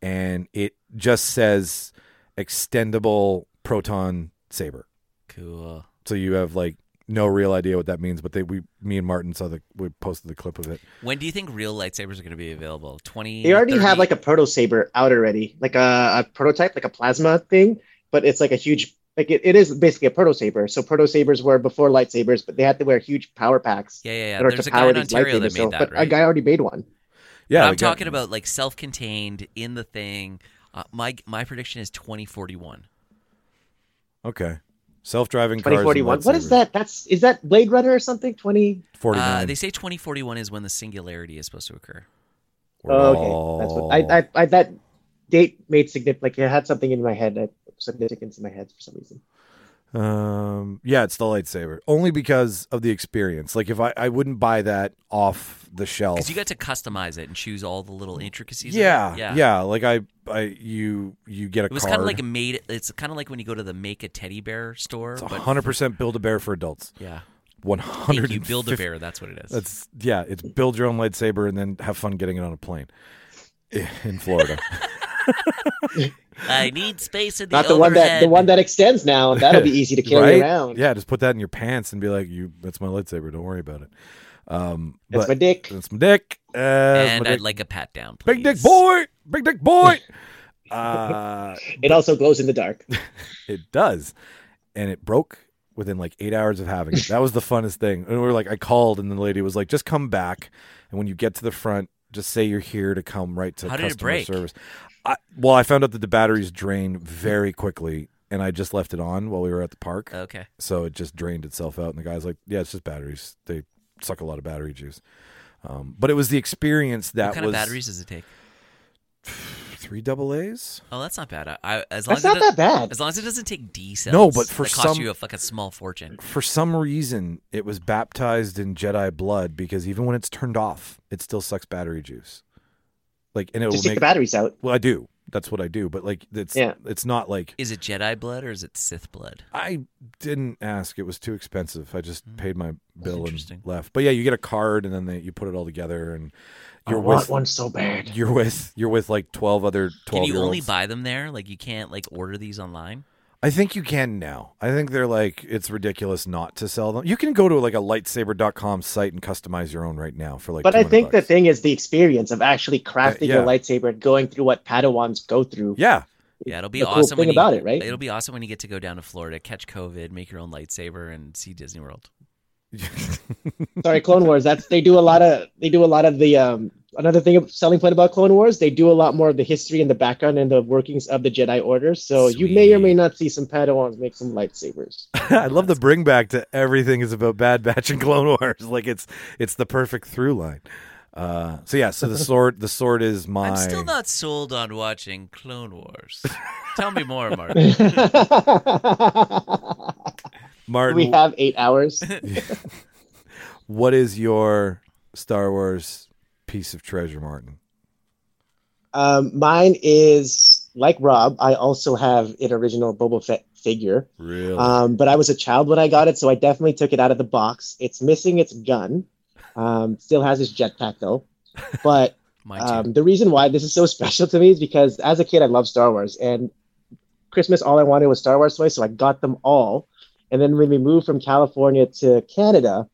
Speaker 1: and it just says extendable proton saber.
Speaker 5: Cool.
Speaker 1: So you have like no real idea what that means, but they we me and Martin saw the we posted the clip of it.
Speaker 5: When do you think real lightsabers are going to be available? 20
Speaker 4: They already
Speaker 5: 30?
Speaker 4: have like a proto saber out already, like a, a prototype, like a plasma thing, but it's like a huge, like it, it is basically a proto saber. So proto sabers were before lightsabers, but they had to wear huge power packs
Speaker 5: Yeah, yeah,
Speaker 4: in
Speaker 5: yeah.
Speaker 4: order
Speaker 5: There's
Speaker 4: to
Speaker 5: a guy
Speaker 4: power
Speaker 5: in
Speaker 4: these
Speaker 5: Ontario
Speaker 4: lightsabers.
Speaker 5: that
Speaker 4: So,
Speaker 5: made that,
Speaker 4: but a
Speaker 5: right?
Speaker 4: guy already made one.
Speaker 1: Yeah,
Speaker 5: But I'm
Speaker 1: they got-
Speaker 5: talking about like self-contained in the thing. Uh, my my prediction is Uh, 2041.
Speaker 1: Okay. Self-driving cars. and
Speaker 4: 2041. What
Speaker 1: lightsabers.
Speaker 4: is that? That's is that Blade Runner or something? 20
Speaker 5: Uh,
Speaker 1: 49.
Speaker 5: they say 2041 is when the singularity is supposed to occur.
Speaker 1: We're
Speaker 4: oh, Okay, that's what I, I, I that date made significant. Like it had something in my head, I, significance in my head for some reason.
Speaker 1: Um, yeah, it's the lightsaber only because of the experience. Like if I, I wouldn't buy that off the shelf.
Speaker 5: Because you got to customize it and choose all the little intricacies. of it.
Speaker 1: yeah, yeah, Like I, I, you, you get a
Speaker 5: It was
Speaker 1: card.
Speaker 5: kind of like a made. It's kind of like when you go to the make a teddy bear store.
Speaker 1: it's
Speaker 5: but for-
Speaker 1: hundred percent build a bear for adults.
Speaker 5: Yeah,
Speaker 1: One
Speaker 5: Thank
Speaker 1: hundred.
Speaker 5: you build a bear. That's what it is.
Speaker 1: That's yeah. It's build your own lightsaber and then have fun getting it on a plane in Florida.
Speaker 5: I need space in the
Speaker 4: Not the one that the
Speaker 5: overhead.
Speaker 4: one that extends now. That'll be easy to carry
Speaker 1: right?
Speaker 4: around.
Speaker 1: Yeah, just put that in your pants and be like, "You, that's my lightsaber. Don't worry about it." Um,
Speaker 4: That's
Speaker 1: but
Speaker 4: my dick.
Speaker 1: that's my dick. Uh, that's
Speaker 5: and
Speaker 1: my
Speaker 5: I'd
Speaker 1: dick.
Speaker 5: like a pat down. Please.
Speaker 1: big dick boy, big dick boy. uh,
Speaker 4: It also glows in the dark.
Speaker 1: It does. And it broke within like eight hours of having it. That was the funnest thing. And we were like, I called, and the lady was like, just come back. And when you get to the front, just say you're here to come right to
Speaker 5: How did it
Speaker 1: customer
Speaker 5: break?
Speaker 1: service. I, well, I found out that the batteries drain very quickly, and I just left it on while we were at the park.
Speaker 5: Okay.
Speaker 1: so it just drained itself out. And the guy's like, yeah, it's just batteries. They suck a lot of battery juice. Um, but it was the experience that
Speaker 5: what kind
Speaker 1: was
Speaker 5: of batteries does it take?
Speaker 1: three double A's.
Speaker 5: Oh, that's not bad. I, I, as long
Speaker 4: That's
Speaker 5: as
Speaker 4: not
Speaker 5: it
Speaker 4: that
Speaker 5: does-
Speaker 4: bad.
Speaker 5: As long as it doesn't take D cells.
Speaker 1: No, but for
Speaker 5: that costs
Speaker 1: some-
Speaker 5: you a fucking small fortune.
Speaker 1: for some reason it was baptized in Jedi blood because even when it's turned off, it still sucks battery juice. Like and it
Speaker 4: Just
Speaker 1: will
Speaker 4: take
Speaker 1: make
Speaker 4: the batteries out.
Speaker 1: Well, I do. That's what I do. But like it's
Speaker 4: Yeah.
Speaker 1: it's not like
Speaker 5: Is it Jedi blood or is it Sith blood?
Speaker 1: I didn't ask. It was too expensive. I just paid my bill
Speaker 5: Mm. interesting.
Speaker 1: and left. But yeah, you get a card and then they, you put it all together and you're
Speaker 4: I want
Speaker 1: with
Speaker 4: one so bad.
Speaker 1: you're with you're with like twelve other
Speaker 5: Can
Speaker 1: twelve
Speaker 5: you
Speaker 1: year
Speaker 5: only
Speaker 1: olds.
Speaker 5: buy them there? Like you can't like order these online.
Speaker 1: I think you can now. I think they're like it's ridiculous not to sell them. You can go to like a lightsaber.com site and customize your own right now for like.
Speaker 4: But I
Speaker 1: 200
Speaker 4: think the
Speaker 1: bucks.
Speaker 4: thing is the experience of actually crafting
Speaker 1: yeah.
Speaker 4: your lightsaber and going through what Padawans go through.
Speaker 1: Yeah,
Speaker 5: Yeah, it'll be
Speaker 4: The cool
Speaker 5: awesome. when
Speaker 4: thing
Speaker 5: you-
Speaker 4: about it, right?
Speaker 5: It'll be awesome when you get to go down to Florida, catch COVID, make your own lightsaber, and see Disney World.
Speaker 4: Sorry, Clone Wars. That's they do a lot of they do a lot of the um another thing of selling point about Clone Wars, they do a lot more of the history and the background and the workings of the Jedi Order. So you may or may
Speaker 5: Sweet.
Speaker 4: not see some Padawans make some lightsabers.
Speaker 1: I love the bring back to everything is about Bad Batch and Clone Wars. Like it's it's the perfect through line. Uh, so yeah, so the sword the sword is my
Speaker 5: I'm still not sold on watching Clone Wars. Tell me more, Mark.
Speaker 1: Martin.
Speaker 4: we have eight hours.
Speaker 1: what is your Star Wars piece of treasure, Martin?
Speaker 4: Um, mine is like Rob. I also have an original Boba Fett figure,
Speaker 1: Really?
Speaker 4: um, but I was a child when I got it, so I definitely took it out of the box. It's missing its gun. Um, still has his jetpack though. But
Speaker 5: Mine too.
Speaker 4: um, the reason why this is so special to me is because as a kid, I loved Star Wars, and Christmas all I wanted was Star Wars toys, so I got them all. And then when we moved from California to Canada,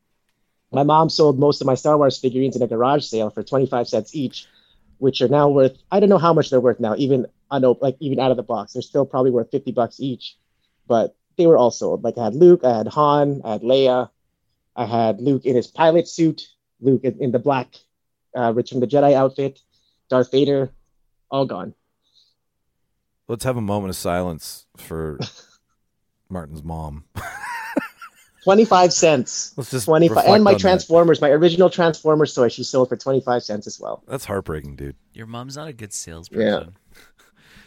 Speaker 4: my mom sold most of my Star Wars figurines in a garage sale for 25 cents each, which are now worth I don't know how much they're worth now, even unop- like even out of the box. They're still probably worth 50 bucks each, but they were all sold. Like I had Luke, I had Han, I had Leia, I had Luke in his pilot suit, Luke in, in the black uh, Return of the Jedi outfit, Darth Vader, all gone.
Speaker 1: Let's have a moment of silence for Martin's mom.
Speaker 4: 25 cents.
Speaker 1: Let's just
Speaker 4: 25
Speaker 1: reflect
Speaker 4: and my
Speaker 1: on that.
Speaker 4: Transformers, my original Transformers toy she sold for 25 cents as well.
Speaker 1: That's heartbreaking, dude.
Speaker 5: Your mom's not a good salesperson.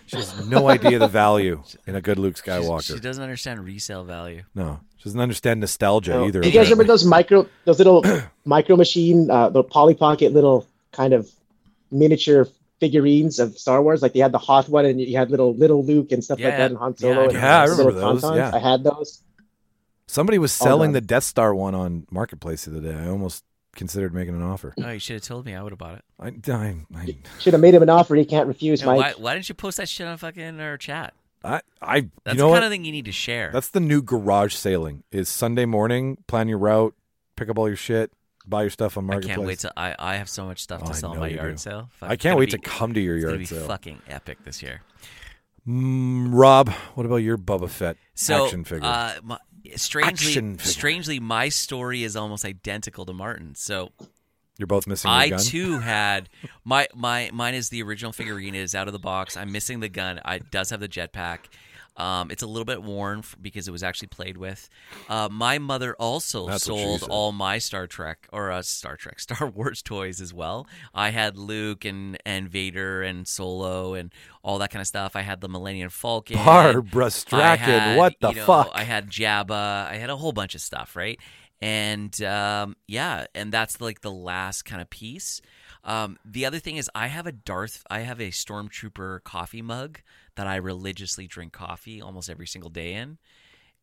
Speaker 1: She has no idea the value in a good Luke
Speaker 5: She's-
Speaker 1: Skywalker.
Speaker 5: She doesn't understand resale value.
Speaker 1: no, she doesn't understand nostalgia
Speaker 4: So,
Speaker 1: either.
Speaker 4: do you guys remember
Speaker 1: apparently.
Speaker 4: those micro those little micro machine uh, the Polly Pocket little kind of miniature figurines of Star Wars like they had the Hoth one and you had little little Luke and stuff
Speaker 5: Yeah,
Speaker 4: like that and Han
Speaker 5: yeah, I
Speaker 4: Solo and
Speaker 5: remember
Speaker 1: Yeah, I
Speaker 4: those
Speaker 1: remember
Speaker 4: little
Speaker 1: those,
Speaker 4: Tauntauns.
Speaker 1: yeah.
Speaker 4: I had those.
Speaker 1: Somebody was
Speaker 4: All
Speaker 1: selling
Speaker 4: done.
Speaker 1: the Death Star one on Marketplace the other day. I almost considered making an offer.
Speaker 5: Oh, you should have told me. I would have bought it.
Speaker 1: I, I, I,
Speaker 4: Should have made him an offer he can't refuse,
Speaker 5: Yeah,
Speaker 4: Mike.
Speaker 5: why, why didn't you post that shit on fucking our chat?
Speaker 1: I, I you
Speaker 5: That's
Speaker 1: know
Speaker 5: the
Speaker 1: what?
Speaker 5: kind of thing you need to share.
Speaker 1: That's the new garage sailing. Is Sunday morning, plan your route, pick up all your shit, buy your stuff on
Speaker 5: I
Speaker 1: Marketplace.
Speaker 5: can't wait to. I, I have so much stuff
Speaker 1: Oh,
Speaker 5: to
Speaker 1: I
Speaker 5: sell in
Speaker 1: know
Speaker 5: my
Speaker 1: you
Speaker 5: yard
Speaker 1: do.
Speaker 5: sale. Fuck,
Speaker 1: I
Speaker 5: it's
Speaker 1: can't
Speaker 5: gonna
Speaker 1: wait
Speaker 5: be-
Speaker 1: to come to your
Speaker 5: It's gonna
Speaker 1: yard
Speaker 5: be
Speaker 1: sale.
Speaker 5: fucking epic this year.
Speaker 1: Mm, Rob, what about your Bubba Fett
Speaker 5: So,
Speaker 1: action figure?
Speaker 5: Uh, my, strangely,
Speaker 1: Action figure.
Speaker 5: strangely, my story is almost identical to Martin. So
Speaker 1: You're both missing your
Speaker 5: I
Speaker 1: gun.
Speaker 5: too had my my mine is the original figurine. It is out of the box. I'm missing the gun. I it does have the jetpack. Um, it's a little bit worn f- because it was actually played with. Uh, my mother also
Speaker 1: That's what she
Speaker 5: sold
Speaker 1: said.
Speaker 5: all my Star Trek or uh, Star Trek Star Wars toys as well. I had Luke and and Vader and Solo and all that kind of stuff. I had the Millennium Falcon.
Speaker 1: Barbara
Speaker 5: I
Speaker 1: Strachan,
Speaker 5: had,
Speaker 1: what the
Speaker 5: you know,
Speaker 1: fuck?
Speaker 5: I had Jabba. I had a whole bunch of stuff, right? And um, yeah, and that's like the last kind of piece. Um, the other thing is, I have a Darth, I have a Stormtrooper coffee mug that I religiously drink coffee almost every single day in,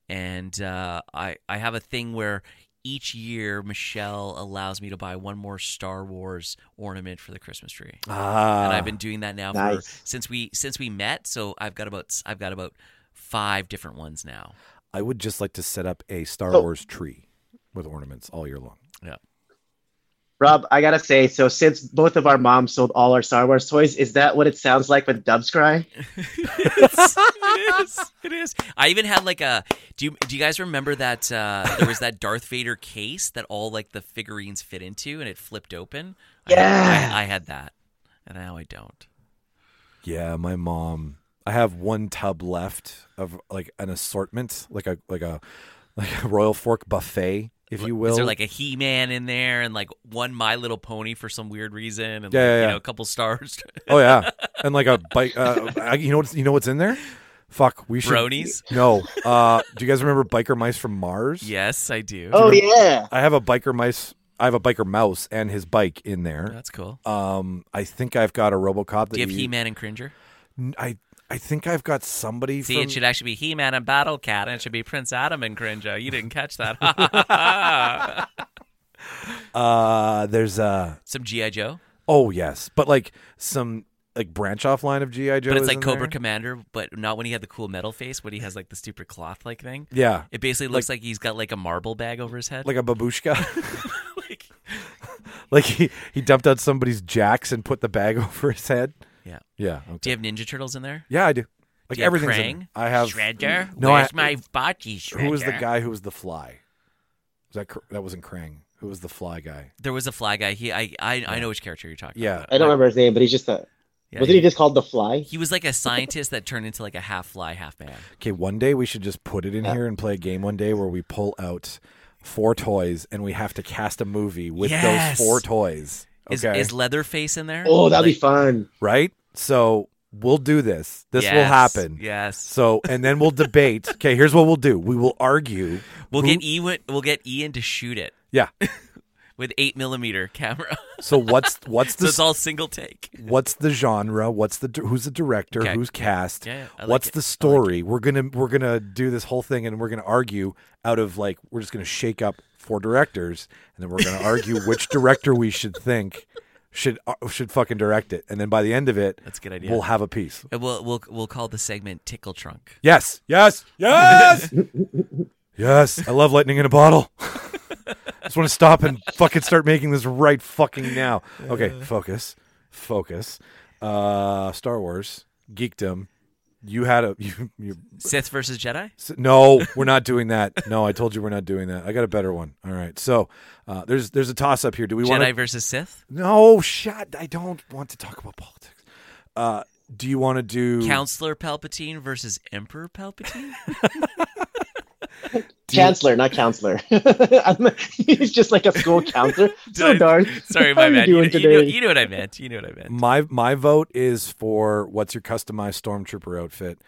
Speaker 5: and uh, I I have a thing where each year Michelle allows me to buy one more Star Wars ornament for the Christmas tree
Speaker 1: ah,
Speaker 5: and I've been doing that now for
Speaker 4: Nice.
Speaker 5: since we since we met. So I've got about I've got about five different ones now.
Speaker 1: I would just like to set up a Star
Speaker 4: So-
Speaker 1: Wars tree with ornaments all year long.
Speaker 4: Rob, I gotta say, so since both of our moms sold all our Star Wars toys, is that what it sounds like when Dubs cry?
Speaker 5: It's- it is. It is. I even had like a. Do you do you guys remember that uh, there was that Darth Vader case that all like the figurines fit into and it flipped open? I had- I, I had that, and now I don't.
Speaker 1: Yeah, my mom. I have one tub left of like an assortment, like a like a like a royal fork buffet, if you will.
Speaker 5: Is there like a He Man in there and like one My Little Pony for some weird reason and like,
Speaker 1: Yeah, yeah,
Speaker 5: you
Speaker 1: yeah.
Speaker 5: know a couple stars?
Speaker 1: oh yeah, and like a bike. Uh, I- you know what's you know what's in there? Fuck, we should.
Speaker 5: Bronies?
Speaker 1: No. Uh, do you guys remember biker mice from Mars?
Speaker 5: yes, I do.
Speaker 4: Oh yeah.
Speaker 1: I have a biker mice. I have a biker mouse and his bike in there.
Speaker 5: That's cool.
Speaker 1: Um, I think I've got a RoboCop. That
Speaker 5: Do you have He Man and Cringer?
Speaker 1: I I think I've got somebody.
Speaker 5: See,
Speaker 1: from,
Speaker 5: it should actually be He Man and Battle Cat, and it should be Prince Adam and Cringer. You didn't catch that.
Speaker 1: uh, there's a
Speaker 5: Some G.I. Joe.
Speaker 1: oh yes, but like some like branch off line of GI Joe.
Speaker 5: But it's
Speaker 1: is
Speaker 5: like
Speaker 1: in
Speaker 5: Cobra
Speaker 1: there.
Speaker 5: Commander, but not when he had the cool metal face, when he has like the stupid cloth like thing.
Speaker 1: Yeah,
Speaker 5: It basically looks like, he's got like a marble bag over his head.
Speaker 1: like a babushka.
Speaker 5: Like-
Speaker 1: like he he dumped out somebody's jacks and put the bag over his head.
Speaker 5: yeah.
Speaker 1: Yeah.
Speaker 5: Do
Speaker 1: Okay.
Speaker 5: you have Ninja Turtles in there?
Speaker 1: yeah, I do. Like
Speaker 5: Do you have
Speaker 1: everything's. in
Speaker 5: Krang?
Speaker 1: there. I have.
Speaker 5: Shredder?
Speaker 1: No,
Speaker 5: Where's
Speaker 1: I-
Speaker 5: my body, Shredder?
Speaker 1: Who was the guy who was the fly? Was that Kr- that wasn't Krang? Who was the fly guy?
Speaker 5: There was a fly guy. He, I, I, I know which character you're talking
Speaker 1: Yeah.
Speaker 5: about.
Speaker 4: I don't remember his name, but he's just a
Speaker 5: Yeah,
Speaker 4: wasn't he just called the fly?
Speaker 5: he was like a scientist that turned into like a half fly, half man.
Speaker 1: Okay, one day we should just put it in here and play a game one day where we pull out four toys and we have to cast a movie with
Speaker 5: Yes.
Speaker 1: those four toys.
Speaker 5: Is,
Speaker 1: Okay.
Speaker 5: is Leatherface in there?
Speaker 4: Oh, that'd be
Speaker 5: Like-
Speaker 4: fun.
Speaker 1: right? So we'll do this. This will
Speaker 5: Yes,
Speaker 1: happen.
Speaker 5: Yes.
Speaker 1: So and then we'll debate. okay, here's what we'll do. We will argue.
Speaker 5: We'll
Speaker 1: who-
Speaker 5: get Ewan. We'll get Ian to shoot it
Speaker 1: Yeah.
Speaker 5: with eight millimeter camera.
Speaker 1: So what's what's
Speaker 5: so
Speaker 1: the
Speaker 5: it's all single take.
Speaker 1: what's the genre? What's the di- who's the director?
Speaker 5: Okay.
Speaker 1: Who's cast?
Speaker 5: Yeah, yeah, I like
Speaker 1: what's
Speaker 5: it. I
Speaker 1: the
Speaker 5: like
Speaker 1: story? we're gonna we're gonna do this whole thing and we're gonna argue out of like we're just gonna shake up four directors and then we're gonna argue which director we should think should uh, should fucking direct it and then by the end of it
Speaker 5: That's a good idea.
Speaker 1: we'll have a piece.
Speaker 5: And we'll we'll we'll call the segment "Tickle Trunk."
Speaker 1: Yes, yes, yes, yes. I love lightning in a bottle. just want to stop and fucking start making this right fucking now. Okay, focus, focus. Uh, Star Wars geekdom. You had a you, you
Speaker 5: Sith versus Jedi.
Speaker 1: S- No, we're not doing that. No, I told you we're not doing that. I got a better one. All right. So uh, there's there's a toss up here. Do we want
Speaker 5: Jedi
Speaker 1: to?
Speaker 5: versus Sith.
Speaker 1: No, shut. I don't want to talk about politics. Uh, do you want to do?
Speaker 5: Counselor Palpatine versus Emperor Palpatine.
Speaker 4: Chancellor, not counselor. I'm- he's just like a school counselor. so
Speaker 5: Did I-
Speaker 4: darn. How
Speaker 5: Sorry, my
Speaker 4: are you
Speaker 5: bad.
Speaker 4: doing
Speaker 5: you, kn- you
Speaker 4: today?
Speaker 5: knew, you knew what I meant. You knew what I meant.
Speaker 1: My my vote is for what's your customized stormtrooper outfit.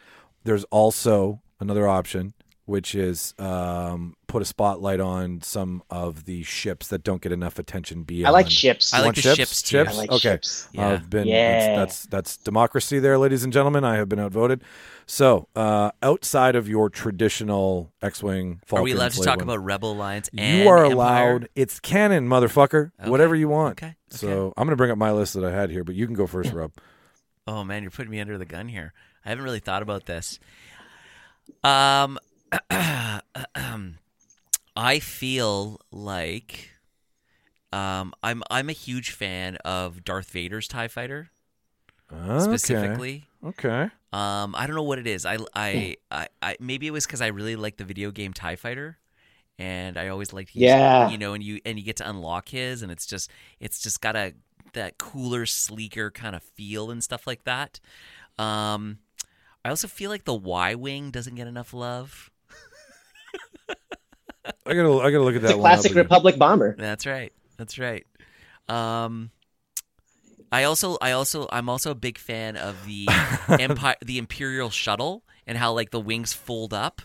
Speaker 1: There's also another option, which is um, put a spotlight on some of the ships that don't get enough attention. Beyond
Speaker 4: I like ships.
Speaker 5: I
Speaker 1: You
Speaker 5: like
Speaker 1: want
Speaker 5: the
Speaker 1: ships.
Speaker 5: ships too.
Speaker 1: Ships.
Speaker 4: I like
Speaker 1: okay.
Speaker 4: ships.
Speaker 5: Yeah.
Speaker 1: I've been
Speaker 4: Yeah.
Speaker 1: that's, that's that's democracy there, ladies and gentlemen. I have been outvoted. So, uh, outside of your traditional X-wing, Falcon,
Speaker 5: Are we allowed to
Speaker 1: Slave
Speaker 5: talk
Speaker 1: Wing,
Speaker 5: about Rebel Alliance? And
Speaker 1: You are
Speaker 5: Empire?
Speaker 1: allowed. It's canon, motherfucker.
Speaker 5: Okay.
Speaker 1: Whatever you want.
Speaker 5: Okay.
Speaker 1: So I'm gonna bring up my list that I had here, but you can go first, Rob.
Speaker 5: Oh man, you're putting me under the gun here. I haven't really thought about this. Um, I feel like um, I'm I'm a huge fan of Darth Vader's Tie Fighter
Speaker 1: Okay.
Speaker 5: specifically.
Speaker 1: Okay.
Speaker 5: Um, I don't know what it is. I, I, I, I maybe it was because I really liked the video game Tie Fighter, and I always liked his,
Speaker 4: Yeah.
Speaker 5: you know, and you and you get to unlock his, and it's just it's just got a that cooler, sleeker kind of feel and stuff like that. Um, I also feel like the Y wing doesn't get enough love.
Speaker 1: I gotta, I gotta look at
Speaker 4: It's
Speaker 1: that
Speaker 4: a
Speaker 1: one. up
Speaker 4: classic
Speaker 1: again.
Speaker 4: Republic bomber.
Speaker 5: That's right. That's right. Um, I also, I also, I'm also a big fan of the empire, the imperial shuttle, and how like the wings fold up,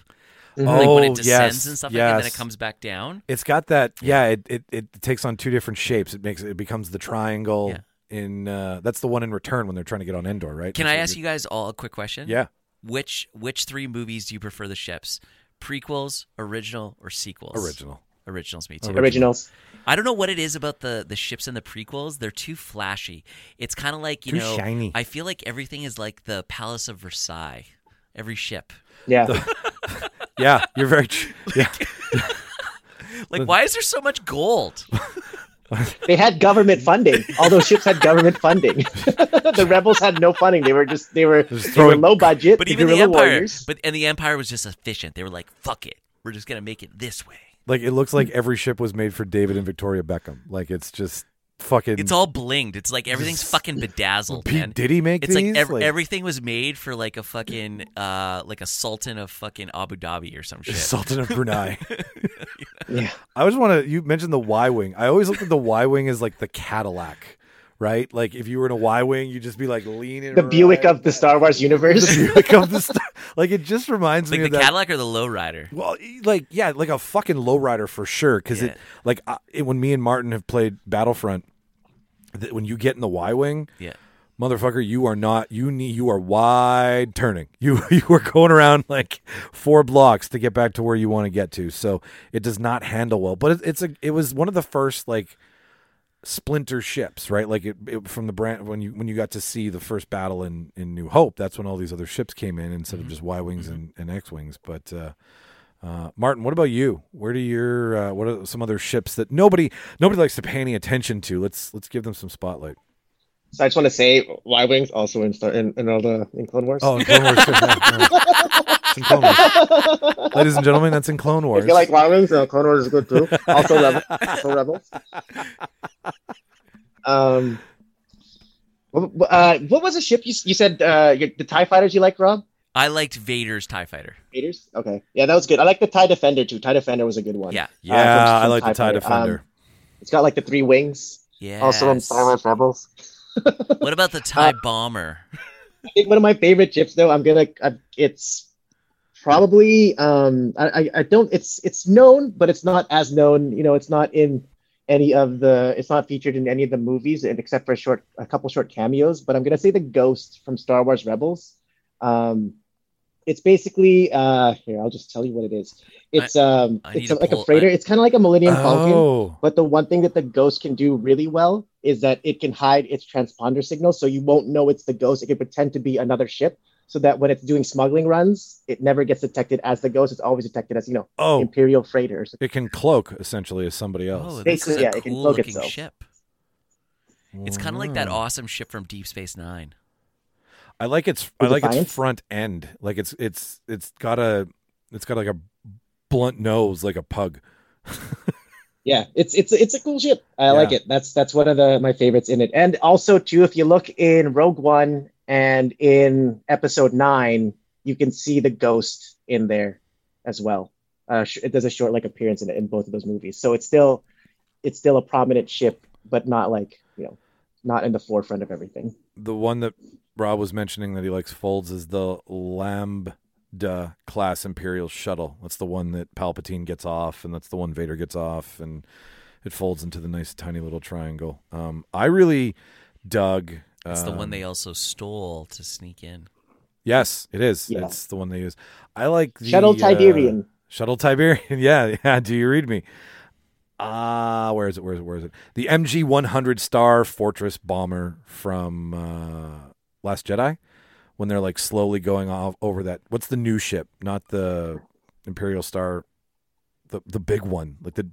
Speaker 5: like
Speaker 1: Oh,
Speaker 5: when it descends
Speaker 1: yes,
Speaker 5: and stuff, like that, and then
Speaker 1: yes.
Speaker 5: it comes back down.
Speaker 1: It's got that. Yeah, it, it it takes on two different shapes. It makes it becomes the triangle in. Uh, that's the one in Return when they're trying to get on Endor, right?
Speaker 5: Can
Speaker 1: That's
Speaker 5: I
Speaker 1: what
Speaker 5: ask
Speaker 1: you're-
Speaker 5: you guys all a quick question?
Speaker 1: Yeah.
Speaker 5: Which which three movies do you prefer the ships? Prequels, original, or sequels?
Speaker 1: Original.
Speaker 5: Originals, me too.
Speaker 4: Originals.
Speaker 5: I don't know what it is about the the ships and the prequels. They're too flashy. It's kind of like you
Speaker 1: Too
Speaker 5: know,
Speaker 1: shiny.
Speaker 5: I feel like everything is like the Palace of Versailles. Every ship.
Speaker 4: Yeah.
Speaker 1: Yeah, you're very. tr- Yeah,
Speaker 5: Like, why is there so much gold?
Speaker 4: they had government funding. All those ships had government funding. the rebels had no funding. They were just they were, they were
Speaker 1: throwing-
Speaker 4: low budget.
Speaker 5: But
Speaker 4: the
Speaker 5: even the
Speaker 4: guerrilla
Speaker 5: Empire,
Speaker 4: warriors.
Speaker 5: but and the Empire was just efficient. They were like, "Fuck it, we're just gonna make it this way."
Speaker 1: like it looks like every ship was made for David and Victoria Beckham. Like it's just fucking.
Speaker 5: It's all blinged. It's like everything's fucking bedazzled.
Speaker 1: Pete
Speaker 5: man.
Speaker 1: Diddy make
Speaker 5: it's
Speaker 1: these?
Speaker 5: like, ev-
Speaker 1: Like-
Speaker 5: everything was made for like a fucking uh like a sultan of fucking Abu Dhabi or some shit.
Speaker 1: Sultan of Brunei.
Speaker 4: yeah.
Speaker 1: I always want to. You mentioned the Y wing. I always looked at the Y wing as like the Cadillac, right? Like if you were in a Y wing, you'd just be like leaning.
Speaker 4: The Buick
Speaker 1: right-
Speaker 4: of the Star Wars universe.
Speaker 1: Buick of the star. Like it just reminds
Speaker 5: like
Speaker 1: me
Speaker 5: the
Speaker 1: of that.
Speaker 5: Cadillac or the lowrider.
Speaker 1: Well, e- like yeah, like a fucking lowrider for sure. Because
Speaker 5: Yeah.
Speaker 1: it, like, I, it, when me and Martin have played Battlefront, th- when you get in the Y wing,
Speaker 5: Yeah.
Speaker 1: motherfucker, you are not you need you are wide turning. You you are going around like four blocks to get back to where you want to get to. So it does not handle well. But it, it's a it was one of the first like splinter ships, right? Like it, it from the brand when you when you got to see the first battle in in New Hope. That's when all these other ships came in instead
Speaker 5: Mm-hmm.
Speaker 1: of just Y wings and, and X wings. But uh, uh, Martin, what about you? Where do your uh, what are some other ships that nobody nobody likes to pay any attention to? Let's let's give them some spotlight.
Speaker 4: So I just want to say, Y wings also in, Star- in in all the in Clone Wars.
Speaker 1: Oh, in Clone Wars. too. Yeah, yeah. It's in Clone Wars. Ladies and gentlemen, that's in Clone Wars.
Speaker 4: If you like Y wings, uh, Clone Wars is good too. Also, Rebel, also rebels. Um, what, what- uh, what was the ship you, s- you said uh, your, the Tie fighters you like, Rob?
Speaker 5: I liked Vader's Tie Fighter.
Speaker 4: Raiders? Okay, yeah, that was good. I like the Tie Defender too. Tie Defender was a good one.
Speaker 5: Yeah.
Speaker 1: yeah,
Speaker 4: Uh, from-
Speaker 1: I
Speaker 4: from
Speaker 1: like the Tie
Speaker 4: Fighter.
Speaker 1: Defender.
Speaker 4: Um, it's got like the three wings.
Speaker 5: Yeah.
Speaker 4: Also Uh, in Star Wars Rebels.
Speaker 5: What about the Tie Bomber?
Speaker 4: I think one of my favorite chips though. I'm gonna. I, it's probably. Um, I, I. I don't. It's. It's known, but it's not as known. You know, it's not in any of the. It's not featured in any of the movies, and except for a short, a couple short cameos. But I'm gonna say the ghost from Star Wars Rebels. Um, it's basically. Uh, here, I'll just tell you what it is. It's um.
Speaker 5: I need
Speaker 4: It's
Speaker 5: to
Speaker 4: like
Speaker 5: pull-
Speaker 4: a freighter.
Speaker 5: I-
Speaker 4: it's kind of like a Millennium Falcon.
Speaker 1: Oh,
Speaker 4: But the one thing that the ghost can do really well is that it can hide its transponder signal, so you won't know it's the ghost. It can pretend to be another ship, so that when it's doing smuggling runs, it never gets detected as the ghost. It's always detected as you know
Speaker 1: oh,
Speaker 4: Imperial freighters.
Speaker 1: it can cloak essentially as somebody
Speaker 5: Oh,
Speaker 1: else.
Speaker 5: this is
Speaker 4: Basically, yeah,
Speaker 5: a
Speaker 4: it can
Speaker 5: cool
Speaker 4: cloak
Speaker 5: looking
Speaker 4: itself.
Speaker 5: ship. It's kind of like
Speaker 1: Mm.
Speaker 5: that awesome ship from Deep Space Nine.
Speaker 1: Hmm. I like its.
Speaker 4: The
Speaker 1: I like its
Speaker 4: Defiant?
Speaker 1: front end. Like it's it's it's got a it's got like a blunt nose like a pug.
Speaker 4: Yeah, it's it's it's a cool ship. I
Speaker 1: Yeah.
Speaker 4: like it. That's that's one of the my favorites in it. And also too, if you look in Rogue One and in Episode Nine, you can see the ghost in there as well. Uh, sh- it does a short like appearance in it in both of those movies. So it's still it's still a prominent ship, but not like you know not in the forefront of everything.
Speaker 1: the one that Rob was mentioning that he likes folds is the Lambda class Imperial shuttle. That's the one that Palpatine gets off, and that's the one Vader gets off, and it folds into the nice tiny little triangle. Um, I really dug.
Speaker 5: It's the
Speaker 1: um,
Speaker 5: one they also stole to sneak in.
Speaker 1: Yes, it is.
Speaker 4: Yeah.
Speaker 1: It's the one they use. I like the
Speaker 4: Shuttle
Speaker 1: uh,
Speaker 4: Tiberian.
Speaker 1: Shuttle Tiberian. Yeah, yeah. Do you read me? Ah, where is it? Where is it? Where is it? The MG 100 Star Fortress bomber from uh, Last Jedi, when they're like slowly going off over that. What's the new ship? Not the Imperial Star, the the big one, like the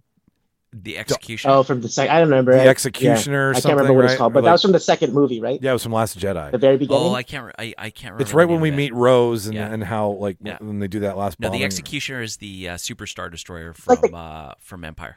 Speaker 5: The execution.
Speaker 4: Oh, from the second. I don't remember.
Speaker 1: the
Speaker 4: I-
Speaker 1: Executioner.
Speaker 4: yeah,
Speaker 1: or
Speaker 4: I
Speaker 1: something,
Speaker 4: can't remember what
Speaker 1: right?
Speaker 4: it's called,
Speaker 1: Or
Speaker 4: but that
Speaker 1: like-
Speaker 4: was from the second movie, right?
Speaker 1: yeah, it was from Last
Speaker 4: The
Speaker 1: Jedi.
Speaker 4: very beginning.
Speaker 5: Oh, I can't. Re- I, I can't. Remember
Speaker 1: It's right
Speaker 5: the
Speaker 1: when
Speaker 5: name
Speaker 1: we
Speaker 5: of it.
Speaker 1: meet Rose and
Speaker 5: Yeah.
Speaker 1: and how like
Speaker 5: Yeah.
Speaker 1: when they do that last.
Speaker 5: No, the
Speaker 1: bombing.
Speaker 5: executioner is the uh, super star destroyer
Speaker 4: Like
Speaker 5: from uh, from Empire.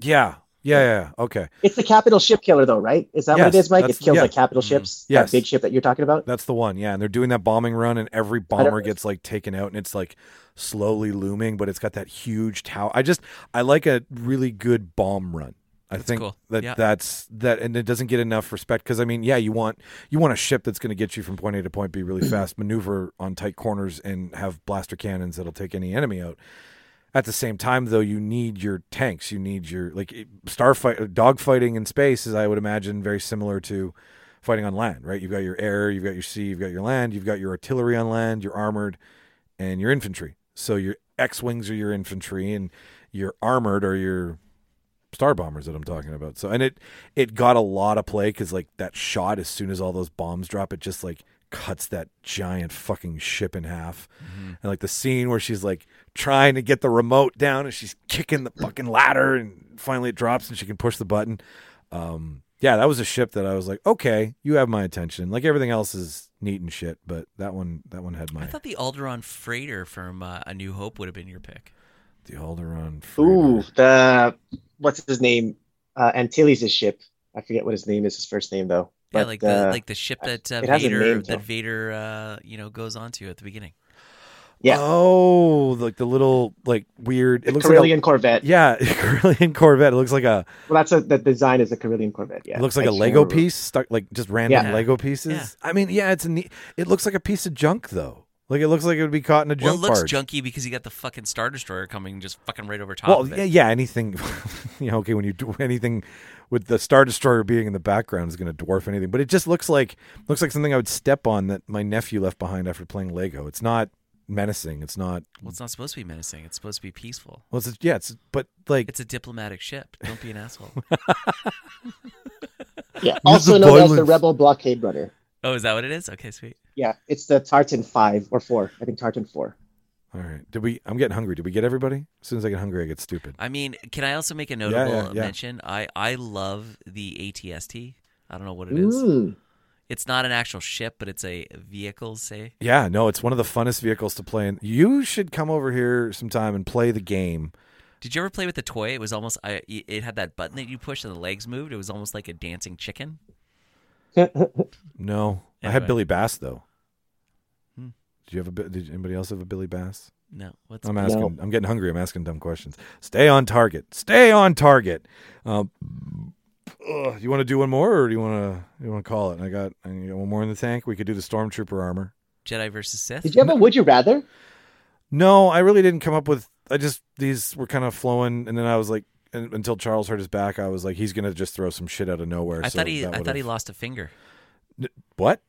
Speaker 1: Yeah, Yeah, yeah, yeah. Okay.
Speaker 4: It's the capital ship killer, though, right? Is that what it
Speaker 1: Yes,
Speaker 4: is, Mike? It
Speaker 1: that's-
Speaker 4: kills
Speaker 1: yeah. Mm-hmm.
Speaker 4: like capital ships.
Speaker 1: Yes.
Speaker 4: That big ship that you're talking about.
Speaker 1: That's the one. Yeah. And they're doing that bombing run, and every
Speaker 4: don't-
Speaker 1: bomber gets like taken out, and it's like slowly looming, but it's got that huge tower. I just, I like a really good bomb run. I think
Speaker 5: cool.
Speaker 1: that
Speaker 5: Yeah.
Speaker 1: that's that, and it doesn't get enough respect because I mean, yeah, you want you want a ship that's going to get you from point A to point B really fast, maneuver on tight corners, and have blaster cannons that'll take any enemy out. At the same time, though, you need your tanks. You need your like it- starfight, uh, dogfighting in space is, I would imagine, very similar to fighting on land. Right? You've got your air, you've got your sea, you've got your land, you've got your artillery on land, your armored, and your infantry. So your X wings are your infantry, and your armored are your star bombers that I'm talking about. So and it it got a lot of play because like that shot as soon as all those bombs drop, it just like cuts that giant fucking ship in half. And like the scene where she's like trying to get the remote down and she's kicking the fucking ladder and finally it drops and she can push the button. Um yeah, that was a ship that I was like, okay, you have my attention. Like everything else is neat and shit, but that one that one had
Speaker 5: I
Speaker 1: my
Speaker 5: thought the Alderon freighter from uh, A New Hope would have been your pick.
Speaker 1: the Alderaan.
Speaker 4: Ooh,
Speaker 1: freighter.
Speaker 4: the what's his name? Uh, Antilles' ship. I forget what his name is. His first name though.
Speaker 5: Yeah,
Speaker 4: But,
Speaker 5: like
Speaker 4: uh,
Speaker 5: the like the ship that uh,
Speaker 4: it has a
Speaker 5: Vader
Speaker 4: name, though.
Speaker 5: that Vader uh, you know goes onto at the beginning.
Speaker 4: yeah.
Speaker 1: Oh, like the little like weird. It looks like a-
Speaker 4: Carillion Corvette.
Speaker 1: Yeah, Carillion Corvette. It looks like a
Speaker 4: Well, that's a, the design is a Carillion Corvette. Yeah.
Speaker 1: it looks like a
Speaker 4: Thanks,
Speaker 1: Lego
Speaker 4: Subaru.
Speaker 1: piece, stuck like just random
Speaker 5: Yeah.
Speaker 1: Lego pieces.
Speaker 5: Yeah.
Speaker 1: I mean, yeah, it's a neat. It looks like a piece of junk though. Like it looks like it would be caught in a
Speaker 5: well,
Speaker 1: junk
Speaker 5: it looks
Speaker 1: barge.
Speaker 5: junky because you got the fucking star destroyer coming just fucking right over top.
Speaker 1: Well,
Speaker 5: of it.
Speaker 1: yeah, yeah, anything. you know, okay, when you do anything with the Star Destroyer being in the background is going to dwarf anything. But it just looks like looks like something I would step on that my nephew left behind after playing Lego. It's not menacing. It's not.
Speaker 5: Well, it's not supposed to be menacing. It's supposed to be peaceful.
Speaker 1: Well, it's, yeah, it's but like
Speaker 5: It's a diplomatic ship. Don't be an asshole.
Speaker 4: Yeah.
Speaker 1: Use the
Speaker 4: Also known as the
Speaker 1: violence.
Speaker 4: Rebel Blockade Runner.
Speaker 5: oh, is that what it is? Okay, sweet.
Speaker 4: Yeah, it's the Tartan Five or Four. I think Tartan Four.
Speaker 1: all right. Did we? I'm getting hungry. Did we get everybody? As soon as I get hungry, I get stupid.
Speaker 5: I mean, can I also make a
Speaker 1: yeah,
Speaker 5: notable
Speaker 1: yeah.
Speaker 5: mention? I I love the ATST. I don't know what it is.
Speaker 4: Mm.
Speaker 5: It's not an actual ship, but it's a vehicle. Say
Speaker 1: Yeah, no, it's one of the funnest vehicles to play. And you should come over here sometime and play the game.
Speaker 5: Did you ever play with the toy? It was almost I. It had that button that you push and the legs moved. It was almost like a dancing chicken.
Speaker 1: No, I had
Speaker 5: Anyway.
Speaker 1: Billy Bass though.
Speaker 5: Hmm.
Speaker 1: Did you have a? Bi- Did anybody else have a Billy Bass?
Speaker 5: No, what's
Speaker 1: I'm asking. I'm getting hungry. I'm asking dumb questions. Stay on target. Stay on target. Um, ugh, you want to do one more, or do you want to? You want to call it? I got. I got one more in the tank. We could do the stormtrooper armor.
Speaker 5: Jedi versus Sith?
Speaker 4: Did you have a Would You Rather?
Speaker 1: No, I really didn't come up with. I just these were kind of flowing, and then I was like, un until Charles hurt his back, I was like, he's gonna just throw some shit out of nowhere.
Speaker 5: I
Speaker 1: so
Speaker 5: thought he.
Speaker 1: that
Speaker 5: I thought
Speaker 1: would've-
Speaker 5: he lost a finger.
Speaker 1: What?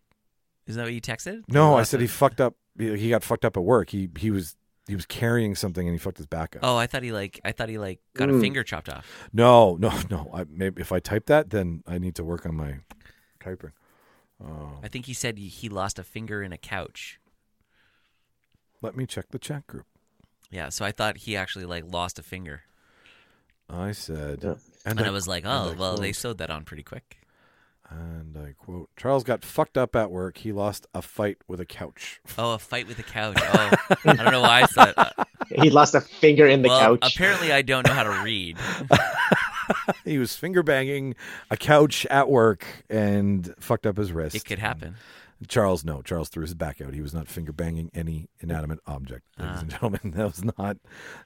Speaker 5: Isn't that what you texted?
Speaker 1: No, I
Speaker 5: Lost
Speaker 1: said
Speaker 5: a-
Speaker 1: he fucked up. He he got fucked up at work. He he was he was carrying something and he fucked his back up.
Speaker 5: Oh, I thought he like. I thought he like got a
Speaker 4: Mm.
Speaker 5: finger chopped off.
Speaker 1: No, no, no. I, maybe if I type that, then I need to work on my typing. Um,
Speaker 5: I think he said he- he lost a finger in a couch.
Speaker 1: let me check the chat group.
Speaker 5: Yeah, so I thought he actually like lost a finger,
Speaker 1: I said,
Speaker 4: Yeah.
Speaker 1: and,
Speaker 5: and, I was like, oh,
Speaker 1: and I
Speaker 5: well, they
Speaker 1: quote-
Speaker 5: sewed that on pretty quick.
Speaker 1: and I quote, Charles got fucked up at work. He lost a fight with a couch.
Speaker 5: Oh, a fight with a couch. Oh, I don't know why I said.
Speaker 4: He lost a finger in the
Speaker 5: well,
Speaker 4: couch.
Speaker 5: apparently I don't know how to read.
Speaker 1: he was finger banging a couch at work and fucked up his wrist.
Speaker 5: It could happen.
Speaker 1: Charles, no, Charles threw his back out. He was not finger banging any inanimate object, ladies and gentlemen. That was not.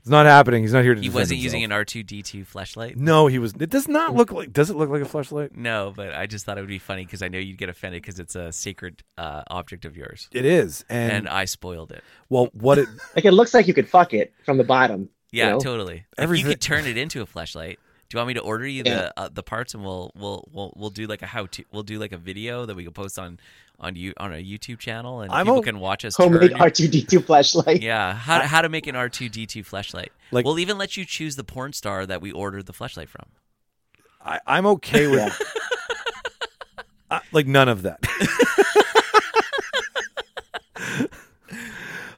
Speaker 1: It's not happening. He's not here to.
Speaker 5: Ah. He
Speaker 1: defend
Speaker 5: wasn't using an
Speaker 1: himself.
Speaker 5: R two D two flashlight.
Speaker 1: No, he was. It does not look like. Does it look like a flashlight?
Speaker 5: No, but I just thought it would be funny because I know you'd get offended because it's a sacred uh, object of yours,
Speaker 1: It is, and,
Speaker 5: and, uh, I spoiled it.
Speaker 1: well, what it
Speaker 4: Like it looks like you could fuck it from the bottom. you
Speaker 5: Yeah,
Speaker 4: know?
Speaker 5: totally. If
Speaker 1: everything-
Speaker 5: you could turn it into a flashlight. Do you want me to order you
Speaker 4: Yeah.
Speaker 5: the uh, the parts and we'll we'll we'll we'll do like a how to we'll do like a video that we can post on on you on our YouTube channel and
Speaker 1: I'm
Speaker 5: people
Speaker 1: o-
Speaker 5: can watch us
Speaker 4: Homemade
Speaker 5: turn-
Speaker 4: R two D two flashlight.
Speaker 5: Yeah, how to, how to make an R two D two flashlight.
Speaker 1: Like-
Speaker 5: we'll even let you choose the porn star that we ordered the flashlight from.
Speaker 1: I, I'm okay with. I- like none of that.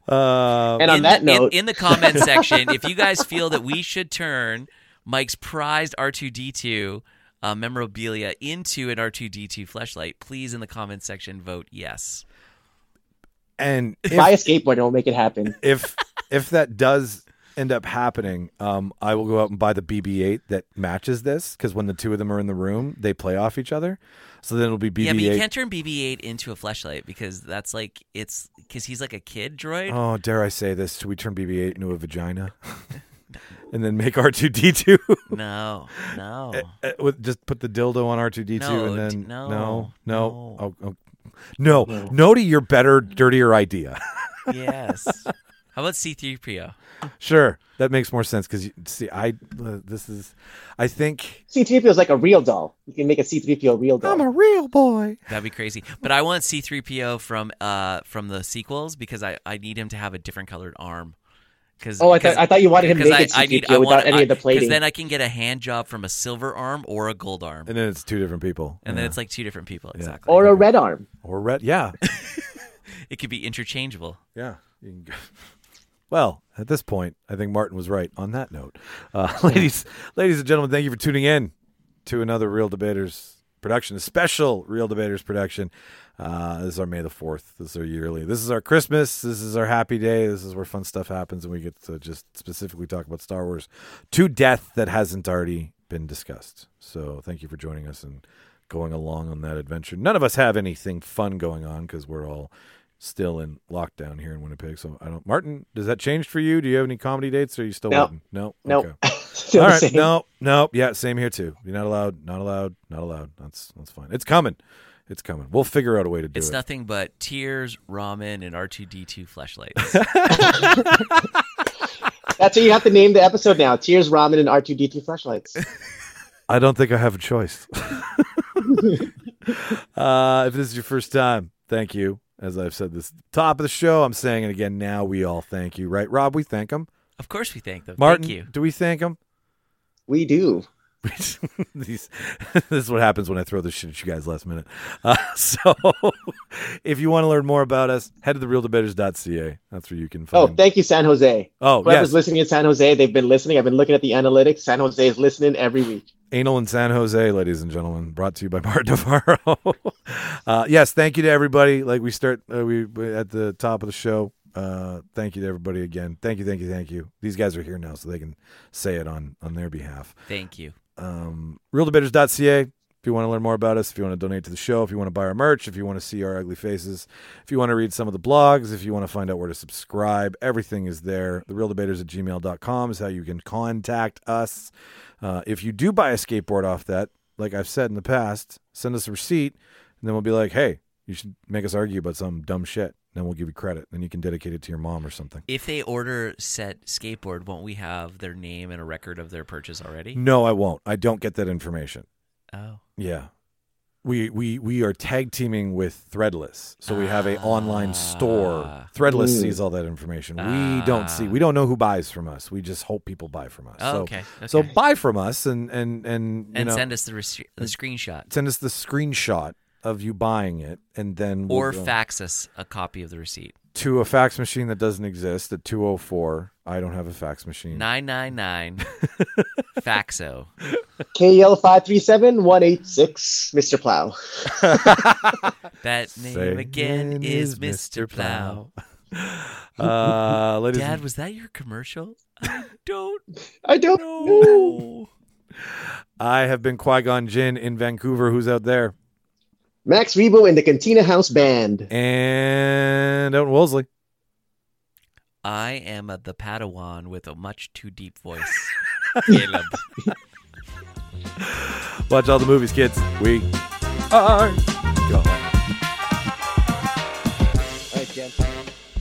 Speaker 1: uh,
Speaker 4: And on
Speaker 5: in,
Speaker 4: that
Speaker 5: in-
Speaker 4: note,
Speaker 5: in, the comment section, if you guys feel that we should turn Mike's prized R2D2 uh, memorabilia into an R2D2 flashlight, please in the comment section vote yes.
Speaker 1: and if,
Speaker 4: buy a skateboard and we'll make it happen.
Speaker 1: if if that does end up happening, um, I will go out and buy the BB-8 that matches this because when the two of them are in the room, they play off each other. So then it'll be BB-8.
Speaker 5: Yeah, but you can't turn BB-8 into a flashlight because that's like it's because he's like a kid droid.
Speaker 1: Oh, dare I say this? Should we turn BB-8 into a vagina? and then make R2D2
Speaker 5: No, no,
Speaker 1: Uh, with just put the dildo on R2D2
Speaker 5: Oh. No,
Speaker 1: and
Speaker 5: d-
Speaker 1: then
Speaker 5: no,
Speaker 1: no no
Speaker 5: no.
Speaker 1: oh, oh. no no to your better dirtier idea.
Speaker 5: yes. How about C-3PO?
Speaker 1: sure, that makes more sense cuz see I uh, this is I think
Speaker 4: C3PO is like a real doll. You can make a C3PO real doll.
Speaker 1: I'm a real boy.
Speaker 5: That'd be crazy. But I want C-3PO from uh from the sequels because I I need him to have a different colored arm. Cause,
Speaker 4: Oh, I thought, I thought you wanted him
Speaker 5: because
Speaker 4: naked
Speaker 5: I, I need,
Speaker 4: C3PO without any of the
Speaker 5: Because
Speaker 4: plating.
Speaker 5: then I can get a hand job from a silver arm or a gold arm, and,
Speaker 1: And then it's two different people.
Speaker 5: then it's like two different people. Exactly.
Speaker 4: or a red arm.
Speaker 1: or red. Yeah.
Speaker 5: It could be interchangeable.
Speaker 1: Yeah. You can go- Well, at this point, I think Martin was right on that note. Uh, ladies, ladies and gentlemen, thank you for tuning in to another Real Debaters production, a special Real Debaters production. Uh, this is our May the 4th. This is our yearly. This is our Christmas. This is our happy day. This is where fun stuff happens, and we get to just specifically talk about Star Wars to death that hasn't already been discussed. So thank you for joining us and going along on that adventure. None of us have anything fun going on because we're all still in lockdown here in Winnipeg. So I don't. Martin, does that change for you? Do you have any comedy dates? Or are you still
Speaker 4: No.
Speaker 1: waiting? No.
Speaker 4: Nope.
Speaker 1: Okay.
Speaker 4: Still
Speaker 1: All
Speaker 4: the
Speaker 1: right.
Speaker 4: same.
Speaker 1: No. No. Yeah. Same here too. You're not allowed. Not allowed. Not allowed. That's that's fine. It's coming. It's coming. We'll figure out a way to do
Speaker 5: It's
Speaker 1: it.
Speaker 5: nothing but tears, ramen, and R2D2 flashlights.
Speaker 4: That's what you have to name the episode now. Tears, ramen, and R2D2 flashlights.
Speaker 1: I don't think I have a choice. uh, if this is your first time, thank you. As I've said this top of the show, I'm saying it again now. We all thank you, right, Rob? We thank him.
Speaker 5: of course, we thank them.
Speaker 1: Martin,
Speaker 5: Thank you.
Speaker 1: do we thank him?
Speaker 4: We do.
Speaker 1: These, this is what happens when I throw this shit at you guys last minute. Uh, so, if you want to learn more about us, head to therealdebaters.ca. That's where you can
Speaker 4: Oh,
Speaker 1: find.
Speaker 4: thank you, San Jose.
Speaker 1: Oh,
Speaker 4: Whoever's
Speaker 1: yes.
Speaker 4: listening in San Jose, they've been listening. I've been looking at the analytics. San Jose is listening every week.
Speaker 1: Anal in San Jose, ladies and gentlemen, brought to you by Martin Navarro. uh, yes, thank you to everybody. Like we start uh, we we- at the top of the show. Uh, thank you to everybody again. Thank you, thank you, thank you. These guys are here now, so they can say it on on their behalf.
Speaker 5: Thank you.
Speaker 1: um, realdebaters.ca if you want to learn more about us, if you want to donate to the show, if you want to buy our merch, if you want to see our ugly faces, if you want to read some of the blogs, if you want to find out where to subscribe, everything is there. The Debaters at gmail.com is how you can contact us. Uh, if you do buy a skateboard off that, like I've said in the past, send us a receipt, and then we'll be like, hey, you should make us argue about some dumb shit. Then we'll give you credit. Then you can dedicate it to your mom or something.
Speaker 5: If they order set skateboard, won't we have their name and a record of their purchase
Speaker 4: Mm.
Speaker 5: already?
Speaker 1: No, I won't. I don't get that information.
Speaker 5: Oh,
Speaker 1: Yeah. We we we are tag teaming with Threadless. So we have a online store.
Speaker 5: Ah.
Speaker 1: Threadless
Speaker 4: Ooh.
Speaker 1: sees all that information. We don't see.
Speaker 5: Ah.
Speaker 1: We don't know who buys from us. We just hope people buy from us.
Speaker 5: Oh,
Speaker 1: so,
Speaker 5: okay,
Speaker 1: So
Speaker 5: okay.
Speaker 1: buy from us and and and you
Speaker 5: and
Speaker 1: know,
Speaker 5: send us the, res- the screenshot
Speaker 1: send us the screenshot of you buying it and then we'll
Speaker 5: or
Speaker 1: go
Speaker 5: fax us a copy of the receipt.
Speaker 1: to a fax machine that doesn't exist at 204. I don't have a fax machine.
Speaker 5: 999 faxo.
Speaker 4: KL537186, Mr. Plow.
Speaker 5: That name
Speaker 1: Say,
Speaker 5: again is Mr. Plow.
Speaker 1: Uh, ladies and
Speaker 5: Dad, was that your commercial? I don't
Speaker 4: I don't know.
Speaker 5: know.
Speaker 1: I have been Qui Gon Jinn in Vancouver. Who's out there?
Speaker 4: Max Rebo and the Cantina House Band.
Speaker 1: And out in Wellesley.
Speaker 5: I am a, the Padawan with a much too deep voice. Caleb.
Speaker 1: Watch all the movies, kids. We are going.
Speaker 4: All right, Jen.